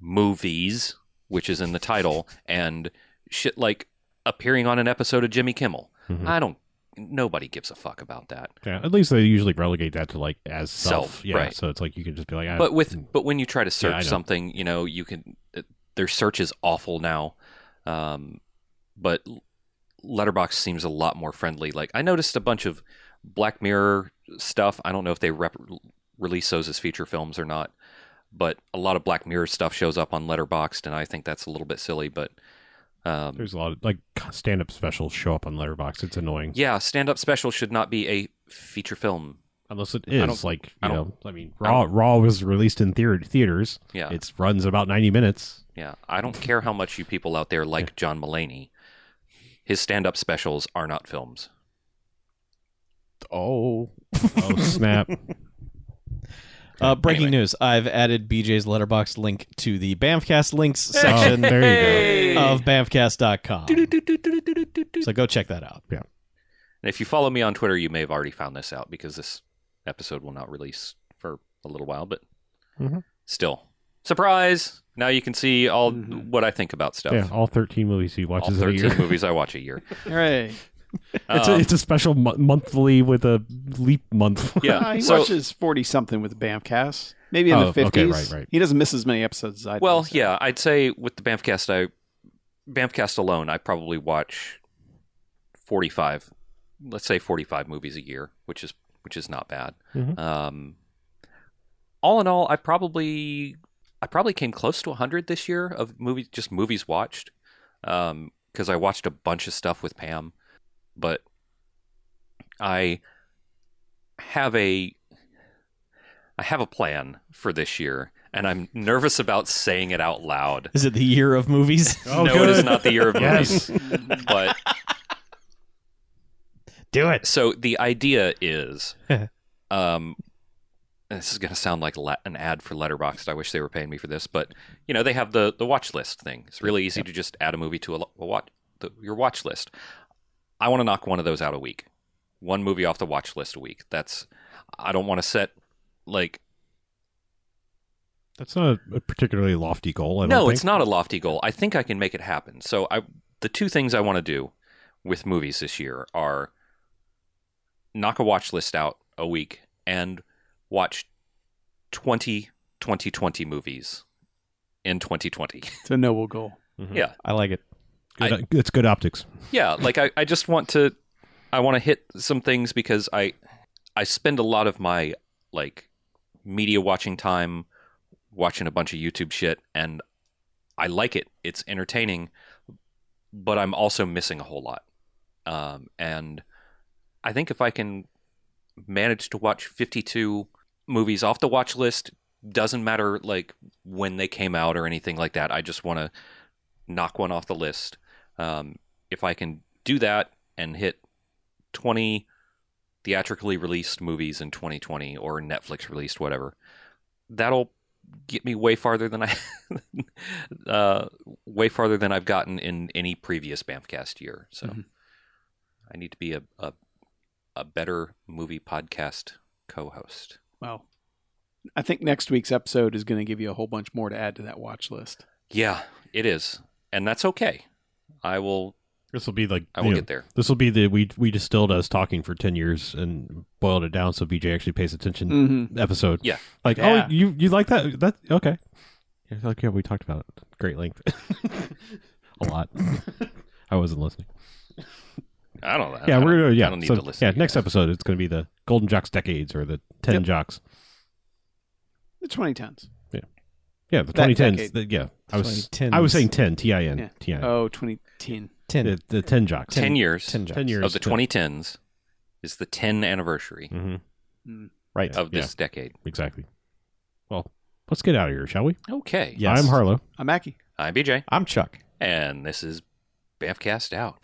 D: movies which is in the title and shit like appearing on an episode of jimmy kimmel
C: Mhm.
D: i don't nobody gives a fuck about that
C: yeah, at least they usually relegate that to like as self.
D: Self,
C: yeah,
D: right.
C: so it's like you can just be like, ah, hmm, I,
D: but with but when you try to search
C: I know.
D: something, you know, you can it- their search is awful now. Um, but Letterbox seems a lot more friendly. Like I noticed a bunch of Black Mirror stuff. I don't know if they rep- release those as feature films or not, but a lot of Black Mirror stuff shows up on Letterboxd, and I think that's a little bit silly. But um,
C: there's a lot of like stand up specials show up on Letterbox. It's annoying
D: yeah, stand up special should not be a feature film.
C: unless it
D: I don't-
C: is like
D: I
C: you
D: don't-
C: know. I mean,
D: I
C: Raw Raw was released in theater theaters.
D: Yeah,
C: It runs about ninety minutes.
D: Yeah, I don't care how much you people out there like John Mulaney. His stand-up specials are not films.
E: Oh.
C: Oh snap!
E: Uh, breaking
D: Anyway.
E: news. I've added BJ's letterbox link to the Bamfcast links
C: oh,
E: section
C: there you go.
E: of bamfcast.com. So go check that out.
D: And if you follow me on Twitter, you may have already found this out because this episode will not release for a little while, but
C: Mhm.
D: still. Surprise! Now you can see all
A: Mhm.
D: what I think about stuff.
C: Yeah, all thirteen movies he
D: all
C: watches in a
D: 13
C: year.
D: movies I watch a year.
A: Hooray.
C: It's a
D: Um,
C: it's a special mo- monthly with a leap month.
D: yeah.
A: Uh, he
D: so,
A: watches 40 something with the Bamcast. Maybe in
C: Oh,
A: the
C: okay,
A: 50s.
C: right, right.
A: He doesn't miss as many episodes as I do.
D: Well,
A: so-
D: yeah, I'd say with the Bamfcast, I Bamfcast alone, I probably watch 45 let's say 45 movies a year which is which is not bad
C: Mhm.
D: um, all in all i probably i probably came close to 100 this year of movies just movies watched because i watched a bunch of stuff with pam but i have a i have a plan for this year and i'm nervous about saying it out loud
E: Is it the year of movies?
C: Oh,
D: no it is
C: good.
D: not the year of movies
C: Yes.
D: but
E: Do it.
D: so the idea is, um, and this is going to sound like le- an ad for Letterboxd. I wish they were paying me for this, but you know they have the the watch list thing. It's really easy to just add a movie to a, lo- a watch the, your watch list. I want to knock one of those out a week, one movie off the watch list a week. That's I don't want to set like
C: That's not a particularly lofty goal. I don't
D: no,
C: think.
D: it's not a lofty goal. I think I can make it happen. So I the two things I want to do with movies this year are knock a watch list out a week and watch 20 2020 movies in 2020.
A: It's a noble goal.
D: Yeah.
E: I like it.
C: Good, uh, it's good optics.
D: yeah, like I, I just want to I want to hit some things because I I spend a lot of my like media watching time watching a bunch of YouTube shit and I like it. It's entertaining, but I'm also missing a whole lot. Um, and I think if I can manage to watch 52 movies off the watch list, doesn't matter like when they came out or anything like that. I just want to knock one off the list. Um, if I can do that and hit 20 theatrically released movies in 2020 or Netflix released whatever, that'll get me way farther than I uh, way farther than I've gotten in any previous Bamfcast year. So
C: Mm-hmm.
A: Mhm.
D: I need to be a, a a better movie podcast co-host.
A: Wow. I think next week's episode is going to give you a whole bunch more to add to that watch list.
D: Yeah, it is. And that's okay. I will
C: This will be like
D: I will get there.
C: This will be the we we distilled us talking for ten years and boiled it down so BJ actually pays attention
A: Mm-hmm.
C: episode.
D: Mm. Yeah.
C: Like,
A: Yeah.
C: oh, you you like that? That okay? Yeah, like yeah, we talked about it great length, a lot. I wasn't listening.
D: I don't know.
C: yeah,
D: I
C: we're
D: don't-
C: gonna yeah.
D: I don't need
C: so,
D: to listen.
C: yeah,
D: to you
C: next
D: guys.
C: episode it's gonna be the Golden Jocks decades or the ten jocks.
A: The 2010s.
C: Yeah, the
A: That
C: twenty tens.
A: decade.
C: Yeah, I was
E: 2010s.
C: I was saying ten T I
A: Yeah.
C: N T I N.
A: Oh, 2010.
E: Ten.
C: The the ten jocks.
D: 10 years.
E: Ten jobs.
C: Ten years
D: of the 2010s is the 10 anniversary
C: Mm-hmm.
A: Mm.
E: Right.
D: of this decade.
C: Exactly. Well, let's get out of here, shall we?
D: Okay.
E: Yes.
C: I'm Harlow.
A: I'm Aki.
D: I'm BJ,
E: I'm Chuck.
D: and this is Bamfcast Out.